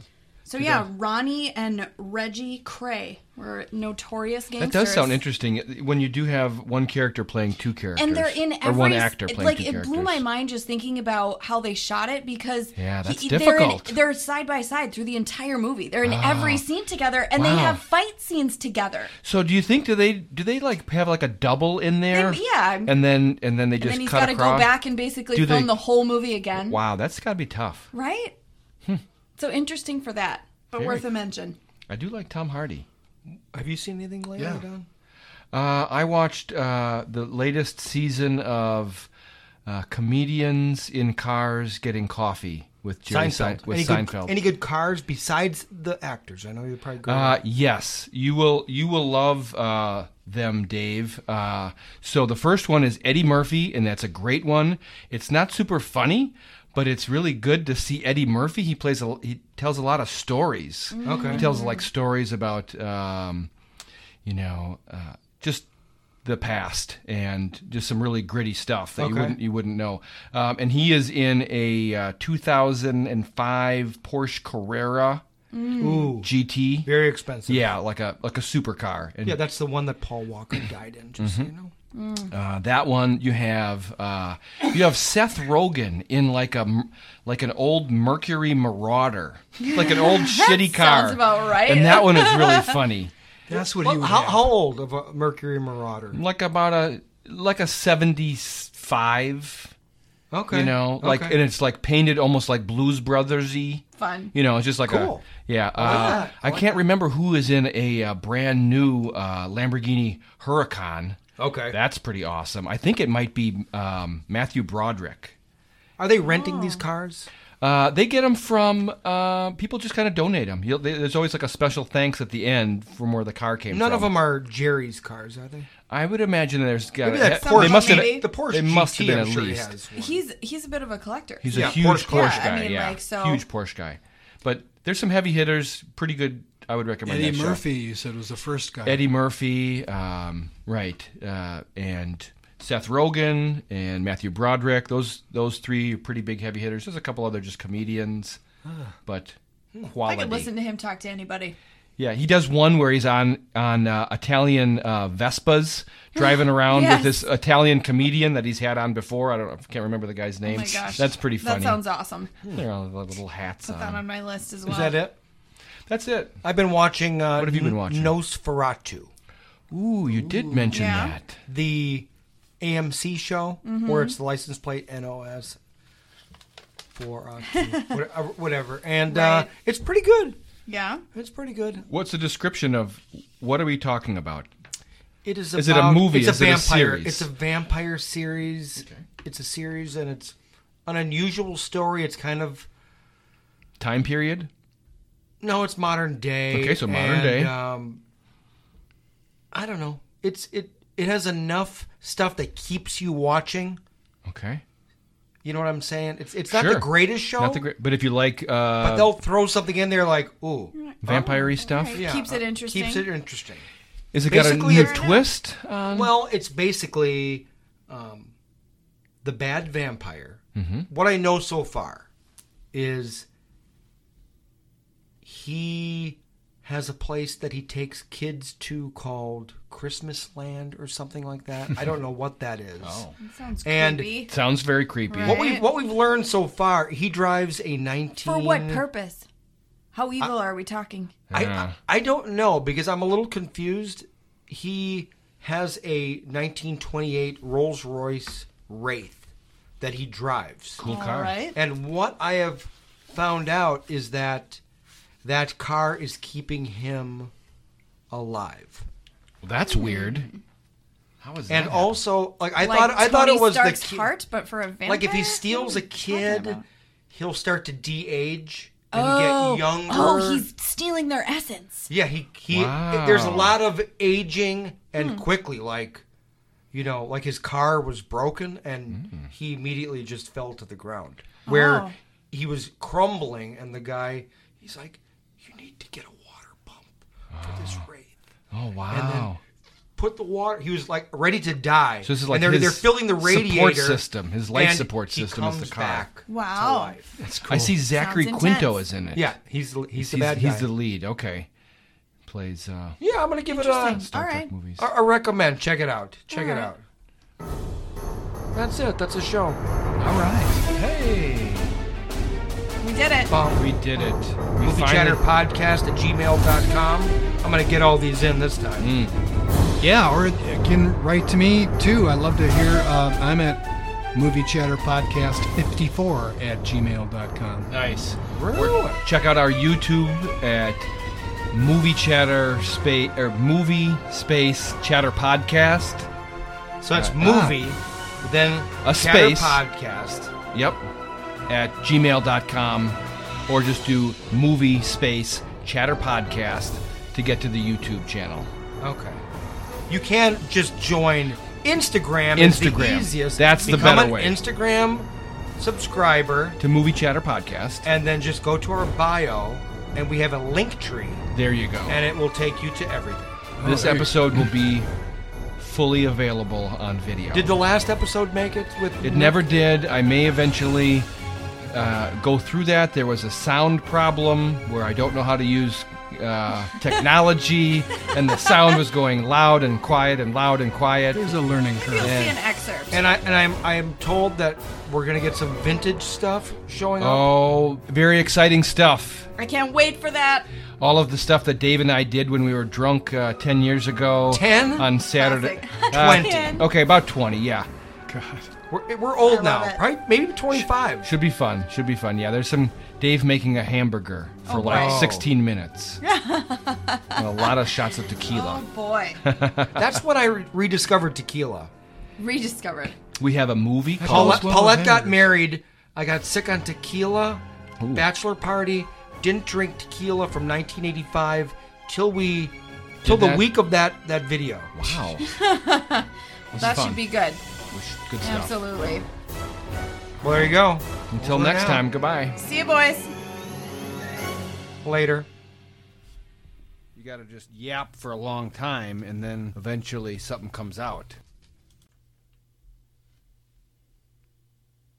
Speaker 2: so yeah, Ronnie and Reggie Cray were notorious
Speaker 1: That
Speaker 2: gangsters.
Speaker 1: does sound interesting uh, when you do have one character playing two characters.
Speaker 2: and they're in every
Speaker 1: Or one actor
Speaker 2: it-
Speaker 1: playing
Speaker 2: like
Speaker 1: two
Speaker 2: it
Speaker 1: characters.
Speaker 2: blew my mind just thinking about how they shot it because
Speaker 1: Yeah, that's
Speaker 2: They're,
Speaker 1: difficult. Ah.
Speaker 2: in, they're side by side through the entire movie. They're in every scene together, and
Speaker 1: Wow.
Speaker 2: they have fight scenes together.
Speaker 1: So do you think do they do they like have like a double in there?
Speaker 2: They- yeah.
Speaker 1: And then and then they
Speaker 2: And
Speaker 1: just
Speaker 2: then he's
Speaker 1: cut
Speaker 2: got to go
Speaker 1: across.
Speaker 2: back and basically
Speaker 1: Do
Speaker 2: film
Speaker 1: they-
Speaker 2: the whole movie again.
Speaker 1: Wow, that's got to be tough.
Speaker 2: Right?
Speaker 1: Hmm.
Speaker 2: So interesting for that, but worth a mention.
Speaker 1: I do like Tom Hardy.
Speaker 4: Have you seen anything lately,
Speaker 3: Yeah.
Speaker 4: Don?
Speaker 1: Uh, I watched uh, the latest season of uh, comedians in cars getting coffee with Jerry Sein- with
Speaker 4: any
Speaker 1: Seinfeld.
Speaker 4: Good, any good cars besides the actors? I know you're probably good.
Speaker 1: Uh, yes, you will. You will love uh, them, Dave. Uh, so the first one is Eddie Murphy, and that's a great one. It's not super funny, but it's really good to see Eddie Murphy. He plays. A, he tells a lot of stories.
Speaker 4: Mm. Okay.
Speaker 1: He tells like stories about. Um, you know, uh, just the past and just some really gritty stuff that you
Speaker 4: Okay.
Speaker 1: wouldn't you wouldn't know. Um, and he is in a uh, 2005 Porsche Carrera
Speaker 4: Ooh,
Speaker 1: GT.
Speaker 4: very expensive.
Speaker 1: Yeah, like a like a supercar. And
Speaker 4: yeah, that's the one that Paul Walker died in. Just
Speaker 1: Mm-hmm.
Speaker 4: so you know.
Speaker 1: Uh, that one you have uh, you have Seth Rogen in like a m- like an old Mercury Marauder, like an old shitty car.
Speaker 2: sounds about right.
Speaker 1: And that one is really funny.
Speaker 3: That's what he
Speaker 4: Well,
Speaker 3: would
Speaker 4: how,
Speaker 3: have.
Speaker 4: how old of a Mercury Marauder?
Speaker 1: Like about a like a seventy five.
Speaker 4: Okay,
Speaker 1: You know, like
Speaker 4: okay.
Speaker 1: and it's like painted almost like Blues Brothersy.
Speaker 2: Fun.
Speaker 1: You know, it's just like
Speaker 4: Cool. Ah,
Speaker 1: a yeah. Uh, I can't remember who is in a, uh brand new uh, Lamborghini Huracan.
Speaker 4: okay.
Speaker 1: That's pretty awesome. I think it might be um, Matthew Broderick.
Speaker 4: Are they renting these cars?
Speaker 1: Uh, they get them from uh, people. Just kind of donate them. You'll, they, there's always like a special thanks at the end from where the car came.
Speaker 4: None
Speaker 1: from.
Speaker 4: of them are Jerry's cars, are they?
Speaker 1: I would imagine there's got.
Speaker 4: Maybe that
Speaker 1: they
Speaker 2: Porsche,
Speaker 1: must have.
Speaker 2: maybe.
Speaker 4: The Porsche
Speaker 1: They must
Speaker 4: GT,
Speaker 1: have been
Speaker 4: I'm
Speaker 1: at
Speaker 4: sure he
Speaker 1: least.
Speaker 4: has one.
Speaker 2: He's he's a bit of a collector.
Speaker 1: He's
Speaker 4: Yeah,
Speaker 1: a huge
Speaker 4: Porsche
Speaker 1: Porsche,
Speaker 2: Yeah,
Speaker 4: guy.
Speaker 2: I
Speaker 1: guy.
Speaker 2: mean,
Speaker 1: yeah,
Speaker 2: like, so-
Speaker 1: huge Porsche guy. But there's some heavy hitters. Pretty good. I would recommend
Speaker 3: Eddie
Speaker 1: that show.
Speaker 3: Murphy, you said, was the first guy.
Speaker 1: Eddie Murphy, um, right, uh, and Seth Rogen and Matthew Broderick. Those those three are pretty big heavy hitters. There's a couple other just comedians, but
Speaker 2: Ah. Hmm. I
Speaker 1: quality.
Speaker 2: could listen to him talk to anybody.
Speaker 1: Yeah, he does one where he's on on uh, Italian uh, Vespas driving around
Speaker 2: Yes.
Speaker 1: with this Italian comedian that he's had on before. I don't know, I can't remember the guy's name.
Speaker 2: Oh my gosh,
Speaker 1: That's pretty funny. Um,
Speaker 2: That sounds awesome.
Speaker 1: They're all the little hats
Speaker 2: Put that
Speaker 1: on.
Speaker 2: on my list as well.
Speaker 4: Is that it?
Speaker 1: That's it.
Speaker 4: I've been watching. Uh,
Speaker 1: What have you been watching?
Speaker 4: Nosferatu,
Speaker 1: Ooh, you did mention
Speaker 2: Yeah.
Speaker 1: that.
Speaker 4: the AMC show where it's the license plate NOS for uh, two, whatever, whatever, and uh,
Speaker 2: Right.
Speaker 4: it's pretty good.
Speaker 2: Yeah.
Speaker 4: It's pretty good.
Speaker 1: What's the description of what are we talking about?
Speaker 4: It is.
Speaker 1: Is it a
Speaker 4: about-
Speaker 1: movie?
Speaker 4: It's
Speaker 1: Is
Speaker 4: a
Speaker 1: it a
Speaker 4: vampire.
Speaker 1: series?
Speaker 4: it's a vampire series. It's a series, and it's an unusual story. It's kind of
Speaker 1: Time period?
Speaker 4: no, it's modern day.
Speaker 1: Okay, so modern
Speaker 4: and,
Speaker 1: day.
Speaker 4: Um, I don't know. It's it. It has enough stuff that keeps you watching.
Speaker 1: Okay.
Speaker 4: You know what I'm saying? It's it's not
Speaker 1: Sure.
Speaker 4: the greatest show,
Speaker 1: Not the great, but if you like
Speaker 4: but
Speaker 1: uh,
Speaker 4: they'll throw something in there like ooh,
Speaker 1: vampire stuff,
Speaker 2: Right.
Speaker 4: yeah,
Speaker 2: Oh, keeps it
Speaker 4: uh,
Speaker 2: interesting.
Speaker 4: Keeps it interesting.
Speaker 1: is it got a
Speaker 4: Basically,
Speaker 1: new
Speaker 4: it's-
Speaker 1: twist? Um,
Speaker 4: Well, it's basically um, the bad vampire. What I know so far is he has a place that he takes kids to called Christmas Land or something like that. I don't know what that is.
Speaker 1: Oh.
Speaker 2: That sounds
Speaker 4: And-
Speaker 2: creepy.
Speaker 1: sounds very creepy.
Speaker 2: Right.
Speaker 4: What we what we've learned so far, he drives a nineteen.
Speaker 2: For what purpose? How evil are we talking?
Speaker 4: I,
Speaker 1: Yeah.
Speaker 4: I I don't know because I'm a little confused. He has a 1928 Rolls Royce Wraith that he drives,
Speaker 1: Cool
Speaker 2: All
Speaker 1: car.
Speaker 2: right.
Speaker 4: and what I have found out is that that car is keeping him alive.
Speaker 1: Well, that's weird. How is that?
Speaker 4: And
Speaker 1: happen?
Speaker 4: also, like I
Speaker 2: Like
Speaker 4: thought, I thought
Speaker 2: Tony
Speaker 4: it was
Speaker 2: Stark's
Speaker 4: the ki-
Speaker 2: heart, but for a vampire.
Speaker 4: like if he
Speaker 2: What
Speaker 4: steals
Speaker 2: are
Speaker 4: a
Speaker 2: we talking
Speaker 4: kid,
Speaker 2: about?
Speaker 4: he'll start to de-age and
Speaker 2: Oh,
Speaker 4: get younger.
Speaker 2: oh, he's stealing their essence.
Speaker 4: Yeah, he he.
Speaker 1: Wow.
Speaker 4: There's a lot of aging and quickly, like, you know, like his car was broken and
Speaker 1: Hmm.
Speaker 4: he immediately just fell to the ground where
Speaker 2: Oh.
Speaker 4: he was crumbling, and the guy, he's like, "You need to get a water pump for this wraith."
Speaker 1: Oh wow!
Speaker 4: Put the water. He was like ready to die.
Speaker 1: so this is like
Speaker 4: and they're,
Speaker 1: his
Speaker 4: they're filling the
Speaker 1: support
Speaker 4: radiator
Speaker 1: system, his life
Speaker 4: and
Speaker 1: support
Speaker 4: he
Speaker 1: system is the
Speaker 4: comes
Speaker 1: car.
Speaker 4: back to
Speaker 2: Wow.
Speaker 4: life.
Speaker 1: I see Zachary
Speaker 2: Sounds
Speaker 1: Quinto
Speaker 2: intense.
Speaker 1: is in it.
Speaker 4: Yeah, he's the- he's
Speaker 1: he's
Speaker 4: the bad guy.
Speaker 1: he's the lead. Okay, plays uh,
Speaker 4: yeah, I'm gonna give it a
Speaker 2: Interesting.
Speaker 1: Star
Speaker 2: All
Speaker 1: Trek
Speaker 2: right.
Speaker 1: movies.
Speaker 4: I, I recommend. Check it out. Check it
Speaker 2: Alright.
Speaker 4: out. That's it. That's a show.
Speaker 1: All right, hey,
Speaker 2: We did it.
Speaker 4: Um,
Speaker 1: we did it. We
Speaker 4: movie chatter podcast at gmail.com. I'm going to get all these in this time.
Speaker 1: Mm.
Speaker 3: Yeah, or you can write to me too. I'd love to hear. Uh, I'm at movie chatter podcast 54 at gmail.com.
Speaker 1: nice.
Speaker 4: Really?
Speaker 1: Check out our YouTube at Movie Chatter Space or Movie Space Chatter Podcast.
Speaker 4: So that's movie, then
Speaker 1: Ah. A
Speaker 4: chatter
Speaker 1: space.
Speaker 4: podcast.
Speaker 1: Yep. At gmail.com or just do movie space chatter podcast to get to the YouTube channel.
Speaker 4: Okay. You can just join
Speaker 1: Instagram.
Speaker 4: Instagram. Is the easiest.
Speaker 1: That's the
Speaker 4: Become
Speaker 1: better
Speaker 4: an
Speaker 1: way.
Speaker 4: Instagram subscriber
Speaker 1: To movie chatter podcast.
Speaker 4: and then just go to our bio and we have a link tree
Speaker 1: There you go.
Speaker 4: and it will take you to everything.
Speaker 1: This episode will be fully available on video.
Speaker 4: Did the last episode make it with?
Speaker 1: It never did. I may eventually uh, go through that. There was a sound problem where I don't know how to use uh, technology, and the sound was going loud and quiet and loud and quiet.
Speaker 3: There's a learning
Speaker 2: You'll
Speaker 3: curve.
Speaker 2: see an excerpt.
Speaker 4: And I and I'm I am told that we're gonna get some vintage stuff showing up.
Speaker 1: Oh, very exciting stuff.
Speaker 2: I can't wait for that.
Speaker 1: All of the stuff that Dave and I did when we were drunk uh, 10 years ago.
Speaker 4: 10?
Speaker 1: On Saturday.
Speaker 2: Classic.
Speaker 1: Uh,
Speaker 4: 20.
Speaker 2: And-
Speaker 1: okay, about 20, yeah.
Speaker 4: We're, we're
Speaker 2: I
Speaker 4: old
Speaker 2: love
Speaker 4: now,
Speaker 2: it.
Speaker 4: right? Maybe 25.
Speaker 1: Should be fun. Should be fun. Yeah, there's some Dave making a hamburger for like
Speaker 4: boy.
Speaker 1: 16 minutes. and a lot of shots of tequila.
Speaker 2: Oh boy,
Speaker 4: That's when I re- rediscovered tequila.
Speaker 2: rediscovered.
Speaker 1: We have a movie
Speaker 4: Paulette,
Speaker 1: called
Speaker 3: well
Speaker 4: Paulette got
Speaker 3: handled.
Speaker 4: married. I got sick on tequila. Bachelor party. Didn't drink tequila from 1985 till we till the
Speaker 1: that-
Speaker 4: week of that that video.
Speaker 1: Wow. This is
Speaker 2: That
Speaker 1: fun.
Speaker 2: should be good.
Speaker 1: good stuff.
Speaker 2: Absolutely.
Speaker 4: Well, there you go.
Speaker 1: Until
Speaker 4: Over and
Speaker 1: next
Speaker 4: out.
Speaker 1: time, goodbye.
Speaker 2: See you, boys.
Speaker 4: Later.
Speaker 1: You got to just yap for a long time and then eventually something comes out.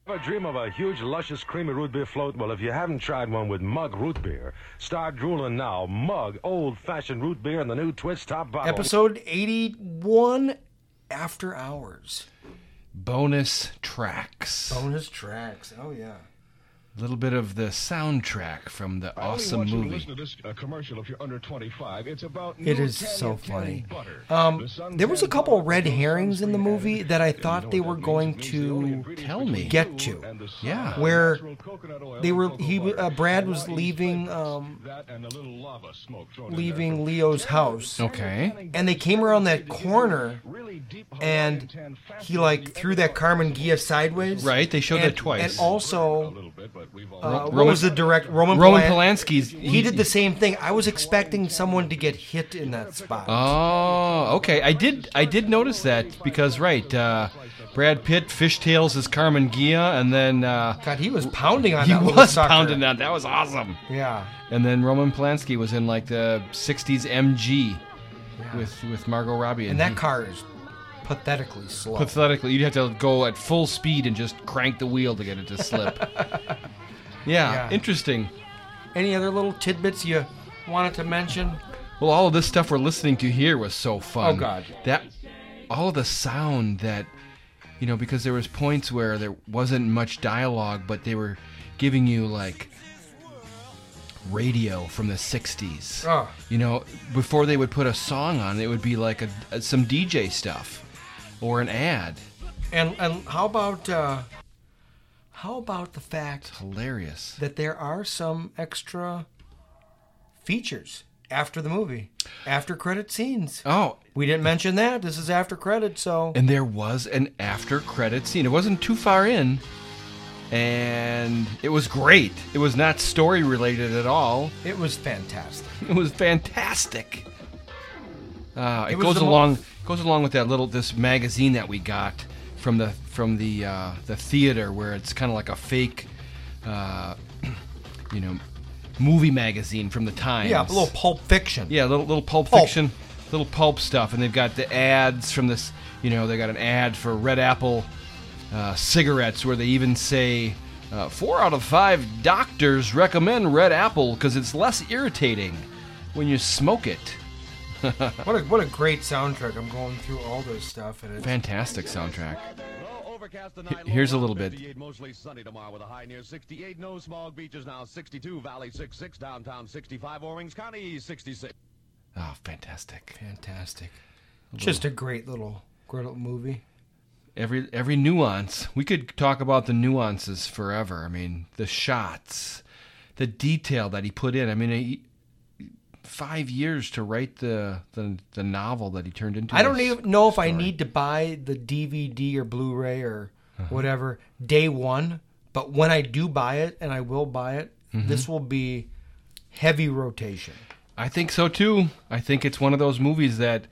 Speaker 6: Ever dream of a huge, luscious, creamy root beer float? Well, if you haven't tried one with Mug Root Beer, start drooling now. Mug Old Fashioned Root Beer in the new Twist Top
Speaker 4: Oh.
Speaker 6: Bottle.
Speaker 4: Episode 81. After hours.
Speaker 1: Bonus tracks.
Speaker 4: Bonus tracks. Oh yeah.
Speaker 1: A little bit of the soundtrack from the
Speaker 5: I only
Speaker 1: awesome
Speaker 5: want you to
Speaker 1: movie.
Speaker 5: listen to this uh, commercial if you're under 25. It's about
Speaker 4: It
Speaker 5: new
Speaker 4: is so
Speaker 5: Italian
Speaker 4: funny.
Speaker 5: candy butter.
Speaker 4: Um,
Speaker 5: The sun
Speaker 4: there was a
Speaker 5: tan
Speaker 4: couple
Speaker 5: butter
Speaker 4: red
Speaker 5: goes on
Speaker 4: herrings in the
Speaker 5: screen
Speaker 4: movie
Speaker 5: added.
Speaker 4: that I
Speaker 5: And you
Speaker 4: thought
Speaker 5: know
Speaker 4: they
Speaker 5: what
Speaker 4: were
Speaker 5: that means.
Speaker 4: going
Speaker 5: It means the only
Speaker 4: to
Speaker 5: ingredient
Speaker 1: Tell
Speaker 5: between
Speaker 1: me.
Speaker 4: get
Speaker 5: you
Speaker 4: to.
Speaker 5: and the sun
Speaker 1: Yeah.
Speaker 5: is
Speaker 4: Where
Speaker 5: natural coconut oil
Speaker 4: they
Speaker 5: and
Speaker 4: were-
Speaker 5: cocoa
Speaker 4: he w-
Speaker 5: butter.
Speaker 4: uh, Brad
Speaker 5: And
Speaker 4: was
Speaker 5: now each
Speaker 4: leaving,
Speaker 5: flavor,
Speaker 4: um,
Speaker 5: that and a little lava smoke thrown in there from
Speaker 4: leaving Leo's house.
Speaker 1: Okay.
Speaker 4: And they came around that corner, and he like threw that Carmen Gia sideways.
Speaker 1: Right, they showed
Speaker 4: and,
Speaker 1: that twice.
Speaker 4: And also, uh,
Speaker 5: uh,
Speaker 4: what was the direct Roman?
Speaker 1: Roman
Speaker 4: Polan-
Speaker 1: Polanski's.
Speaker 4: He did the same thing. I was expecting someone to get hit in that spot.
Speaker 1: Oh, okay. I did. I did notice that because right, uh, Brad Pitt fishtails his Carmen Gia, and then uh,
Speaker 4: God, he was pounding on
Speaker 1: he
Speaker 4: that. little
Speaker 1: was
Speaker 4: sucker.
Speaker 1: pounding that. That was awesome.
Speaker 4: Yeah.
Speaker 1: And then Roman Polanski was in like the '60s MG with with Margot Robbie,
Speaker 4: And that
Speaker 1: he-
Speaker 4: car is pathetically slow.
Speaker 1: pathetically, you'd have to go at full speed and just crank the wheel to get it to slip. yeah,
Speaker 4: Yeah.
Speaker 1: interesting.
Speaker 4: Any other little tidbits you wanted to mention?
Speaker 1: Well, all of this stuff we're listening to here was so fun.
Speaker 4: Oh, God.
Speaker 1: That all of the sound that you know, because there was points where there wasn't much dialogue, but they were giving you like radio from the '60s.
Speaker 4: Oh.
Speaker 1: You know, before they would put a song on, it would be like a, a- some DJ stuff or an ad.
Speaker 4: And and how about uh, how about the fact
Speaker 1: Hilarious.
Speaker 4: that there are some extra features after the movie, after credit scenes.
Speaker 1: Oh,
Speaker 4: We didn't mention that. This is after credit, so
Speaker 1: and there was an after credit scene. It wasn't too far in, and it was great. It was not story related at all.
Speaker 4: it was fantastic.
Speaker 1: It was fantastic. Uh, it,
Speaker 4: It was
Speaker 1: goes
Speaker 4: the mo-
Speaker 1: along goes along with that little this magazine that we got from the from the uh, the theater where it's kind of like a fake, uh, you know, movie magazine from the time.
Speaker 4: Yeah, a little Pulp Fiction.
Speaker 1: Yeah, little little pulp,
Speaker 4: Pulp.
Speaker 1: fiction, little pulp stuff, and they've got the ads from this. You know, they got an ad for Red Apple uh, cigarettes where they even say uh, four out of five doctors recommend Red Apple because it's less irritating when you smoke it.
Speaker 4: What a what a great soundtrack. I'm going through all this stuff and it's
Speaker 1: Fantastic soundtrack. here's a little bit.
Speaker 6: Mostly sunny tomorrow with a high near 68. No smog beaches now 62. Valley 66. Downtown 65. Orange County 66.
Speaker 1: Oh, fantastic!
Speaker 4: fantastic. Just a great little great little movie.
Speaker 1: Every every nuance. We could talk about the nuances forever. I mean, the shots, the detail that he put in. I mean, he, five years to write the, the the novel that he turned into.
Speaker 4: I don't
Speaker 1: this.
Speaker 4: even know if I need to buy the DVD or Blu-ray or
Speaker 1: Uh-huh.
Speaker 4: whatever day one, but when I do buy it, and I will buy it,
Speaker 1: Mm-hmm.
Speaker 4: this will be heavy rotation.
Speaker 1: I think so too. I think it's one of those movies that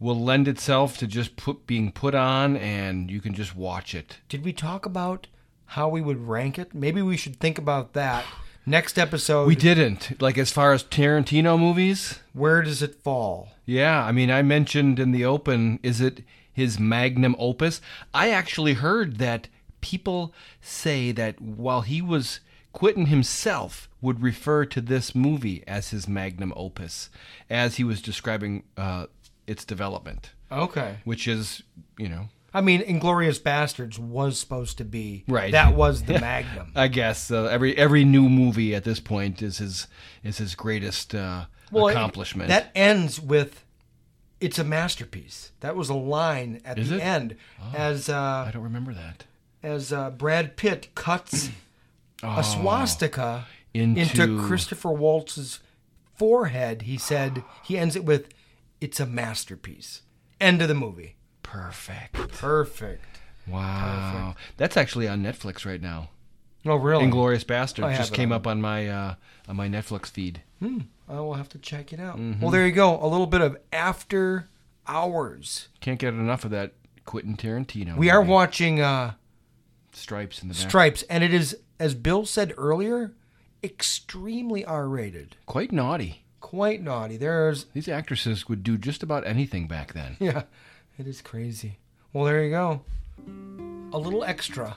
Speaker 1: will lend itself to just put being put on, and you can just watch it.
Speaker 4: Did we talk about how we would rank it? Maybe we should think about that Next episode,
Speaker 1: We didn't. Like as far as Tarantino movies,
Speaker 4: where does it fall?
Speaker 1: yeah. I mean, I mentioned in the open, is it his magnum opus? I actually heard that people say that while he was Quentin himself would refer to this movie as his magnum opus, as he was describing uh, its development,
Speaker 4: Okay.
Speaker 1: which is, you know,
Speaker 4: I mean, Inglorious Bastards was supposed to be
Speaker 1: Right.
Speaker 4: That was the magnum.
Speaker 1: I guess uh, every every new movie at this point is his is his greatest uh,
Speaker 4: Well, it-
Speaker 1: accomplishment.
Speaker 4: that ends with it's a masterpiece. That was a line at
Speaker 1: Is
Speaker 4: the
Speaker 1: it? Oh,
Speaker 4: end as
Speaker 1: I
Speaker 4: uh,
Speaker 1: don't remember that.
Speaker 4: as uh, Brad Pitt cuts a swastika
Speaker 1: Into-
Speaker 4: Christopher Waltz's forehead. He said he ends it with it's a masterpiece. End of the movie.
Speaker 1: Perfect.
Speaker 4: Perfect.
Speaker 1: Wow. That's actually on Netflix right now.
Speaker 4: Oh, really?
Speaker 1: Inglorious Bastard
Speaker 4: I
Speaker 1: just
Speaker 4: have it
Speaker 1: came
Speaker 4: on.
Speaker 1: up on my uh, on my Netflix feed.
Speaker 4: I will have to check it out. Well, there you go. A little bit of after hours.
Speaker 1: Can't get enough of that Quentin Tarantino.
Speaker 4: We are
Speaker 1: movie.
Speaker 4: watching uh,
Speaker 1: stripes in the back.
Speaker 4: Stripes, and it is, as Bill said earlier, extremely R rated.
Speaker 1: Quite naughty.
Speaker 4: Quite naughty. There's,
Speaker 1: These actresses would do just about anything back then.
Speaker 4: yeah, it is crazy. Well, there you go. A little extra